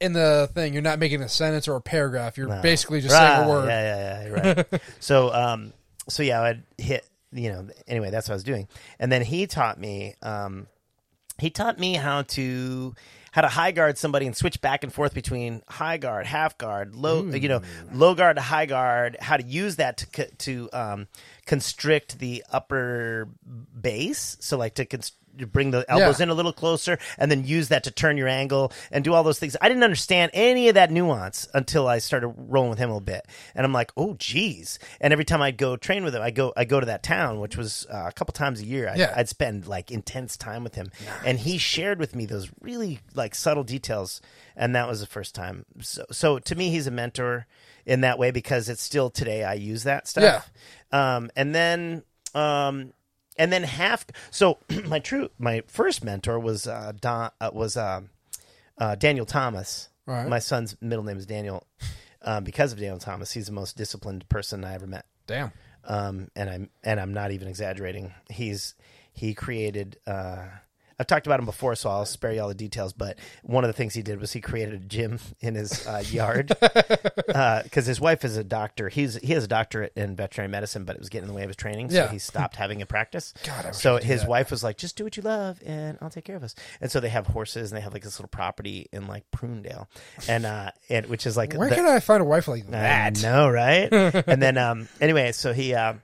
S2: In the thing, you're not making a sentence or a paragraph. You're basically just
S1: Right,
S2: saying a word.
S1: Yeah, yeah, yeah. Right. so, um, so yeah, I'd hit. You know, anyway, that's what I was doing, and then he taught me. Um, he taught me how to how to high guard somebody and switch back and forth between high guard, half guard, low. You know, low guard to high guard. How to use that to co- to um, constrict the upper base. So, like to. Const- to bring the elbows
S2: Yeah.
S1: in a little closer and then use that to turn your angle and do all those things. I didn't understand any of that nuance until I started rolling with him a little bit. And I'm like, oh, geez. And every time I'd go train with him, I go, I go to that town, which was uh, a couple times a year. I'd,
S2: Yeah.
S1: I'd spend like intense time with him. And he shared with me those really like subtle details. And that was the first time. So, so to me, he's a mentor in that way because it's still today I use that stuff
S2: Yeah.
S1: um, and then um, and then half. So (clears throat) my true my first mentor was uh, Don uh, was uh, uh, Daniel Thomas.
S2: Right.
S1: My son's middle name is Daniel. Um, because of Daniel Thomas, he's the most disciplined person I ever met.
S2: Damn.
S1: Um, and I'm and I'm not even exaggerating. He's he created. Uh, I've talked about him before, so I'll spare you all the details. But one of the things he did was he created a gym in his uh,
S2: (laughs)
S1: yard because his wife is a doctor. He's he has a doctorate in veterinary medicine, but it was getting in the way of his training, so
S2: Yeah.
S1: he stopped having a practice.
S2: (laughs) God, I wish
S1: so his wife was like, "Just do what you love, and I'll take care of us." And so they have horses, and they have like this little property in like Prunedale, and uh, and which is like
S2: Where
S1: the-
S2: can I find a wife like
S1: I
S2: that?
S1: know,
S2: (laughs)
S1: right? and then, um, anyway, so he uh,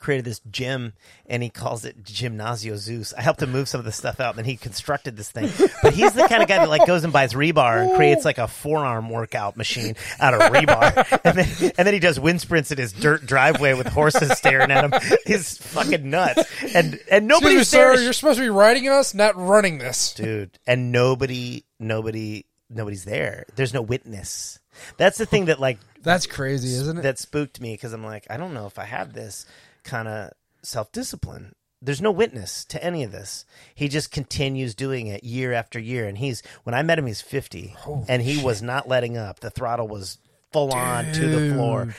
S1: created this gym, and he calls it Gymnasio Zeus. I helped him move some of the stuff out, and then he constructed this thing. But he's the kind of guy that like goes and buys rebar and creates like a forearm workout machine out of
S2: (laughs)
S1: rebar, and then and then he does wind sprints in his dirt driveway with horses staring at him. He's fucking nuts, and and
S2: Excuse me,
S1: nobody's there.
S2: sir.
S1: to
S2: You're supposed to be riding us, not running this.
S1: dude and nobody nobody nobody's there there's no witness that's the thing that like
S2: That's crazy, isn't it?
S1: that spooked me because I'm like, I don't know if I have this kind of self discipline. There's no witness to any of this. He just continues doing it year after year. And he's, when I met him, he's 50 and he was not letting up. The throttle was full on to the floor.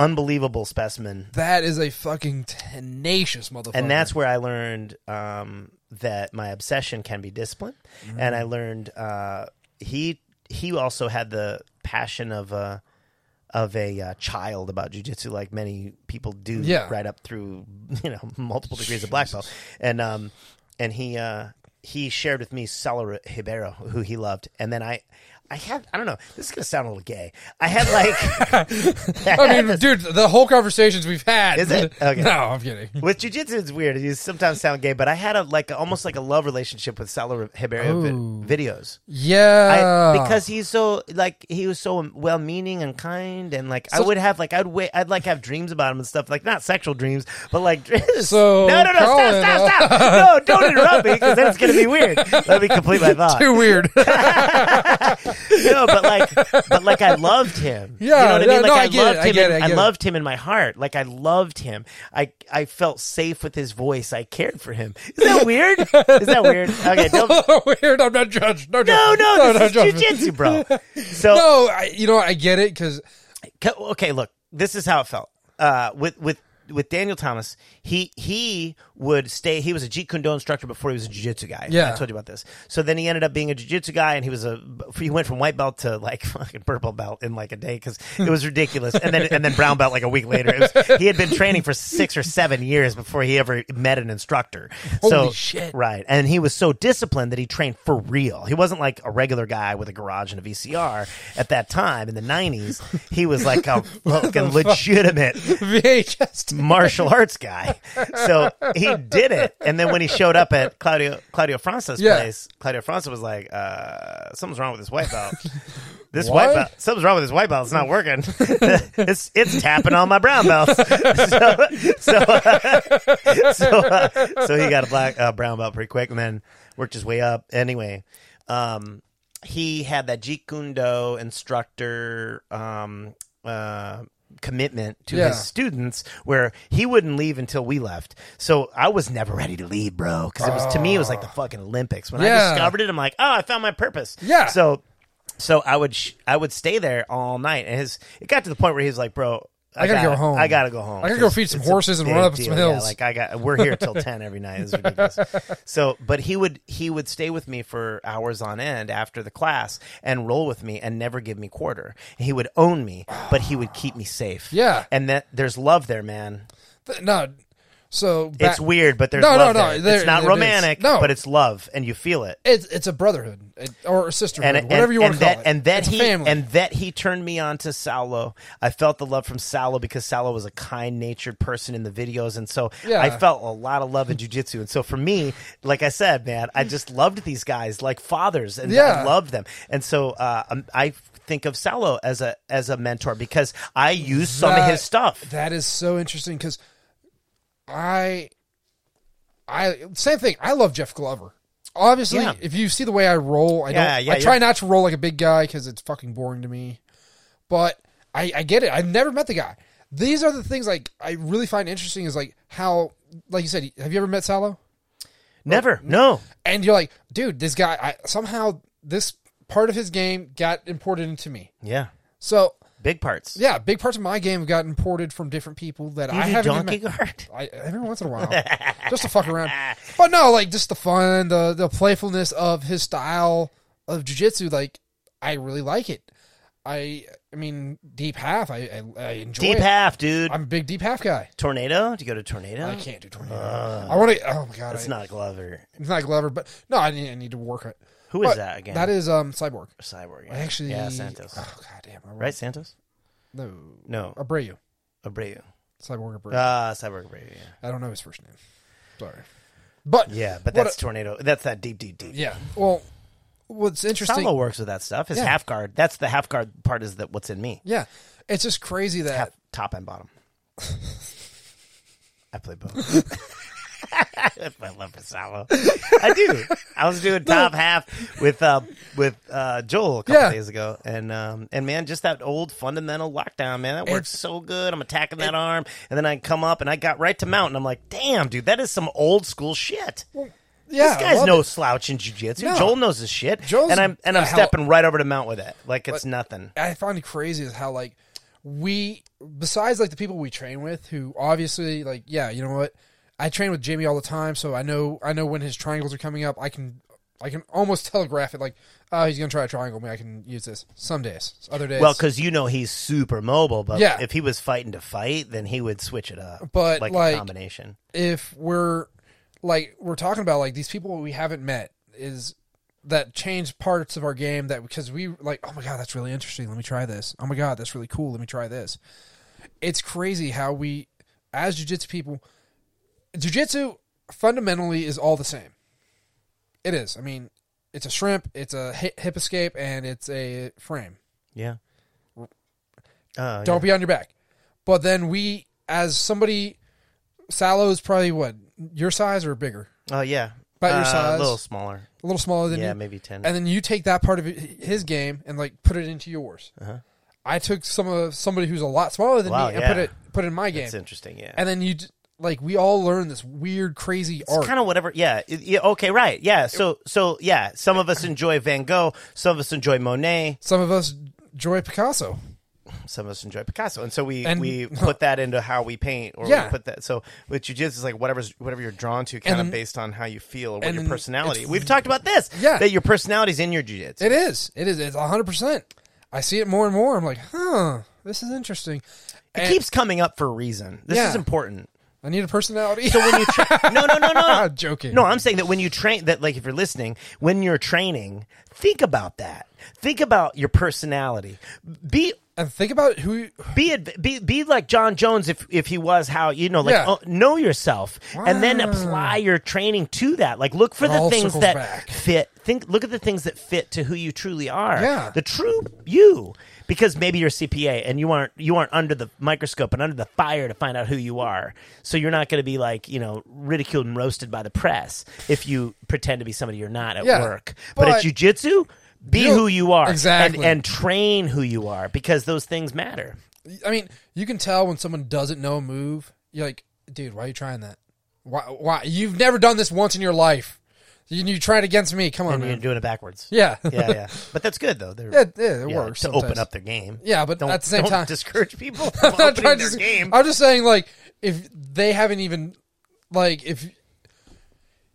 S1: unbelievable specimen.
S2: That is a fucking tenacious motherfucker.
S1: And that's where I learned um, that my obsession can be discipline. And I learned uh, he he also had the passion of a of a uh, child about jujitsu, like many people do,
S2: Yeah.
S1: right up through you know (laughs) multiple degrees of black belt. And um and he uh he shared with me Salar Hibero, who he loved, and then I. I had I don't know. This is gonna sound a little gay. I had like (laughs)
S2: I mean, dude, the whole conversations we've had.
S1: Is
S2: (laughs)
S1: it? Okay.
S2: No, I'm kidding.
S1: with jujitsu, it's weird. You sometimes sound gay, but I had a like almost like a love relationship with Salo Hibero vi- videos
S2: Yeah,
S1: I, because he's so like he was so well meaning and kind, and like I would have like I'd wait I'd like have dreams about him and stuff like not sexual dreams, but like (laughs)
S2: So,
S1: no no no
S2: Colin,
S1: stop stop stop no don't interrupt me because then it's gonna be weird. Let me complete my thought.
S2: (laughs)
S1: (laughs)
S2: too weird.
S1: no, but like, but like, I loved him.
S2: Yeah,
S1: you know what I
S2: no,
S1: mean. Like,
S2: no,
S1: I,
S2: I get it,
S1: loved
S2: I
S1: him.
S2: get
S1: in-
S2: it, I get it.
S1: loved him in my heart. Like, I loved him. I I felt safe with his voice. I cared for him. Is that weird? Is that weird? Okay,
S2: (laughs)
S1: don't.
S2: weird. I'm not judged. No,
S1: No,
S2: judgment.
S1: no, this
S2: no
S1: is
S2: judgment.
S1: jujitsu,
S2: (laughs)
S1: bro. So
S2: No, I, you know I get it because (laughs)
S1: Co- okay look this is how it felt uh, with with with Daniel Thomas, he he would stay. He was a Jeet Kune Do instructor before he was a Jiu Jitsu guy.
S2: Yeah.
S1: I told you about this. So then he ended up being a Jiu Jitsu guy, and he was a he went from white belt to like (laughs) fucking purple belt in like a day because it was ridiculous. and then and then brown belt like a week later. It was, he had been training for six or seven years before he ever met an instructor. so
S2: Holy shit.
S1: Right, and he was so disciplined that he trained for real. He wasn't like a regular guy with a garage and a VCR at that time in the '90s. He was like
S2: (laughs)
S1: a fucking legitimate
S2: VHS. (laughs)
S1: martial arts guy. So he did it. And then when he showed up at Claudio Claudio France's
S2: Yeah.
S1: place, Claudio Francis was like, uh, something's wrong with this white belt. This
S2: What?
S1: white belt, something's wrong with this white belt. It's not working. (laughs) it's it's tapping on my brown belt. (laughs) so so (laughs) uh, so, uh, so he got a black uh, brown belt pretty quick, and then worked his way up. Anyway, um, he had that Jeet Kune Do instructor um, uh, commitment to
S2: Yeah.
S1: his students where he wouldn't leave until we left. So I was never ready to leave, bro, because it was to me it was like the fucking Olympics. When
S2: Ah. Yeah.
S1: I discovered it, I'm like, oh, I found my purpose.
S2: Yeah.
S1: So so I would sh- I would stay there all night, and his it got to the point where he was like, bro. I,
S2: I gotta go home.
S1: I gotta go home.
S2: I gotta go
S1: It's-
S2: feed some
S1: it's a
S2: horses and
S1: big
S2: run up some
S1: deal. Yeah,
S2: hills.
S1: like I got, we're here
S2: (laughs)
S1: till ten every night. It's ridiculous. so, but he would he would stay with me for hours on end after the class and roll with me and never give me quarter. He would own me, but he would keep me safe.
S2: Yeah.
S1: and that there's love there, man.
S2: Th- No, so back,
S1: It's weird, but there's
S2: No, no,
S1: love
S2: no,
S1: there.
S2: there-
S1: It's not
S2: it is.
S1: romantic,
S2: No.
S1: but it's love, and you feel it.
S2: It's it's a brotherhood it- or a sisterhood,
S1: and
S2: whatever
S1: and-
S2: you want
S1: and
S2: to call
S1: that,
S2: it.
S1: And that
S2: It's a
S1: he
S2: family.
S1: and that he turned me on to Salo. I felt the love from Salo because Salo was a kind-natured person in the videos, and so
S2: Yeah.
S1: I felt a lot of love in jujitsu. And so for me, like I said, man, I just loved these guys like fathers, and
S2: Yeah.
S1: I loved them. And so uh, um, I think of Salo as a as a mentor because I used some of
S2: That-
S1: his stuff.
S2: That is so interesting because I, I same thing. I love Jeff Glover. Obviously,
S1: Yeah.
S2: if you see the way I roll, I
S1: Yeah,
S2: don't.
S1: yeah,
S2: I try
S1: yeah.
S2: not to roll like a big guy because it's fucking boring to me. But I, I get it. I've never met the guy. These are the things like I really find interesting is like how, like you said, have you ever met Salo?
S1: Never, no,
S2: And you're like, dude, this guy. I somehow this part of his game got imported into me.
S1: yeah,
S2: So
S1: big parts.
S2: yeah, big parts of my game have gotten imported from different people that I
S1: You do
S2: haven't even
S1: Donkey
S2: met.
S1: Guard.
S2: I, every once in
S1: (laughs)
S2: a while, just to fuck around. But no, like just the fun, the the playfulness of his style of jujitsu. Like I really like it. I I mean, deep half. I I, I enjoy.
S1: Deep
S2: it.
S1: half, dude.
S2: I'm a big deep half guy.
S1: tornado? Do you go to tornado?
S2: I can't do tornado. I want to. Oh my god,
S1: Oh. Uh, It's
S2: I,
S1: not Glover.
S2: it's not Glover, but no, I need, I need to work it.
S1: Who is
S2: But
S1: that again?
S2: That is um cyborg.
S1: Cyborg. Yeah.
S2: Actually,
S1: yeah, Santos.
S2: Oh god damn, I
S1: Right, Santos?
S2: No,
S1: No,
S2: Abreu,
S1: Abreu.
S2: cyborg Abreu.
S1: Ah, Cyborg Abreu. Yeah,
S2: I don't know his first name. Sorry, but
S1: yeah but
S2: What
S1: that's tornado. That's that deep, deep, deep.
S2: yeah. Well, what's interesting?
S1: Salo works with that stuff. His
S2: Yeah.
S1: half guard. That's the half guard part. Is that what's in me?
S2: Yeah, it's just crazy that
S1: Half, top and
S2: (laughs)
S1: bottom. I play both. (laughs) That's my love for Salo. I do. I was doing top half with uh, with uh, Joel a couple
S2: Yeah.
S1: days ago, and um, and man, just that old fundamental lockdown, man, that works so good. I'm attacking that arm, and then I come up and I got right to mount, and I'm like, damn, dude, that is some old school shit.
S2: yeah,
S1: this guy's
S2: I love
S1: no
S2: it.
S1: slouch in jujitsu.
S2: No.
S1: Joel knows his shit,
S2: Joel's
S1: and I'm and I'm
S2: a hell-
S1: stepping right over to mount with it, like it's nothing.
S2: I find it crazy is how like we besides like the people we train with who obviously like yeah you know what i train with jamie all the time so i know i know when his triangles are coming up i can i can almost (laughs) telegraph it like oh he's gonna try a triangle me i can use this some days other days
S1: Well, because you know he's super mobile, but
S2: Yeah.
S1: if he was fighting to fight, then he would switch it up.
S2: But,
S1: like,
S2: like-
S1: a combination.
S2: if we're like we're talking about like these people we haven't met is that change parts of our game that because we like oh my god that's really interesting let me try this oh my god that's really cool let me try this it's crazy how we as jiu-jitsu people jiu-jitsu fundamentally is all the same it is i mean it's a shrimp it's a hi- hip escape and it's a frame
S1: Yeah. Uh,
S2: don't be on your back. But then we, as somebody, Sallow's probably what your size or bigger,
S1: yeah. Oh yeah.
S2: About your
S1: Uh,
S2: size.
S1: A little smaller.
S2: a little smaller than
S1: yeah,
S2: you.
S1: maybe ten.
S2: And then you take that part of hi- his game and like put it into yours. I took some of somebody who's a lot smaller than
S1: Uh-huh. Wow,
S2: me and
S1: yeah.
S2: put it put it in my game.
S1: It's interesting. Yeah.
S2: And then you d- like we all learn this weird, crazy art.
S1: kind of whatever. Yeah. It- yeah. Okay. Right. Yeah. So so yeah. Some of us enjoy Van Gogh. Some of us enjoy Monet.
S2: some of us joy Picasso.
S1: Some of us enjoy Picasso. And so we
S2: And- (laughs)
S1: we put that into how we paint, or
S2: Yeah.
S1: we put that. So with jujitsu, it's like whatever's whatever you're drawn to, kind
S2: And-
S1: of based on how you feel or what
S2: and
S1: your
S2: then
S1: personality.
S2: it's-
S1: We've talked about this.
S2: Yeah.
S1: That your personality's in your jujitsu.
S2: It is. It is. It's hundred percent. I see it more and more. I'm like, huh, this is interesting.
S1: It
S2: And
S1: keeps coming up for a reason. This
S2: Yeah.
S1: is important.
S2: I need a personality.
S1: When you tra- (laughs) no, no, no, no.
S2: (laughs) Joking.
S1: No, I'm saying that when you train, that like if you're listening, when you're training, think about that. Think about your personality. Be
S2: (laughs) and think about who
S1: be ad- be be like John Jones if if he was how you know like
S2: Yeah.
S1: oh, know yourself and then apply your training to that. Like look for the
S2: all
S1: things
S2: circles
S1: that
S2: back.
S1: fit. Think look at the things that fit to who you truly are.
S2: Yeah.
S1: the true you. Because maybe you're CPA and you aren't you aren't under the microscope and under the fire to find out who you are. So you're not going to be like you know ridiculed and roasted by the press if you pretend to be somebody you're not at
S2: Yeah.
S1: work. But, at
S2: But-
S1: jujitsu. Be
S2: You-
S1: who you are, and-
S2: Exactly.
S1: and train who you are because those things matter.
S2: I mean, you can tell when someone doesn't know a move. You're like, dude, why are you trying that? Why? Why? You've never done this once in your life. You, you try it against me. Come on,
S1: and you're
S2: man.
S1: doing it backwards.
S2: (laughs) Yeah.
S1: yeah, yeah. But that's good though. They're,
S2: (laughs) Yeah, yeah, it works
S1: to
S2: sometimes.
S1: open up their game.
S2: Yeah, but
S1: don't,
S2: at the same
S1: don't
S2: time-
S1: discourage people from
S2: (laughs) I'm not
S1: opening
S2: trying
S1: their
S2: to. s-
S1: game.
S2: I'm just saying, like, if they haven't even, like, if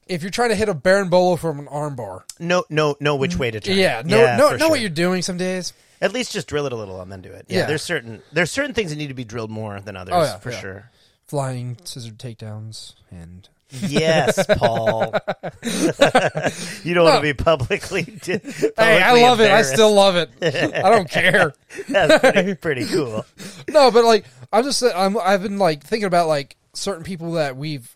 S2: if you're trying to hit a Baron Bolo from an armbar,
S1: No, no, know which way to turn.
S2: yeah, no, no,
S1: for
S2: know what
S1: sure.
S2: you're doing. Some days,
S1: At least just drill it a little and then do it. Yeah,
S2: Yeah.
S1: there's certain there's certain things that need to be drilled more than others
S2: Oh, yeah,
S1: for
S2: yeah.
S1: sure.
S2: flying scissor takedowns, and
S1: Yes,
S2: (laughs)
S1: Paul. (laughs) you don't want to
S2: No.
S1: be publicly. (laughs) Di- publicly
S2: hey, I love it. I
S1: embarrassed.
S2: still
S1: (laughs)
S2: love it. I don't care.
S1: That's pretty, pretty cool.
S2: no, but like I'm just I'm I've been like thinking about like certain people that we've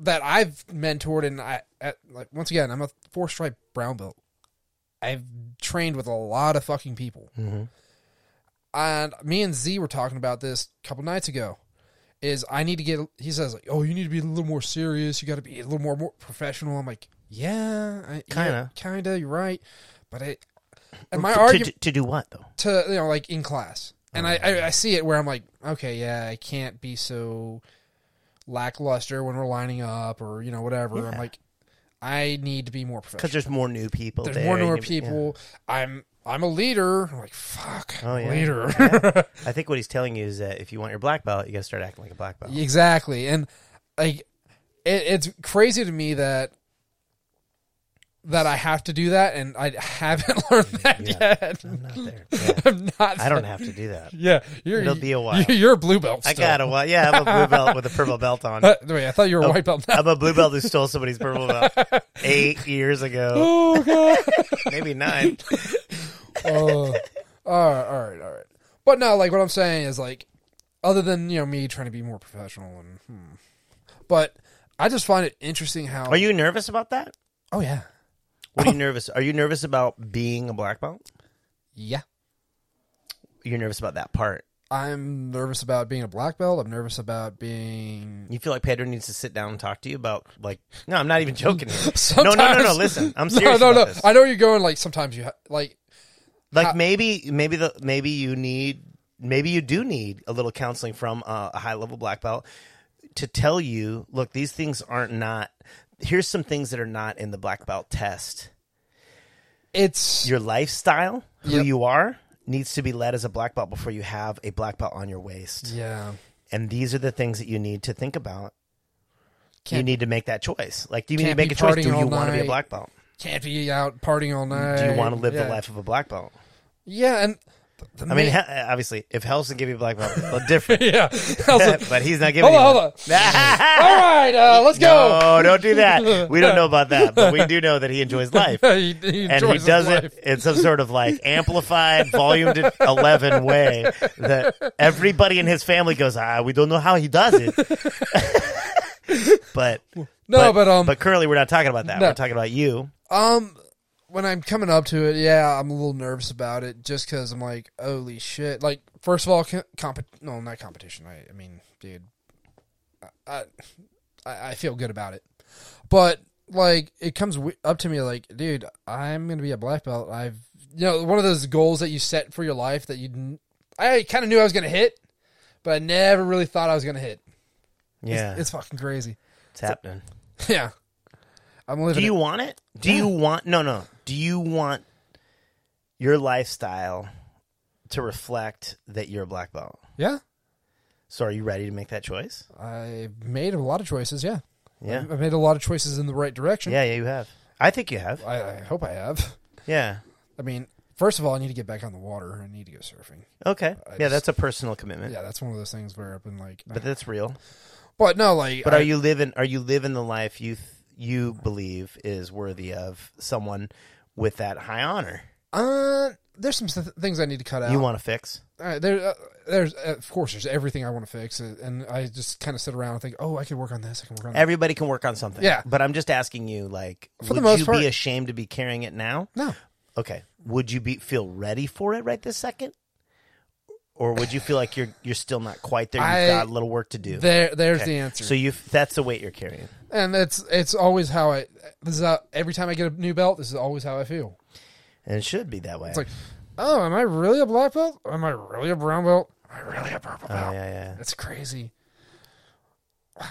S2: that I've mentored and I at, like once again I'm a four stripe brown belt. I've trained with a lot of fucking people, and me and Z were talking about this a couple nights ago. Is I need to get he says like oh you need to be a little more serious you got to be a little more, more professional. I'm like yeah I-
S1: Kinda.
S2: yeah, kinda you're right, but (laughs) I and my
S1: to,
S2: argument
S1: to, to do what though?
S2: to you know like in class and I, I i see it where i'm like okay yeah i can't be so lackluster when we're lining up or you know whatever i'm like i need to be more professional
S1: Because there's more new people.
S2: there's
S1: there.
S2: more and
S1: and
S2: more
S1: you-
S2: people i'm i'm a leader i'm like fuck
S1: Oh, yeah.
S2: leader
S1: yeah. I think what he's telling you is that if you want your black belt, you got to start acting like a black belt.
S2: (laughs) exactly and like it, it's crazy to me that that i have to do that and i haven't (laughs) learned that yet
S1: I'm not there. (laughs) Yeah.
S2: (laughs) i'm not
S1: I don't have to do
S2: (laughs)
S1: that.
S2: yeah you're
S1: It'll be a while.
S2: you're a blue belt
S1: I
S2: still.
S1: got a well, yeah. I'm a blue belt with a purple belt
S2: (laughs)
S1: on.
S2: Uh, wait, I thought
S1: Oh.
S2: you were a white belt. Now.
S1: I'm a blue belt who stole somebody's purple belt eight years ago,
S2: (laughs) Oh god.
S1: (laughs) maybe nine.
S2: Oh. all right, all right, all right. But no, like what I'm saying is like, other than you know me trying to be more professional and, hmm. but I just find it interesting how.
S1: Are you nervous about that?
S2: Oh yeah,
S1: What are you nervous? Are you nervous about being a black belt?
S2: yeah.
S1: You're nervous about that part.
S2: I'm nervous about being a black belt. I'm nervous about being.
S1: You feel like Pedro needs to sit down and talk to you about like. No, I'm not even
S2: (laughs)
S1: joking. here. No, no,
S2: Sometimes-
S1: no, no. Listen, I'm serious.
S2: (laughs) no, no,
S1: about
S2: no.
S1: this.
S2: I know where you're going. Like sometimes you ha- like.
S1: like maybe maybe the maybe you need maybe you do need a little counseling from uh, a high level black belt to tell you look these things aren't not here's some things that are not in the black belt test
S2: It's
S1: your lifestyle who
S2: Yep.
S1: you are needs to be led as a black belt before you have a black belt on your waist.
S2: Yeah.
S1: And these are the things that you need to think about. you
S2: Can't-
S1: need to make that choice. Like, do you need to
S2: Can't
S1: make
S2: be
S1: a choice? Do
S2: partying
S1: you
S2: all
S1: want to be a
S2: night.
S1: black belt?
S2: Can't be out partying all night.
S1: Do you want to live
S2: yeah.
S1: the life of a black belt?
S2: Yeah, and th- the
S1: I mean,
S2: main-
S1: he- obviously, if Hell's can give you a black belt, well, different.
S2: (laughs) yeah. I
S1: (laughs)
S2: was like,
S1: but he's not giving
S2: hold
S1: you.
S2: on, hold
S1: one.
S2: on.
S1: (laughs)
S2: all right, uh, let's go.
S1: No, don't do that. We don't know about that, but
S2: (laughs)
S1: we do know that he enjoys life.
S2: he, he
S1: and he
S2: enjoys his
S1: does
S2: life.
S1: it in some sort of like amplified volume to 11 way that everybody in his family goes ah we don't know how he does it (laughs) but
S2: No, but, um,
S1: but currently we're not talking about that
S2: No.
S1: we're talking about you
S2: um, when I'm coming up to it, yeah, I'm a little nervous about it, just because I'm like, holy shit! Like, first of all, co- comp- no, not competition. I, I mean, dude, I, I, I feel good about it, but like, it comes w- up to me like, dude, I'm gonna be a black belt. I've, you know, one of those goals that you set for your life that you, n- I kind of knew I was gonna hit, but I never really thought I was gonna hit.
S1: yeah it's,
S2: It's fucking crazy. (laughs)
S1: happening
S2: Yeah. I'm living.
S1: do
S2: it.
S1: you want it do you want no no do you want your lifestyle to reflect that you're a black belt
S2: Yeah.
S1: so are you ready to make that choice
S2: I made a lot of choices. Yeah.
S1: yeah
S2: I made a lot of choices in the right direction.
S1: yeah yeah you have i think you have
S2: I, I hope I have.
S1: yeah
S2: I mean, first of all, I need to get back on the water. I need to go surfing.
S1: okay yeah
S2: just-
S1: that's a personal commitment
S2: Yeah, that's one of those things where I've been like,
S1: but that's real
S2: but no, like,
S1: But
S2: I-
S1: are you living? Are you living the life you th- you believe is worthy of someone with that high honor?
S2: Uh, there's some th- things I need to cut out.
S1: You want to fix?
S2: Uh, there, uh, there's uh, of course there's everything I want to fix, uh, and I just kind of sit around and think, oh, I can work on this. I can work on that.
S1: Everybody can work on something.
S2: Yeah.
S1: But I'm just asking you, like,
S2: For the
S1: would
S2: most
S1: you
S2: part-
S1: be ashamed to be carrying it now?
S2: No,
S1: Okay. Would you be feel ready for it right this second? Or would you feel like you're you're still not quite there? You've
S2: I-
S1: got a little work to do.
S2: there, there's
S1: Okay.
S2: the answer.
S1: So you that's the weight you're carrying.
S2: and it's it's always how I. This is how, every time I get a new belt. This is always how I feel.
S1: And it should be that way.
S2: It's like, oh, am I really a black belt? Am I really a brown belt? Am I really a purple
S1: oh,
S2: belt?
S1: yeah, yeah.
S2: That's crazy. Wow.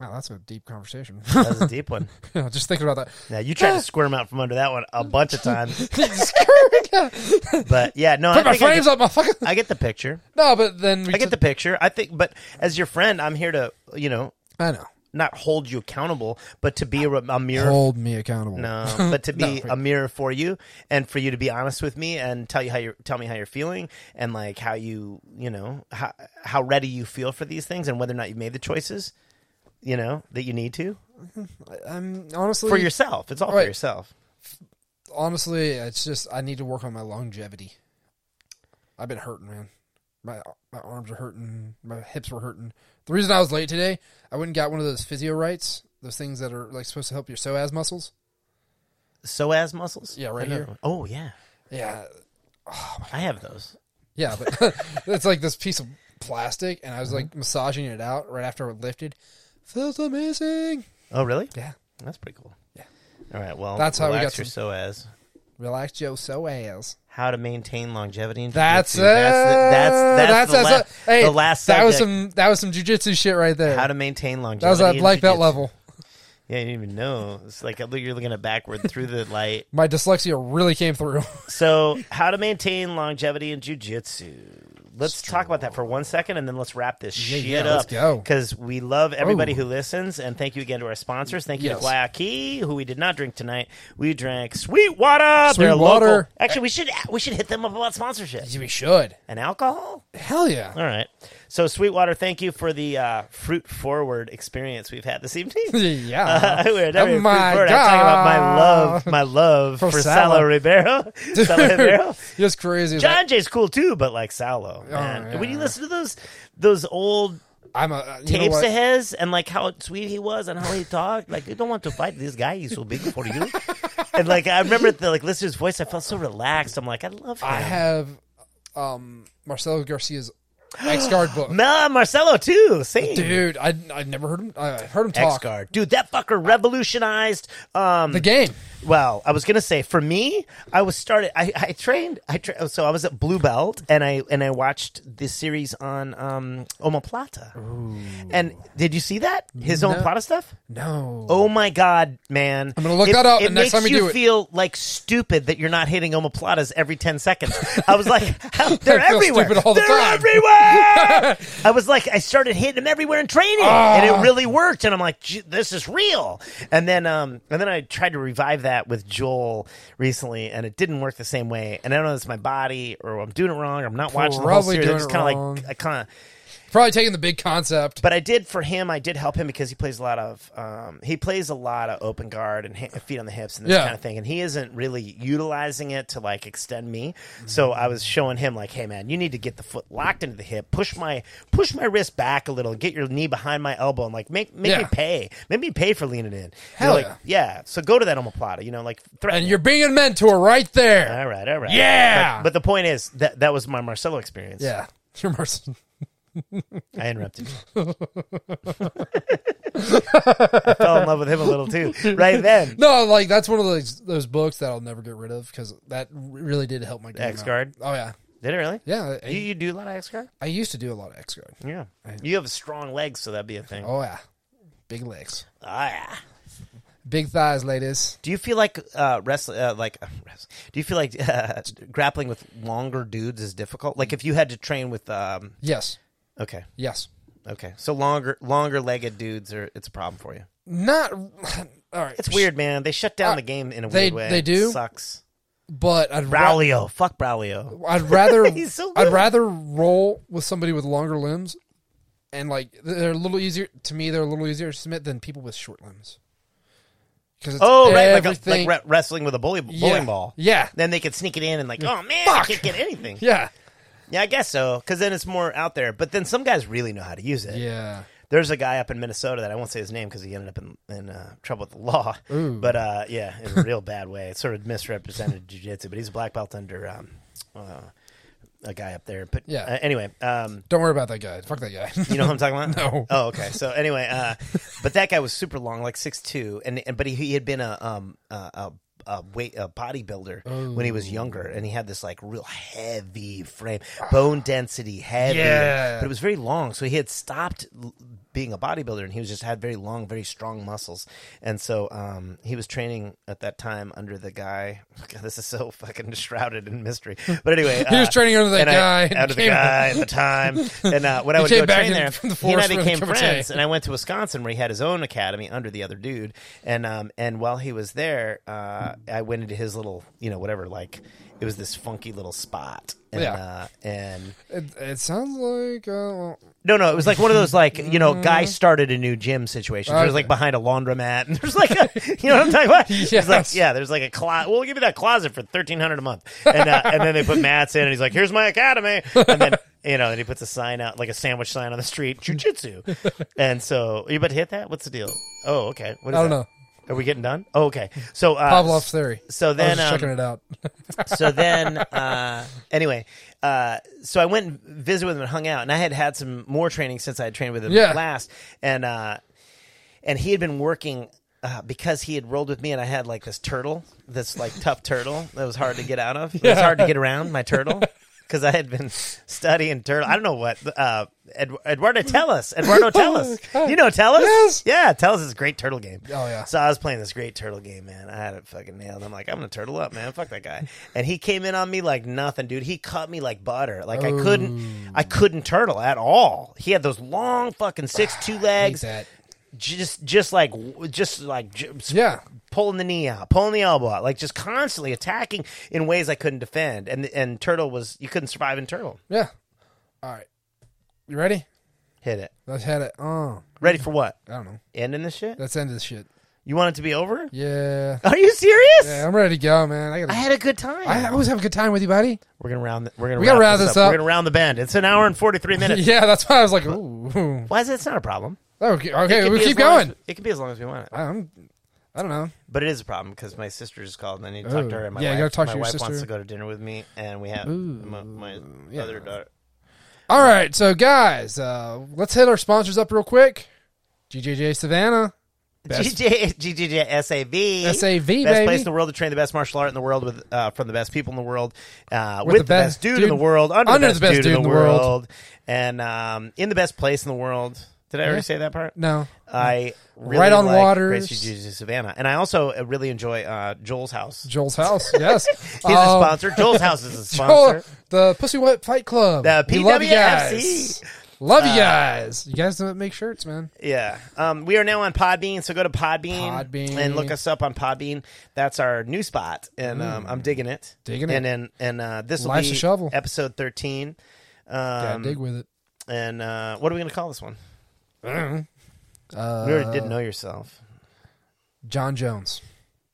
S2: Wow, that's a deep conversation.
S1: That
S2: (laughs)
S1: was a deep one.
S2: You know, Just thinking about
S1: Now you
S2: (laughs)
S1: tried to squirm out from under that one a bunch of times.
S2: that.
S1: (laughs) But yeah, no, I
S2: Put my
S1: think I
S2: frames
S1: get-
S2: up, motherfucker. (laughs)
S1: I get the picture.
S2: No, but then we
S1: I get the
S2: took-
S1: picture. I think, but as your friend, I'm here to, you know,
S2: I know. not
S1: not hold you accountable, but to be a, a mirror.
S2: hold me accountable.
S1: No, um, but
S2: (laughs)
S1: to be
S2: No.
S1: a mirror for you, and for you to be honest with me, and tell you how you tell me how you're feeling, and like how you, you know, how how ready you feel for these things, and whether or not you've made the choices, you know, that you need to
S2: I'm honestly
S1: for yourself. It's all
S2: Right.
S1: for yourself.
S2: honestly, it's just I need to work on my longevity. I've been hurting, man. My my arms are hurting. My hips were hurting. The reason I was late today, I went and got one of those physio rights, those things that are like supposed to help your psoas muscles.
S1: So as muscles,
S2: Yeah, right
S1: I know.
S2: here.
S1: Oh yeah,
S2: Yeah,
S1: I have those.
S2: yeah, but (laughs) it's like this piece of plastic, and I was like massaging it out right after it lifted. Feels amazing.
S1: Oh really?
S2: Yeah,
S1: That's pretty cool.
S2: Yeah.
S1: All right. Well,
S2: That's how we
S1: relax
S2: got
S1: your so as.
S2: relax your psoas.
S1: how to maintain longevity in
S2: That's it.
S1: jiu-jitsu. That's the, that's, that's, the, la-
S2: that's a- hey,
S1: the last
S2: That was
S1: subject.
S2: some that was some jujitsu shit right there.
S1: how to maintain
S2: that
S1: longevity.
S2: was at
S1: in
S2: black belt
S1: jiu-jitsu.
S2: level.
S1: Yeah, you didn't even know. It's like I look- you're looking at backward through the light. (laughs)
S2: My dyslexia really came through.
S1: So, how to maintain longevity in jujitsu. Let's talk about that for one second, and then let's wrap this shit
S2: yeah,
S1: up.
S2: let's go.
S1: Because we love everybody
S2: Oh.
S1: who listens, and thank you again to our sponsors. Thank you
S2: Yes.
S1: to Guayaki, who we did not drink tonight. We drank Sweetwater. They're
S2: Sweetwater.
S1: local. Actually, we should we should hit them up about sponsorship
S2: we should.
S1: and alcohol.
S2: Hell yeah.
S1: All right. So, Sweetwater, thank you for the uh, fruit forward experience we've had this evening.
S2: (laughs) (laughs) Yeah.
S1: Uh, (laughs) we were
S2: Oh
S1: talking
S2: my
S1: about my
S2: God.
S1: love, my love for,
S2: For
S1: Salo
S2: Salo.
S1: Ribeiro. (laughs)
S2: (laughs) Dude,
S1: Salo Ribeiro.
S2: (laughs) It's crazy.
S1: John Jay's cool too, but like Salo, man.
S2: yeah,
S1: when you
S2: Oh, yeah.
S1: listen to those those old
S2: I'm a you know
S1: tapes
S2: what?
S1: of his and like how sweet he was and how he talked, like you don't want to fight this guy. He's so big for
S2: (laughs)
S1: you. and like I remember the like listener's voice. I felt so relaxed. I'm like, I love him.
S2: I have um Marcelo Garcia's X guard book.
S1: Nah, Marcelo too. Same.
S2: Dude, I I never heard him. I heard him
S1: X
S2: talk
S1: guard, dude, that fucker revolutionized. Um,
S2: the game.
S1: well, I was gonna say for me, I was started. I, I trained. I tra- so I was at Blue Belt, and I and I watched this series on um, Omoplata. And did you see that his Omoplata stuff?
S2: No.
S1: Oh my god, man! I'm
S2: gonna look that up,
S1: It
S2: and next
S1: makes
S2: time you
S1: you
S2: do it-
S1: feel like stupid that you're not hitting omoplatas every ten seconds. I was like, (laughs) how- they're
S2: (laughs) I feel
S1: everywhere.
S2: stupid all the
S1: they're
S2: time. (laughs)
S1: everywhere. I was like, I started hitting them everywhere in training, and
S2: Ah.
S1: it really worked. And I'm like, "Gee, this is real. And then, um, and then I tried to revive that with Joel recently, and it didn't work the same way. And I don't know if it's my body or I'm doing it wrong. Or I'm not watching the whole
S2: Probably
S1: series. I'm
S2: doing
S1: just
S2: it
S1: kind of
S2: wrong.
S1: like, I kind of.
S2: Probably taking the big concept.
S1: But I did for him. I did help him because he plays a lot of um, he plays a lot of open guard and ha- feet on the hips and this
S2: Yeah.
S1: kind of thing. And he isn't really utilizing it to like extend me.
S2: Mm-hmm.
S1: So I was showing him like, hey man, you need to get the foot locked into the hip, push my push my wrist back a little, and get your knee behind my elbow, and like make make
S2: Yeah.
S1: me pay, make me pay for leaning in. And
S2: Hell
S1: like, yeah. So go to that omoplata, you know, like threaten.
S2: and you're being a mentor right there.
S1: all right, all right,
S2: Yeah!
S1: But, but the point is that that was my Marcelo experience.
S2: yeah. (laughs) You're Marcel.
S1: I interrupted (laughs) you. I fell in love with him a little too, right then.
S2: No, like that's one of those those books that I'll never get rid of because that really did help my game.
S1: X
S2: out.
S1: guard?
S2: Oh yeah,
S1: Did it really?
S2: yeah. I,
S1: You, you do a lot of X guard?
S2: I used to do a lot of X guard.
S1: Yeah. You have strong legs, so that'd be a thing. Oh,
S2: Oh yeah, big legs,
S1: yeah.
S2: big thighs, ladies.
S1: Do you feel like uh, wrestling, uh, like uh, wrestling- do you feel like uh, grappling with longer dudes is difficult? Like if you had to train with, um,
S2: Yes,
S1: okay,
S2: yes.
S1: okay, so longer, longer legged dudes are it's a problem for you.
S2: Not (sighs) all right.
S1: It's weird, man. They shut down the game in a
S2: They-
S1: weird way.
S2: they do?
S1: It sucks.
S2: but I'd ra-
S1: Braulio, fuck Braulio.
S2: I'd rather
S1: (laughs) He's so
S2: I'd
S1: good.
S2: rather roll with somebody with longer limbs, and like they're a little easier to me. They're a little easier to submit than people with short limbs. Because
S1: Oh, right, like, a,
S2: everything.
S1: like re- wrestling with a bully, bowling
S2: yeah.
S1: ball.
S2: Yeah,
S1: Then they could sneak it in and like, oh man, I
S2: Fuck.
S1: can't get anything.
S2: (laughs) yeah,
S1: Yeah, I guess so, because then it's more out there. But then some guys really know how to use it.
S2: yeah.
S1: There's a guy up in Minnesota that I won't say his name because he ended up in, in uh, trouble with the law. But uh, yeah, in a real bad way. It sort of misrepresented jiu-jitsu, but he's a black belt under um, uh, a guy up there. But
S2: Yeah.
S1: uh, anyway, um,
S2: Don't worry about that guy. Fuck that
S1: (laughs)
S2: guy.
S1: you know what I'm talking about?
S2: (laughs) No.
S1: Oh, okay. So anyway, uh, but that guy was super long, like six two, and, and but he, he had been a um a, a, a weight a bodybuilder when he
S2: Oh.
S1: was younger, and he had this like real heavy frame, bone density, heavy.
S2: Yeah.
S1: But it was very long, so he had stopped l- being a bodybuilder, and he was just had very long, very strong muscles, and so um he was training at that time under the guy. (laughs) God, this is so fucking shrouded in mystery. But anyway,
S2: (laughs)
S1: uh,
S2: He was training under that
S1: and I-
S2: guy and
S1: under the
S2: came-
S1: guy at the time, and uh, when I would
S2: came
S1: go
S2: back
S1: train
S2: in
S1: there,
S2: (laughs) from the
S1: he and I
S2: forest with a
S1: became
S2: cup of
S1: friends,
S2: tea.
S1: and I went to Wisconsin where he had his own academy under the other dude, and um, and while he was there, uh, I went into his little, you know, whatever, like it was this funky little spot, and
S2: Yeah.
S1: uh, and
S2: It, it sounds like uh, well,
S1: no, no, it was like one of those like you know, guy started a new gym situation. It was
S2: Mm-hmm. Okay.
S1: like behind a laundromat, (laughs) and there's like a, you know what I'm talking about? There's like,
S2: Yes.
S1: yeah, there's like a closet. We'll give you that closet for thirteen hundred a month, and uh, and then they put mats in, and he's like, here's my academy, and then you know, and he puts a sign out like a sandwich sign on the street, jujitsu, and so are you about to hit that? What's the deal? Oh, okay. What is
S2: I don't
S1: that?
S2: know.
S1: Are we getting done? Oh, okay. So uh,
S2: Pavlov's theory.
S1: So
S2: I was
S1: then,
S2: just
S1: um,
S2: checking
S1: (laughs)
S2: it out.
S1: so then uh, anyway uh, so i went and visited with him and hung out and i had had some more training since i had trained with him
S2: Yeah.
S1: last and uh, and he had been working uh, because he had rolled with me and i had like this turtle this like tough turtle that was hard to get out of it was hard to get around my
S2: (laughs)
S1: turtle because i had been studying turtle i don't know what uh, Ed- eduardo tellus eduardo
S2: (laughs)
S1: tellus you know tellus
S2: Oh, Yes.
S1: yeah tellus is a great turtle game
S2: Oh, yeah.
S1: so I was playing this great turtle game, man. I had it fucking nailed. I'm like, I'm gonna turtle up, man. Fuck that guy. And he came in on me like nothing, dude. He cut me like butter. Like I
S2: Oh.
S1: couldn't, I couldn't turtle at all. He had those long fucking six
S2: (sighs)
S1: two
S2: Hate
S1: legs,
S2: that.
S1: just, just like, just like, just
S2: Yeah.
S1: pulling the knee out, pulling the elbow out, like just constantly attacking in ways I couldn't defend. And and turtle was you couldn't survive in turtle.
S2: Yeah. All right. You ready?
S1: Hit it.
S2: Let's head it. Oh,
S1: Ready for what?
S2: I don't know.
S1: Ending this shit.
S2: Let's end this shit.
S1: You want it to be over?
S2: Yeah.
S1: Are you serious?
S2: Yeah, I'm ready to go, man. I gotta.
S1: I had a good time.
S2: I always have a good time with
S1: (laughs)
S2: you, buddy.
S1: We're gonna round. The, we're gonna
S2: We
S1: wrap
S2: gotta round this up.
S1: We're gonna round the bend. It's an hour and forty
S2: (laughs)
S1: three minutes.
S2: Yeah, that's why I was like, ooh.
S1: Why is it? It's not a problem.
S2: Oh, Okay,
S1: It
S2: okay
S1: can
S2: we
S1: be as
S2: keep
S1: long as-
S2: going.
S1: it can be as long as we want it,
S2: I'm, I don't know.
S1: but it is a problem because my sister just called and I need to talk
S2: Ooh.
S1: to her. And my
S2: Yeah, you
S1: wife,
S2: gotta talk to
S1: my
S2: your
S1: wife
S2: sister.
S1: wants to go to dinner with me, and we have my, my other daughter.
S2: All right, so guys, uh, let's hit our sponsors up real quick. GJJ Savannah,
S1: (laughs)
S2: best
S1: GJ, GJ, SAV. Best
S2: SAV, baby.
S1: place in the world to train the best martial art in the world with uh, from the best people in the world, uh, with,
S2: With
S1: the, best, dude, in the world, under, the best, dude, in the world, and um, in the best place in the world. Did I already
S2: Yeah.
S1: say that part?
S2: no,
S1: I really
S2: Right on
S1: like
S2: Waters.
S1: Gracie Jesus Savannah, and I also uh, really enjoy uh, Joel's house.
S2: Joel's
S1: (laughs)
S2: house, yes, Um,
S1: He's a sponsor.
S2: (laughs)
S1: Joel's house is a
S2: oh. Joel,
S1: sponsor.
S2: the Pussy Wet Fight Club.
S1: The
S2: we love you guys.
S1: PWFC.
S2: Love
S1: Uh,
S2: you guys. You guys don't make shirts, man.
S1: Yeah. Um, we are now on Podbean, so go to Podbean,
S2: Podbean.
S1: and look us up on Podbean. That's our new spot, and um, I'm digging it.
S2: Mm. Digging it.
S1: And then and uh, this will
S2: Life's
S1: be
S2: a shovel.
S1: episode 13.
S2: Yeah,
S1: Um,
S2: dig with it.
S1: and uh, what are we going to call this one?
S2: Uh,
S1: We already didn't know yourself.
S2: John Jones.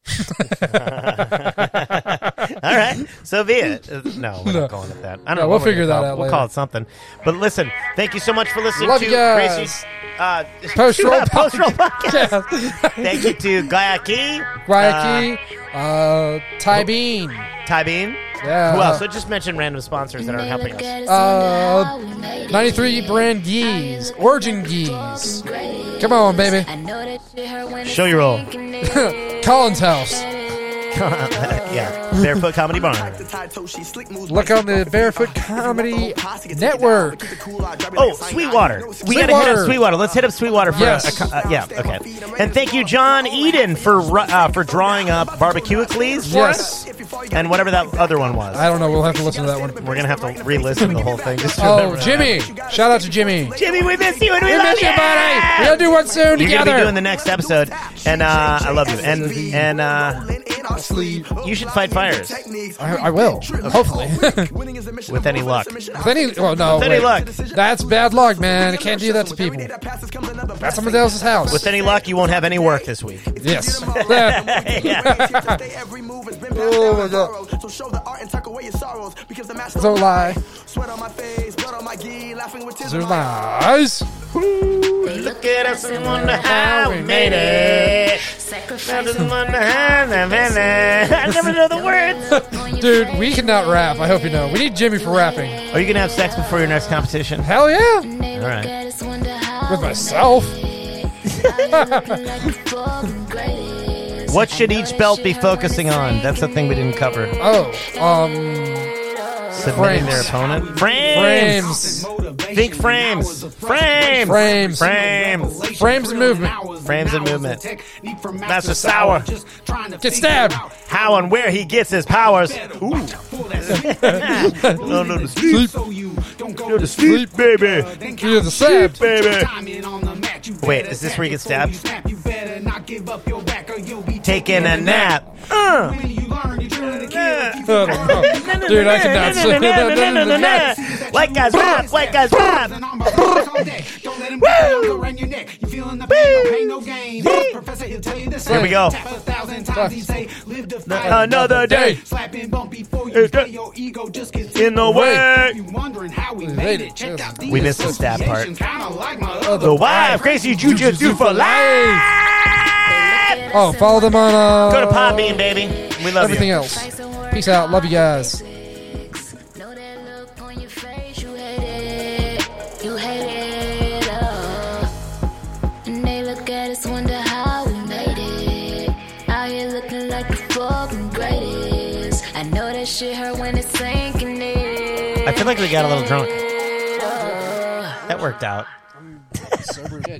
S2: (laughs)
S1: All
S2: (laughs)
S1: right, so be it. Uh, No, we're not calling it that. I don't
S2: No,
S1: know.
S2: we'll
S1: what we're
S2: figure
S1: gonna call
S2: that
S1: it.
S2: out
S1: We'll
S2: later.
S1: call it something. But listen, thank you so much for listening
S2: Love
S1: to
S2: you guys.
S1: Gracie's uh,
S2: Post
S1: (laughs)
S2: roll
S1: post roll podcast.
S2: Yes.
S1: thank you to Gayaki,
S2: Guayaki, uh, Ty Bean.
S1: uh, Ty Bean.
S2: Yeah.
S1: Who else? So just mention random sponsors that are helping us.
S2: Uh, 93 brand geese, origin geese. Come on, baby.
S1: Show your roll.
S2: (laughs) Collins House.
S1: yeah, Barefoot Comedy Barn.
S5: Look on the Barefoot Comedy Network.
S1: Oh, Sweetwater. We gotta hit
S2: Sweetwater.
S1: up Sweetwater. Let's hit up Sweetwater for
S2: Yes.
S1: a, co- uh, yeah, okay. And thank you, John Eden, for ru- uh, for drawing up barbecue Eccles for
S2: Yes.
S1: us, and whatever that other one was.
S2: I don't know. We'll have to listen to that one.
S1: We're gonna have to re-listen to the whole thing. Just to
S2: Oh,
S1: remember that.
S2: Jimmy. Shout out to Jimmy. We
S1: Jimmy, we miss you and we love
S2: miss you,
S1: you.
S2: buddy. We're going to do one soon
S1: You're gonna be doing the
S2: together.
S1: next episode, and uh, I love you. And and uh, you should fight fires.
S2: I, I will.
S1: (laughs)
S2: Hopefully.
S5: With any luck.
S2: With any, well, no.
S3: With any
S2: wait.
S3: luck.
S2: That's bad luck, man. I can't do that to people. That's
S5: That's
S2: somebody else's house.
S1: with any luck, you won't have any work this week. (laughs)
S2: Yes. (laughs)
S5: oh
S2: my
S5: God. So show the art and tuck away your sorrows because the master
S2: Don't lie.
S5: Sweat on my face, blood on my gi, laughing with tears
S2: Those
S5: in
S2: are
S5: my eyes.
S2: lies.
S1: Look at us and wonder how we made it. (laughs)
S2: (laughs)
S1: I never know the words.
S2: Dude, we cannot rap. I hope you know. We need Jimmy for rapping.
S1: Are you gonna have sex before your next competition?
S2: Hell yeah.
S6: All right.
S2: With myself. (laughs)
S1: What should each belt be focusing on? That's the thing we didn't cover.
S2: Oh, um,
S1: Submitting
S2: Frames.
S1: their opponent. Frames.
S2: frames.
S1: Think frames. Frames.
S2: Frames.
S1: Frames.
S2: Frames and movement.
S1: Frames and movement. Master Sour.
S2: Get stabbed.
S1: How and where he gets his powers. Ooh. (laughs)
S7: (laughs)
S1: no, no, the sleep.
S7: Go to
S2: sleep,
S7: baby.
S2: You're the stabbed.
S7: Wait, is this where he gets stabbed?
S1: Taking a nap. Uh.
S2: Uh. Dude, I
S1: (laughs)
S2: cannot sleep.
S1: White guys rap. White guys rap.
S7: Here
S1: we go. Another day.
S7: Slapping bump before you
S1: Hey,
S7: play your ego just gets
S1: In the way.
S7: You wondering how we made it. Check out these
S1: We missed the stab part.
S7: associations, kinda like my
S1: The
S7: other
S1: wife. Crazy jujitsu for life.
S2: Oh, follow them on uh,
S1: Go to Podbean, baby. We love
S2: everything
S1: you.
S2: else. Peace out. Love you guys.
S6: Know that look on your face, you hate it. You hate it. oh. And they look at us, wonder how we made it. Out here looking like the fucking greatest. I know that shit hurt when it's sinking in.
S1: I feel like we got a little drunk. That worked out.
S2: Sober as shit.